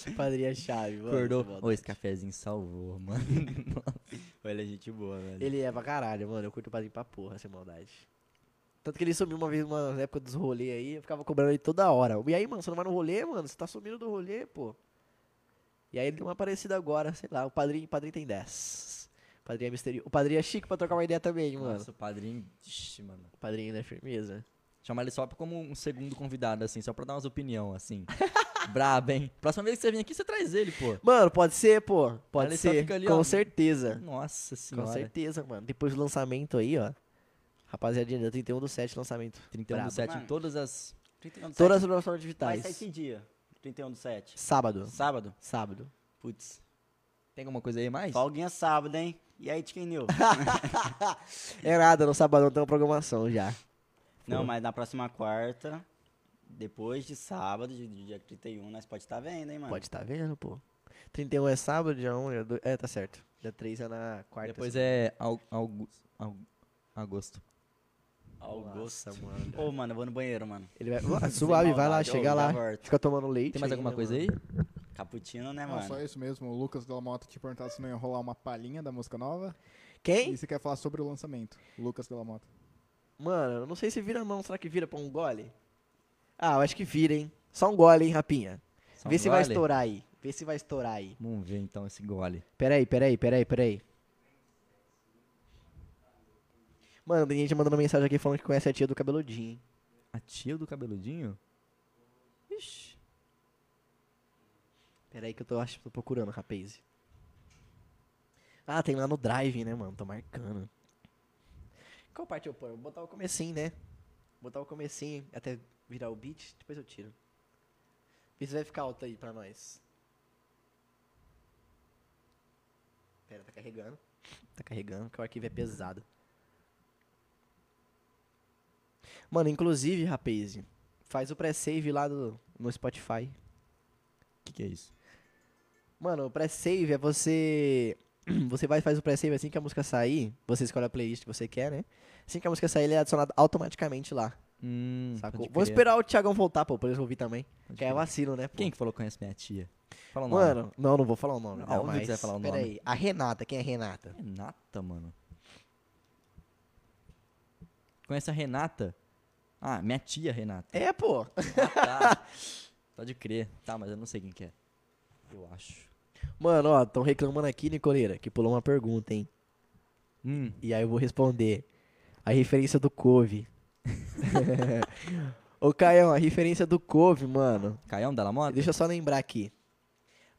O padrinho é chave, mano.
Acordou.
Sem
Ô, esse cafezinho salvou, mano.
Foi ele é gente boa, velho.
Ele é pra caralho, mano. Eu curto o padrinho pra porra, sem maldade. Tanto que ele sumiu uma vez uma- na época dos rolês aí, eu ficava cobrando ele toda hora. E aí, mano, você não vai no rolê, mano? Você tá sumindo do rolê, pô. E aí ele deu uma parecida agora, sei lá. O padrinho, o padrinho tem 10. O padrinho é misterioso. O padrinho é chique pra trocar uma ideia também, mano.
Nossa, o padrinho. Ixi, mano.
O padrinho é firmeza.
Chamar ele só como um segundo convidado, assim, só pra dar umas opiniões, assim. Brabo, hein? Próxima vez que você vir aqui, você traz ele, pô.
Mano, pode ser, pô. Pode
Ele só
ser.
fica ali,
Com
ó.
certeza.
Nossa
Com
senhora.
certeza, mano. Depois do lançamento aí, ó. Rapaziadinha, dia 31 do 7 lançamento.
31
Brabo.
do 7 em
Mano.
todas as
31 do
Todas
7.
as plataformas
Vai
digitais.
sair que dia? 31 do 7.
Sábado.
Sábado?
Sábado.
Putz.
Tem alguma coisa aí a mais?
Folguinha sábado, hein? E aí, Chicken New?
É nada, no sábado tem uma programação já.
Não, mas na próxima quarta, depois de sábado, de, de dia 31, nós pode estar vendo, hein, mano?
Pode estar tá vendo, pô. 31 é sábado, dia 1, dia 2. É, tá certo. Dia 3 é na quarta.
Depois é au- augus- au- agosto.
Augusto.
Nossa, mano.
Ô, mano, eu vou no banheiro, mano.
Ele vai. Ué,
Sem
suave, vai lá,
maldade, ô,
chega
já
lá.
volto.
Fica tomando leite.
Tem mais alguma
ainda,
coisa
mano.
aí?
Caputino, né,
Não,
mano?
é só isso mesmo. O Lucas Delamota te perguntava se não ia rolar uma palhinha da música nova.
Quem?
E você quer falar sobre o lançamento. Lucas Delamota.
Mano, eu não sei se vira não. Será que vira pra um gole? Ah, eu acho que vira, hein? Só um gole, hein, rapinha.
Só
Vê
um
se vai
gole?
estourar aí. Vê se vai estourar aí.
Vamos ver então esse gole.
Peraí, peraí, peraí, peraí. Mano, tem gente mandando mensagem aqui falando que conhece a tia do cabeludinho. hein?
A tia do cabeludinho? Ixi.
Peraí que eu tô, acho, tô procurando, rapaz. Ah, tem lá no drive, né, mano? Tô marcando. Qual parte eu ponho? Vou botar o comecinho, né? Botar o comecinho até virar o beat, depois eu tiro. Isso vai ficar alto aí pra nós. Pera, tá carregando. Tá carregando, porque o arquivo é pesado. Mano, inclusive, rapaz, faz o pré-save lá do, no Spotify.
O que, que é isso?
Mano, o pré-save é você. Você vai e faz o pré-save assim que a música sair. Você escolhe a playlist que você quer, né? Assim que a música sair, ele é adicionado automaticamente lá.
Hum,
Sacou?
pode
Vou
crer,
esperar o Thiagão voltar, pô, pra eles ouvir também.
pode
Que é
crer.
vacilo, né? pô?
Quem que falou que conhece minha tia? Fala o nome.
Mano, não, não vou falar o nome.
Não,
não,
óbvio que
mas-
você vai falar o nome.
Pera aí. A Renata, quem é a Renata?
Renata, mano. Conhece a Renata? Ah, minha tia Renata.
É, pô.
Ah, tá. Pode crer. Tá, mas eu não sei quem que é. Eu acho.
Mano, ó, tão reclamando aqui, Nicoleira, que pulou uma pergunta, hein?
Hum,
E aí eu vou responder. A referência do couve. Ô, Caião, a referência do couve, mano.
Caião da Lamota?
Deixa eu só lembrar aqui.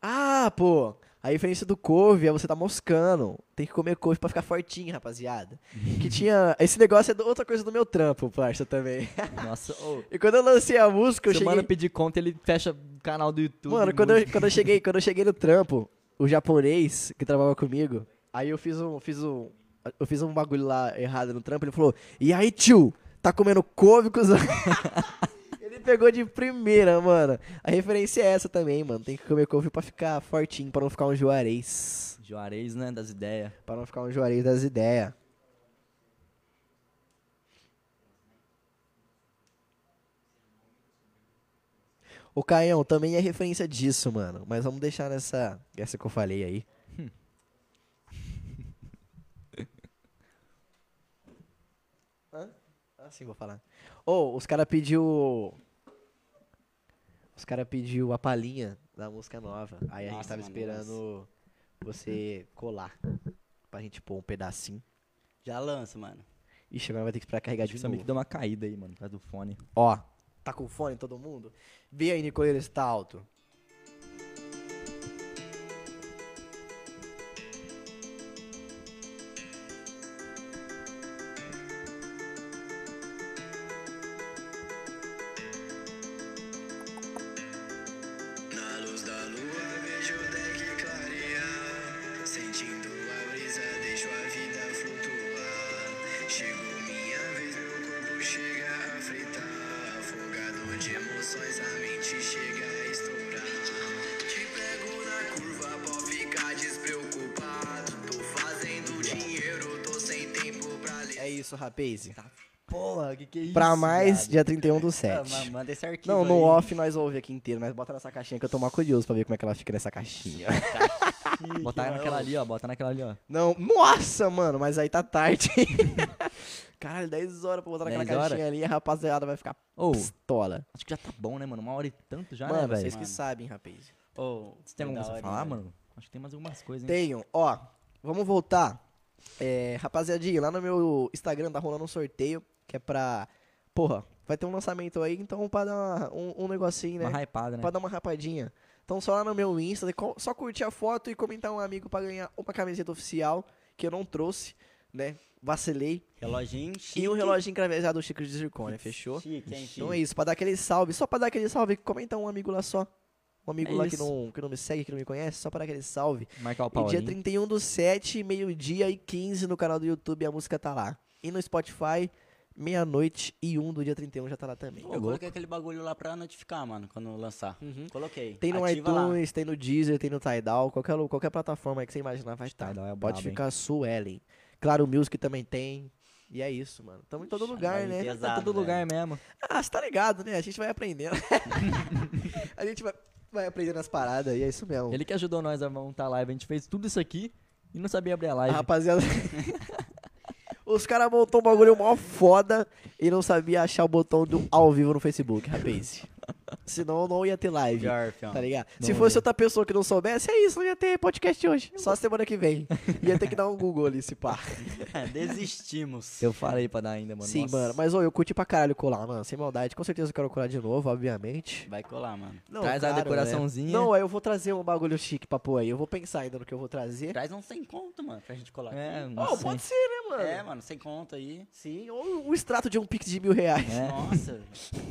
Ah, pô! A referência do couve é você tá moscando. Tem que comer couve pra ficar fortinho, rapaziada. que tinha. Esse negócio é do- outra coisa do meu trampo, parça, também.
Nossa, ô.
E quando eu lancei a música, eu
Se o mano
cheguei.
pedir conta, ele fecha o canal do YouTube.
Mano, quando eu,
muito.
quando, eu cheguei, quando eu cheguei no trampo, o japonês que trabalhava comigo, aí eu fiz um. Fiz um eu fiz um bagulho lá errado no trampo, ele falou, e aí, tio, tá comendo couve, cuzão? ele pegou de primeira, mano. A referência é essa também, mano. Tem que comer couve pra ficar fortinho, pra não ficar um juarez.
Juarez, né? Das ideias.
Pra não ficar um juarez das ideias. O Caião também é referência disso, mano. Mas vamos deixar nessa. Essa que eu falei aí. Hã? Ah, sim, vou falar. Ô, os cara pediu. Os cara pediu a palhinha da música nova. Aí a gente
Nossa,
tava
mano,
esperando você colar. Pra gente pôr um pedacinho.
Já lança, mano.
Ixi, agora vai ter que esperar carregar de
Só meio
novo.
que deu uma caída aí, mano, por causa do fone.
Ó, tá com fone todo mundo? Vê aí, Nicoleiro, se tá alto.
Na luz da lua vejo o deck clarear Sentindo a brisa deixo a vida flutuar Chegou minha vez, meu corpo chega a fritar Afogado de emoções a mente chega a estourar Te pego na curva, pode ficar despreocupado Tô fazendo dinheiro, tô sem tempo pra lidar
É isso, rapaz.
Porra, que que é isso?
Pra mais,
viado?
dia 31 do
Ah,
7.
ma- manda esse arquivo
Não, no
aí.
off nós ouve aqui inteiro, mas bota nessa caixinha que eu tô mal curioso pra ver como é que ela fica nessa caixinha.
Botar naquela ali, ó. Botar naquela ali, ó.
Não, nossa, mano, mas aí tá tarde. Caralho, 10 horas pra botar naquela
10 horas?
caixinha ali, a rapaziada vai ficar
Ô,
pistola.
acho que já tá bom, né, mano? Uma hora e tanto já,
mano, É
né, velho?
vocês que
Mano.
sabem, rapaz.
Ô,
Você
foi
tem alguma
da
coisa
hora,
a
hein,
falar,
velho?
né?
mano? Acho que tem mais algumas coisas, hein?
Tenham, ó, vamos voltar. É, rapaziadinha, lá no meu Instagram tá rolando um sorteio que é pra. Porra, vai ter um lançamento aí, então pra dar uma- um, um negocinho, né?
Uma hypada, né?
Pra dar uma rapadinha. Então só lá no meu Insta, co- só curtir a foto e comentar um amigo pra ganhar uma camiseta oficial que eu não trouxe. né? Vacilei.
Reloginho chique.
E um relógio encravejado do Chico de Zircônia, fechou?
Chique, hein,
Então é
chique.
isso, pra dar aquele salve, só pra dar aquele salve, comenta um amigo lá só. Um amigo
É
lá que
isso.
não, que não me segue, que não me conhece, só pra dar aquele salve.
Marcar o
E dia
Paulinho.
31 do 7, meio-dia e 15 no canal do YouTube, a música tá lá. E no Spotify, meia-noite e 1 do dia 31 já tá lá também.
Eu coloquei aquele bagulho lá pra notificar, mano, quando lançar. Coloquei.
Uhum. Tem no
Ativa lá.
iTunes, tem no Deezer, tem no Tidal, qualquer, lu- qualquer plataforma aí que você imaginar vai estar.
Tidal é brabo,
Pode
hein?
ficar Suelen. Claro, o Music também tem. E é isso, mano. Tamo em todo
Ixi,
lugar,
aí
né?
pesa-
Tá
Exato,
todo lugar mesmo.
Ah, você tá ligado, né? A gente vai aprendendo. a gente vai, vai aprendendo as paradas e é isso mesmo.
Ele que ajudou nós a montar a live. A gente fez tudo isso aqui e não sabia abrir a live.
A rapaziada. Os caras montou um bagulho mó foda e não sabia achar o botão do ao vivo no Facebook, rapaz. Senão não ia ter live.
Pior, fião.
Tá ligado?
Não
se fosse
ia.
outra pessoa que não soubesse, é isso, não ia ter podcast hoje. Só semana que vem. Ia ter que dar um Google ali, se pá.
Desistimos.
Eu falei pra dar ainda, mano.
Sim,
Nossa.
mano. Mas ô, eu curti pra caralho colar, mano. Sem maldade. Com certeza eu quero colar de novo, obviamente.
Vai colar, mano.
Não,
Traz a
claro,
decoraçãozinha.
né? Não, aí eu vou trazer um bagulho chique pra pôr aí. Eu vou pensar ainda no que eu vou trazer.
Traz um sem conto, mano, pra gente colar.
É,
aqui.
não
Oh,
sei.
pode ser, né, mano?
é mano, sem conto aí.
Sim, ou um extrato de um pix de mil reais.
É.
Nossa,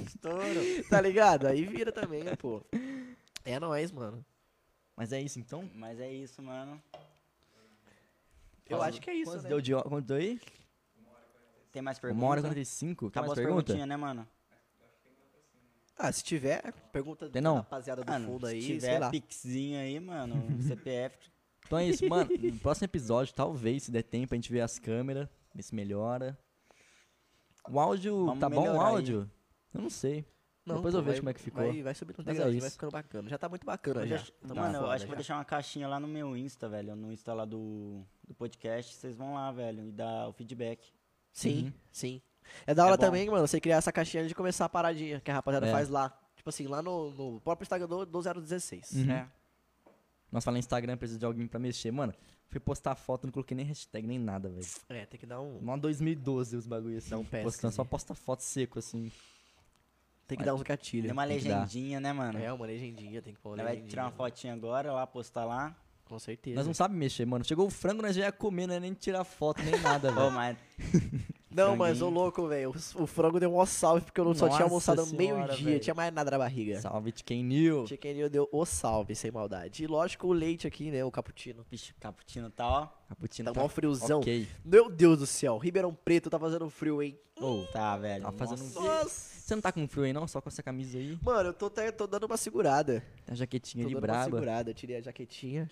estouro.
Tá ligado? Aí vira também, pô. É nóis, mano.
Mas é isso, então.
Mas é isso, mano.
Eu
Fala-
acho que é isso,
Quantos
né?
deu de hora? Quanto deu aí?
Tem mais perguntas?
Uma hora e 45? Tem
Acabou
mais
as
pergunta?
perguntinhas, né, mano?
Ah, se tiver, pergunta
Tem não?
da rapaziada do
Mano,
fundo aí,
se
sei
tiver
lá.
pixinho aí, mano, CPF.
Então é isso, mano. No próximo episódio, talvez, se der tempo, a gente vê as câmeras, ver se melhora. O áudio,
Vamos
tá bom o
melhorar aí.
áudio? Eu não sei. Depois eu vejo como é que ficou.
Vai, vai subindo um
Mas é
degrauzinho, vai
isso.
ficando bacana. Já tá muito bacana,
Eu
já.
já-
Tá
mano, eu
foda
acho que vou
já.
deixar uma caixinha lá no meu Insta, velho. No Insta lá do, do podcast. Vocês vão lá, velho, e dar o feedback.
Sim,
Uhum.
sim. É da hora
É bom.
também, mano, você criar essa caixinha de começar a paradinha que a rapaziada
É.
faz lá. Tipo assim, lá no, no próprio Instagram do, do 016.
Uhum.
É.
Nós falamos Instagram, precisa de alguém pra mexer. Mano, fui postar foto, não coloquei nem hashtag, nem nada, velho.
É, tem que dar um.
Mó 2012 os bagulhos assim.
Não pesca,
postando, só
né?
posta foto seco, assim.
Tem que dar uns gatilhos.
Deu uma
tem que dar.
legendinha, né, mano?
É, uma legendinha, tem que pôr uma
Ela vai
legendinha.
tirar uma fotinha agora, lá, postar lá.
Com certeza.
Nós não sabe mexer, mano. Chegou o frango, nós já ia comer, não ia nem tirar foto, nem nada,
Ô,
velho.
mas
Não, mas ô
Franguinho.
louco, velho. O, o frango deu um salve porque eu não só tinha
Nossa
almoçado
senhora,
meio-dia,
velho.
tinha mais nada na barriga.
Salve de quem new.
O Chicken Hill deu o salve, sem maldade. E lógico, o leite aqui, né? O cappuccino.
Vixe, o cappuccino tá, ó.
Caputino
Tá mó friozão.
Ok.
Meu Deus do céu, Ribeirão Preto tá fazendo frio, hein?
Tá, velho.
Tá fazendo
Nossa.
um-
Nossa!
Você não tá com frio aí, não? Só com essa camisa aí.
Mano, eu tô, até- tô dando uma segurada.
A jaquetinha
Tô
de
dando uma
braba.
segurada. Eu tirei a jaquetinha.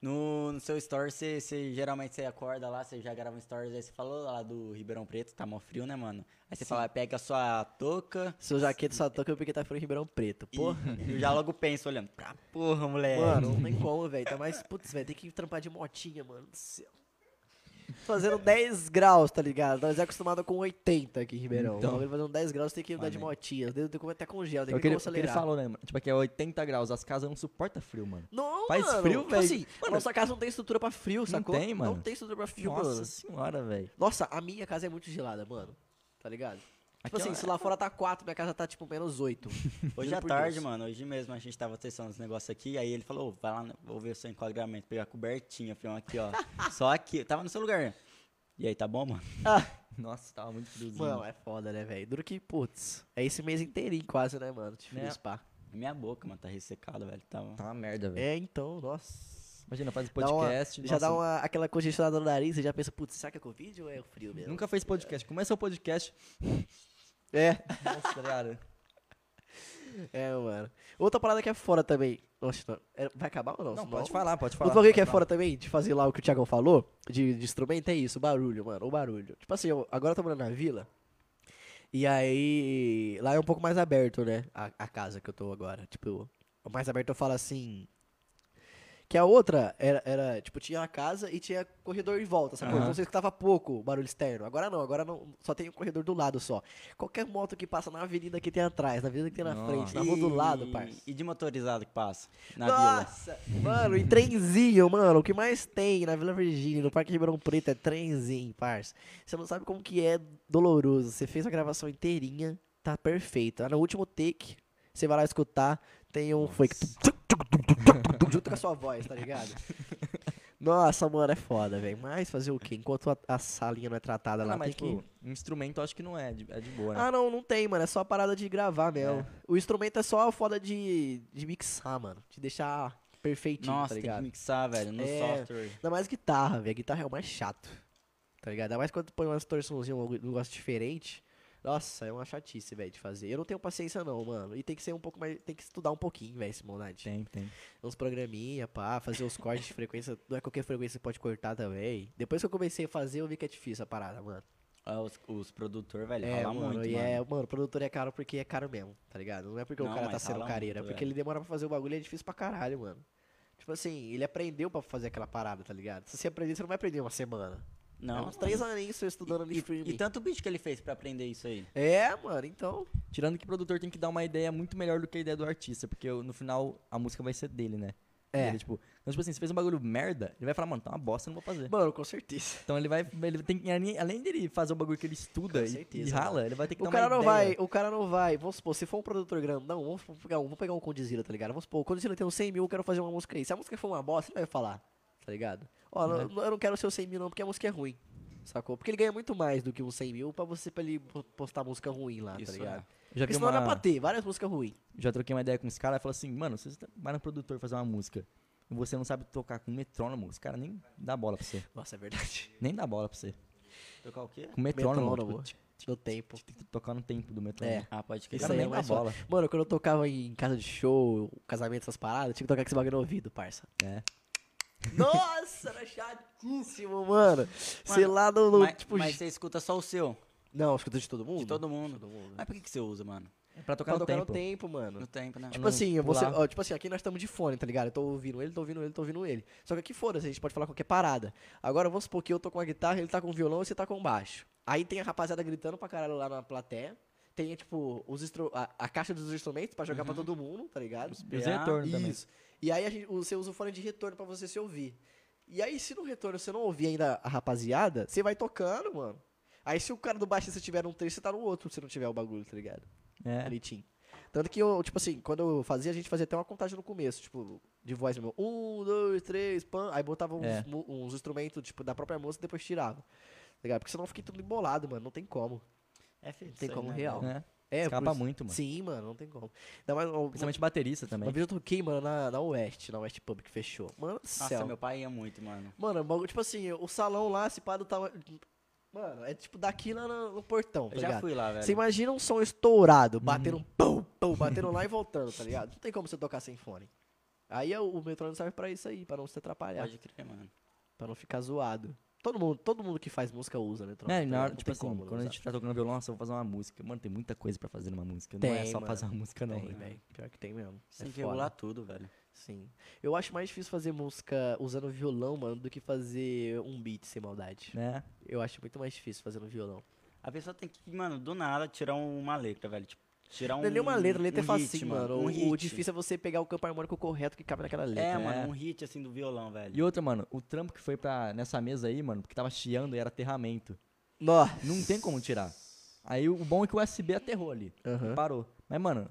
No, no seu story, você, você- geralmente você acorda lá, você já grava um stories, aí você falou lá do Ribeirão Preto, tá mó frio, né, mano? Aí você fala, pega a sua touca
Seu jaqueta só toca porque tá frio em Ribeirão Preto.
e,
Porra.
e eu já logo penso, olhando, pra porra,
é.
moleque.
Mano, não tem como, velho. Tá mais. Putz, velho, tem que trampar de motinha, mano. Do céu. Fazendo 10 graus, tá ligado? Nós é acostumado com 80 aqui em Ribeirão.
Então.
Então, fazendo 10 graus, tem que andar de
Mano.
motinha. Às vezes tem que até congela,
É
tem
o que, ele,
que
o que ele
acelerar.
falou, né, mano? Tipo, aqui é 80 graus, as casas não suportam frio, mano.
Não,
Faz
mano.
frio,
tipo
velho.
Assim, a
Mano.
nossa casa não tem estrutura pra frio, sacou?
tem, mano.
Não tem estrutura pra frio,
Nossa
mano.
senhora, velho.
Nossa, a minha casa é muito gelada, mano. Tá ligado? Tipo
Aqui,
assim,
ó,
se lá fora tá 4, minha casa tá tipo menos 8.
Hoje
Juro
à
é
por
tarde,
Deus.
mano, hoje mesmo a gente tava testando os negócios aqui, aí ele falou, "Ô, vai lá, no- vou ver o seu enquadramento, pegar a cobertinha, filhão, aqui, ó. Só aqui, tava no seu lugar. E aí, tá bom, mano?
Nossa, tava muito friozinho.
Mano, é foda, né, velho? Duro que, putz. É esse mês inteirinho quase, né, mano? De frio
Né?
spa.
Minha boca, mano, tá ressecada, velho. Tava...
tá uma merda, velho.
É, então, nossa.
Imagina, faz o
Dá uma-
podcast.
já dá
nossa,
uma, aquela congestionada no nariz, você já pensa, putz, será que é Covid ou é o frio mesmo?
Nunca fez podcast. Começa o podcast.
É,
Nossa, tá cara.
é, mano. Outra parada que é fora também. Nossa, não- é- vai acabar ou não?
Não,
Senão-
pode falar, pode falar.
Outro bagulho
pode
que é
falar.
fora também, de fazer lá o que o Thiagão falou, de, de instrumento, é isso, o barulho, mano, o barulho. Tipo assim, eu, agora eu tô morando na vila, e aí, lá é um pouco mais aberto, né, a, a casa que eu tô agora. Tipo, o mais aberto eu falo assim, que a outra era, era tipo, tinha a casa e tinha corredor em volta, sacou?
Aham.
Então você escutava pouco o barulho externo. Agora não, agora não, só tem o corredor do lado só. Qualquer moto que passa na avenida que tem atrás, na avenida que tem na
Nossa.
frente, na rua do lado,
E-
Tá parça.
E de motorizado que passa na vila.
Nossa, mano, e trenzinho, mano. O que mais tem na Vila Virgínia, no Parque Ribeirão Preto, é trenzinho, parça. Você não sabe como que é doloroso. Você fez a gravação inteirinha, tá perfeito. Ah, No último take, você vai lá escutar, tem um foi junto com a sua voz, tá ligado? Nossa, mano, é foda, velho. Mas fazer o quê? Enquanto a, a salinha não é tratada lá,
não, mas,
tem que...
tipo, instrumento eu acho que não é, de- é de boa, né?
Ah, não, não tem, mano. É só a parada de gravar mesmo. O instrumento é só a foda de, de mixar, mano. De deixar perfeitinho,
Nossa,
tá
tem que
ligado?
mixar, velho, no
É.
software.
Ainda mais guitarra, velho. Guitarra é o mais chato. Tá ligado? Ainda mais quando tu põe umas torçãozinhas, um negócio diferente. Nossa, é uma chatice, velho, de fazer. Eu não tenho paciência, não, mano. E tem que ser um pouco mais. Tem que estudar um pouquinho, velho, esse Monad.
Tem, tem.
Uns programinha, pá, fazer os cortes de frequência. Não é qualquer frequência que pode cortar também. Depois que eu comecei a fazer, eu vi que é difícil a parada, mano.
Ah, Os, os produtores, velho,
é,
rola
mano,
muito,
e
mano.
é, mano, o produtor é caro porque é caro mesmo, tá ligado? Não é porque o
Não,
cara tá
mas
sendo
rola
careiro, é
muito,
porque
velho.
ele demora pra fazer o bagulho e é difícil pra caralho, mano. Tipo assim, ele aprendeu pra fazer aquela parada, tá ligado? Se você aprender, você não vai aprender em uma semana.
Não,
é uns três aninhos você estudando no
e, então- e,
streaming.
e tanto bicho que ele fez pra aprender isso aí.
É, mano, então.
Tirando que o produtor tem que dar uma ideia muito melhor do que a ideia do artista, porque o- no final a música vai ser dele, né?
É.
Ele, tipo, então, tipo assim, se fez um bagulho merda, ele vai falar, mano, tá uma bosta, eu não vou fazer.
Mano, com certeza.
Então ele vai, ele tem que, além além dele fazer o bagulho que ele estuda
Com
e,
certeza,
e rala, ele vai ter que
O
dar
cara
uma
não
ideia.
vai, o cara não vai. Vamos supor, se for um produtor grandão, vamos pegar um, vamos pegar um Condizila, tá ligado? Vamos supor, o Condizila tem uns 100 mil, eu quero fazer uma música aí. Se a música for uma bosta, ele vai falar, tá ligado? Ó, não-
Uhum.
não- eu não quero ser os 100 mil não, porque a música é ruim, sacou? Porque ele ganha muito mais do que uns 100 mil pra você, pra ele po- postar música ruim lá,
Isso
tá ligado?
é.
Eu né? Já
Porque
vi
senão dá pra
uma,
ter várias músicas ruins.
já troquei uma ideia com esse cara, ele falou assim, mano, você vai no produtor fazer uma música e você não sabe tocar com metrônomo, esse cara nem dá bola pra você.
Nossa, é verdade.
Nem dá bola pra você.
Tocar o quê?
Com metrônomo,
Metrônomo.
tipo, tic,
No tempo.
tic, tic, tocar no tempo do metrônomo.
É.
Ah, pode
O
crer.
Isso
cara
aí é
nem dá
mais foda.
bola.
Mano, quando eu tocava em casa de show, casamento, essas paradas, tinha que tocar com esse bagulho no ouvido, parça.
É.
Nossa, era chatíssimo, mano. Sei lá, no, no,
mas,
tipo...
mas você escuta só o seu,
Não, escuta de todo mundo?
de todo mundo.
Todo mundo.
Mas por que, que você usa, mano?
É pra tocar
Pra
no
tocar
tempo.
no tempo, mano.
No tempo, né?
Tipo
não
assim, você,
pular.
ó, tipo assim, aqui nós estamos de fone, tá ligado? Eu tô ouvindo ele, tô ouvindo ele, tô ouvindo ele. Só que aqui foda-se, a gente pode falar qualquer parada. Agora vamos supor que eu tô com a guitarra, ele tá com o violão e você tá com o baixo. Aí tem a rapaziada gritando pra caralho lá na plateia. Tem, tipo, os instru- a, a caixa dos instrumentos pra jogar pra todo mundo, tá ligado?
E os
PA,
retornos também.
É, Isso. E aí a gente- você usa o fone de retorno pra você se ouvir. E aí, se no retorno você não ouvir ainda a rapaziada, você vai tocando, mano. Aí se o cara do baixista tiver um trecho, você tá no outro se não tiver o bagulho, tá ligado?
É.
Bonitinho. Tanto que eu, tipo assim, quando eu fazia, a gente fazia até uma contagem no começo, tipo, de voz mesmo. Um, dois, três, pan. Aí botava uns,
É.
mu- uns instrumentos, tipo, da própria música e depois tirava. Tá ligado? Porque senão fica tudo embolado, mano. Não tem como.
É feito.
Tem
isso aí,
como
né,
real.
velho?
É.
É,
Escapa
por isso-
muito, mano. é
Sim, mano, não tem como. Ainda mais, ó,
Principalmente baterista também.
uma vez eu toquei, mano, na, na Oeste, na West Pub, que fechou. Mano do
Nossa,
céu.
meu pai ia muito, mano.
Mano, o bagulho, tipo assim, o salão lá, esse pado tava. Mano, é tipo daqui lá no, no portão, tá
Eu já
ligado?
fui lá, velho.
Você imagina um som estourado, bateram um pum, pum, bateram lá e voltando, tá ligado? Não tem como você tocar sem fone. Aí é o o metrônomo serve pra isso aí, pra não se atrapalhar,
Pode crer,
É
mano.
pra não ficar zoado. Todo mundo, todo mundo que faz música usa metrônomo.
É,
tá
na hora,
ligado? Não
tipo
tem
assim,
como não
quando a
usar.
gente tá tocando violão, nossa, eu vou fazer uma música. Mano, tem muita coisa pra fazer numa música. não é
Tem,
só
mano.
fazer uma música, não.
Tem,
né?
velho. Pior que tem mesmo.
Você
é
tem que
foda.
regular tudo, velho.
Sim. Eu acho mais difícil fazer música usando violão, mano, do que fazer um beat sem maldade.
Né?
Eu acho muito mais difícil fazer no violão.
A pessoa tem que, mano, do nada tirar uma letra, velho. Tipo, tirar um.
Não é nenhuma letra, a letra
um
é facinho,
hit,
mano.
Um
o,
hit.
o difícil é você pegar o campo harmônico correto que cabe naquela letra.
É,
né?
mano, um hit assim do violão, velho.
E outra, mano, o trampo que foi pra nessa mesa aí, mano, porque tava chiando e era aterramento.
É. Nossa.
Não tem como tirar. Aí o bom é que o USB aterrou ali.
Aham.
e Parou. Mas, mano,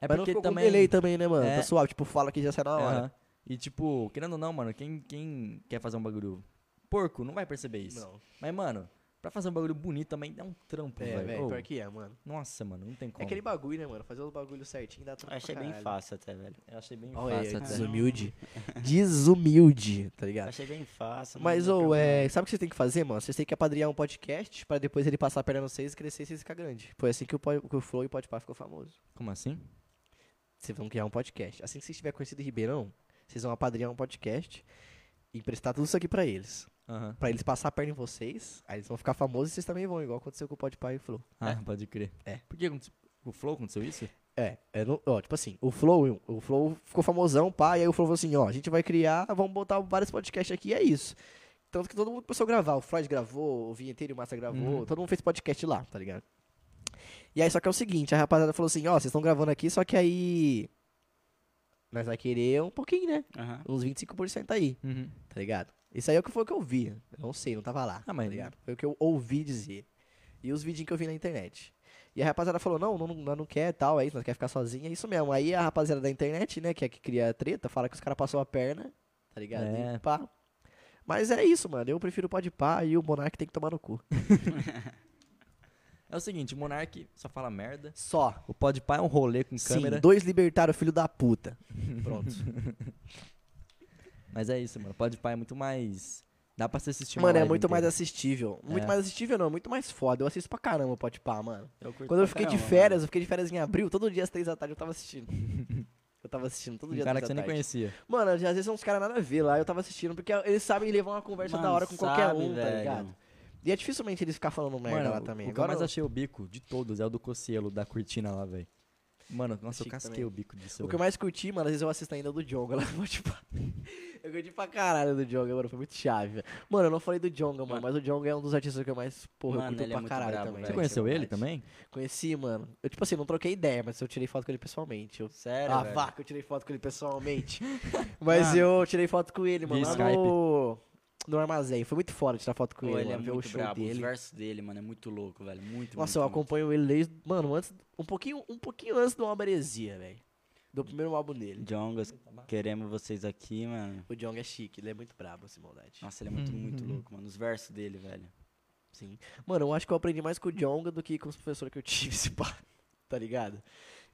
é
Mas não
porque
ficou
também.
com delay também, né, mano?
É.
Tá suave, tipo, fala que já sai na hora.
Aham. E, tipo, querendo ou não, mano, quem, quem quer fazer um bagulho porco não vai perceber isso.
Não.
Mas, mano, pra fazer um bagulho bonito também dá um trampo,
É, velho,
Ô,
pior que é, mano.
Nossa, mano, não tem
É
como.
aquele bagulho, né, mano? Fazer os bagulhos certinho dá tudo
Eu achei bem fácil até, velho.
Eu achei bem
Olha aí,
fácil.
tá
tá até.
desumilde. Desumilde, tá
Eu
ligado?
achei bem fácil. não
Mas,
deu
ou,
problema.
é, sabe o que vocês têm que fazer, mano? Vocês têm que apadrinhar um podcast pra depois ele passar a perna nos seis e crescer e vocês ficar grande. Foi assim que o, po- que o Flow e o Podpah ficou famoso.
Como assim?
Vocês vão criar um podcast. Assim que vocês tiverem conhecido em Ribeirão, vocês vão apadrinhar um podcast e emprestar tudo isso aqui pra eles.
Aham.
Pra eles passar a perna em vocês, aí eles vão ficar famosos e vocês também vão, igual aconteceu com o Podpah e o Flow.
Ah, pode crer.
É.
Por que aconte- o Flow aconteceu isso?
É, eu não- ó, tipo assim, o Flow, o Flow ficou famosão, pá, e aí o Flow falou assim, ó, a gente vai criar, vamos botar vários podcasts aqui, e é isso. Tanto que todo mundo começou a gravar, o Freud gravou, o Vinheteiro e o Massa gravou,
Uhum.
todo mundo fez podcast lá, tá ligado? E aí, só que é o seguinte, a rapaziada falou assim, ó, vocês estão gravando aqui, só que aí... Nós vai querer um pouquinho, né?
Aham.
Uns 25% aí,
Uhum.
tá ligado? Isso aí é o que foi o que eu vi, eu não sei, não tava lá,
Ah, mas-
tá ligado? Foi o que eu ouvi dizer. E os vidinhos que eu vi na internet. E a rapaziada falou, não, não, não, não quer tal, é isso, nós quer ficar sozinha, é isso mesmo. Aí a rapaziada da internet, né, que é que cria treta, fala que os caras passou a perna, tá ligado?
É.
E pá. Mas é isso, mano. Eu prefiro o pode pá e o Monark tem que tomar no cu.
É o seguinte, o Monark só fala merda.
Só.
O Podpah é um rolê com câmera.
Sim, dois libertários, filho da puta. Pronto.
Mas é isso, mano. Podpah é muito mais... Dá pra você assistir uma
mano, é
live
muito mais
inteira.
assistível. Muito
É.
mais assistível não, muito mais foda. Eu assisto pra caramba o pode pá, mano.
curto
Quando
pra
eu fiquei de
caramba,
férias, eu fiquei de férias em abril, todo dia às três da tarde eu tava assistindo. Eu tava assistindo todo
Um
dia às
cara que
três
você
da
nem
tarde.
conhecia.
Mano, às vezes são uns caras nada a ver lá, eu tava assistindo, porque eles sabem levar uma conversa da
Mano,
hora com qualquer
sabe,
um, tá
velho.
ligado? E é dificilmente eles ficar falando merda
Mano,
lá
o-
também.
o que eu
Agora
mais
eu-
achei o bico de todos é o do Cocielo, da cortina lá, velho. Mano, nossa, eu
Chique
casquei
também.
o bico disso.
O que eu
velho.
mais curti, mano, às vezes eu assisto ainda do Jonga lá no tipo, Eu curti pra caralho do Jonga, mano. Foi muito chave. velho. Mano, eu não falei do Jonga, mano,
Mano.
mas o Jonga é um dos artistas que eu mais, porra,
Mano,
eu curto
ele é
pra
muito
caralho
brabo,
também.
velho.
Você
Sim,
velho,
conheceu
de
ele
verdade.
também?
Conheci, mano. Eu, tipo assim, não troquei ideia, mas eu tirei foto com ele pessoalmente. Eu...
Sério,
Ah,
velho.
vaca, eu tirei foto com ele pessoalmente. mas
Mano.
eu tirei foto com ele, mano,
Via
lá no... no armazém. Foi muito foda tirar foto com
Pô, ele
ele,
é
mano, ver o
muito
show
brabo. Os
dele.
versos dele, mano, é muito louco, velho. Muito,
Nossa, eu
muito, muito.
acompanho ele desde, mano, antes, um pouquinho, um pouquinho antes do álbum Heresia, velho. Do primeiro álbum dele.
Jongos, queremos vocês aqui, mano.
O Jong é chique, ele é muito brabo, assim, maldade.
Nossa, ele é muito, muito louco, mano. Os versos dele, velho.
Sim. Mano, eu acho que eu aprendi mais com o Jong do que com os professores que eu tive, se pá. Tá ligado?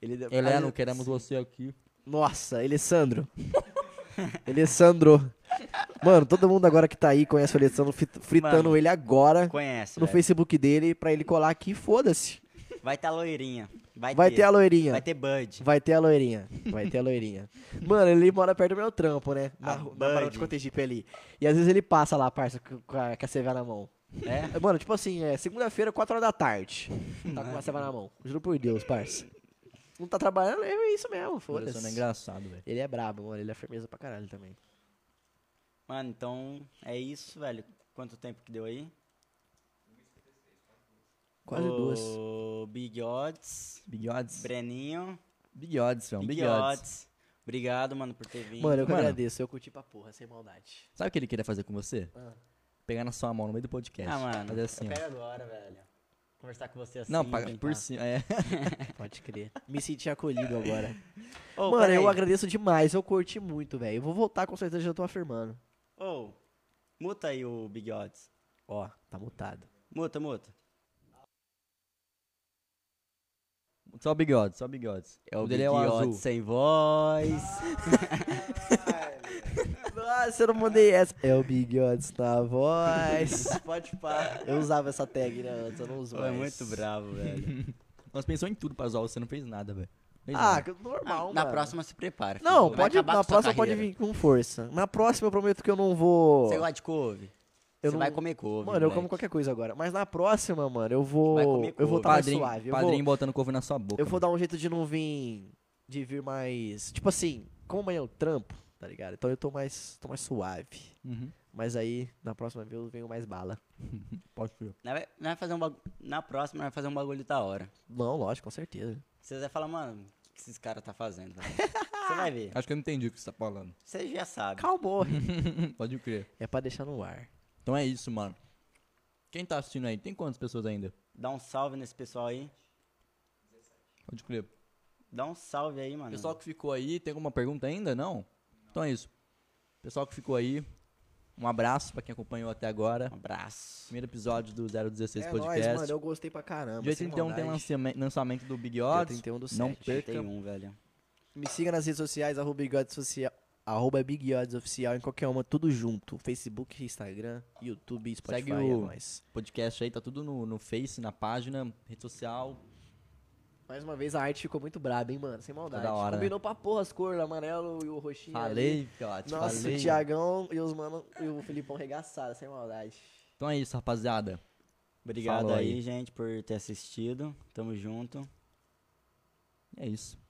Ele,
é
Heleno,
Ah,
é, queremos você aqui.
Nossa, Alessandro. Alessandro. Mano, todo mundo agora que tá aí conhece o Alessandro, fit- fritando
Mano,
ele agora
Conhece, é.
no
velho.
Facebook dele pra ele colar aqui, foda-se.
Vai ter a loirinha. Vai,
Vai
ter.
ter a loirinha.
Vai ter Bud.
Vai ter a loirinha. Vai ter a loirinha. Mano, ele mora perto do meu trampo, né?
A
Na, ru- na Barão de
Ah, Bud.
Cotegipe ali. E às vezes ele passa lá, parça, com com a, com a CV na mão.
É?
Mano, tipo assim, é segunda-feira, 4 horas da tarde. Tá com uma ceva na mão. Juro por Deus, parça. Não tá trabalhando, é isso mesmo,
Foda-se. é
foda-se.
engraçado, velho.
Ele é brabo, mano. Ele é firmeza pra caralho também.
Mano, então é isso, velho. Quanto tempo que deu aí?
Quase duas.
O Big Odds,
Big Odds.
Breninho,
Big Odds, filho. Então, Big,
Big
Odds.
Odds. Obrigado, mano, por ter vindo.
Mano, eu que
Mano.
agradeço. Eu curti pra porra, sem maldade.
Sabe o que ele queria fazer com você?
Ah.
Pegar na sua mão no meio do podcast.
Ah, mano.
Fazer assim, ó.
eu quero agora, velho. Conversar com você assim.
Não, paga
bem,
por
tá?
cima. É.
Pode crer. Me senti acolhido agora.
Ô,
mano, eu
peraí.
agradeço demais. Eu curti muito, velho. Eu vou voltar, com certeza, já tô afirmando.
Ô, muta aí o Big Odds.
Ó, tá mutado.
Muta, muta.
Só o Big Odds, só o Big Odds. o dele é o azul.
sem voz.
Nossa, eu Ah, não mandei essa. É o Big Odds na voz. Pode pá. Eu usava essa tag, né, antes. Eu não uso
Pô, é
mais.
muito bravo, velho.
Nós pensamos em tudo pra zoar, você não fez nada, velho. Fez
Ah,
nada.
que normal,
Na
mano.
próxima se prepara. filho.
Não,
Vai
pode,
acabar
na
com sua
próxima pode
carreira.
vir com força. Na próxima eu prometo que eu não vou.
Você gosta de couve?
Eu
você
não-
vai comer couve.
Mano, eu
moleque.
como qualquer coisa agora. Mas na próxima, mano, eu vou.
Vai comer
eu
couve.
vou estar mais
padrinho,
suave. Eu
padrinho
vou,
botando couve na sua boca.
eu vou dar um jeito de não vir. De vir mais. Tipo assim, como amanhã eu trampo, tá ligado? Então eu tô mais. tô mais suave.
mano. Uhum.
Mas aí, na próxima vez eu venho mais bala.
Pode crer.
Nós vai- nós vai fazer um bagu- Na próxima, nós vai fazer um bagulho da hora.
Não, lógico, com certeza.
Vocês vai falar, mano, o que que esses caras tá fazendo? velho? Você vai ver.
Acho que eu não entendi o que você tá falando.
Você já sabe.
Calmou.
Uhum. Pode crer.
é pra deixar no ar.
Então é isso, mano. Quem tá assistindo aí? Tem quantas pessoas ainda?
Dá um salve nesse pessoal aí.
Pode crer.
Dá um salve aí,
Ah,
mano.
Pessoal que ficou aí, tem alguma pergunta ainda? Não? Então é isso. Pessoal que ficou aí, um abraço pra quem acompanhou até agora.
Um abraço.
Primeiro episódio do 016
é
Podcast.
nóis, mano, eu gostei pra caramba.
Dia
sem
31 tem
maldade.
lançame- lançamento do Big
Dia
Odds.
31 do
Não
7.
perca.
Tem um, velho.
Me siga nas redes sociais, arroba Big Odds Social. Arroba Big Odds Oficial em qualquer uma, tudo junto. Facebook, Instagram, YouTube, Spotify,
Segue
é
o-
nóis.
Podcast aí, tá tudo no, no Face, na página, rede social.
Mais uma vez a arte ficou muito braba, hein, mano? Sem maldade.
da hora, né?
Combinou pra porra as cores, o amarelo e o roxinho. ali.
Falei, Fiote,
Nossa,
falei.
o Tiagão e os mano e o Filipão regaçaram, sem maldade.
Então é isso, rapaziada.
Obrigado
Falou
aí,
aí.
gente, por ter assistido. Tamo junto.
É isso.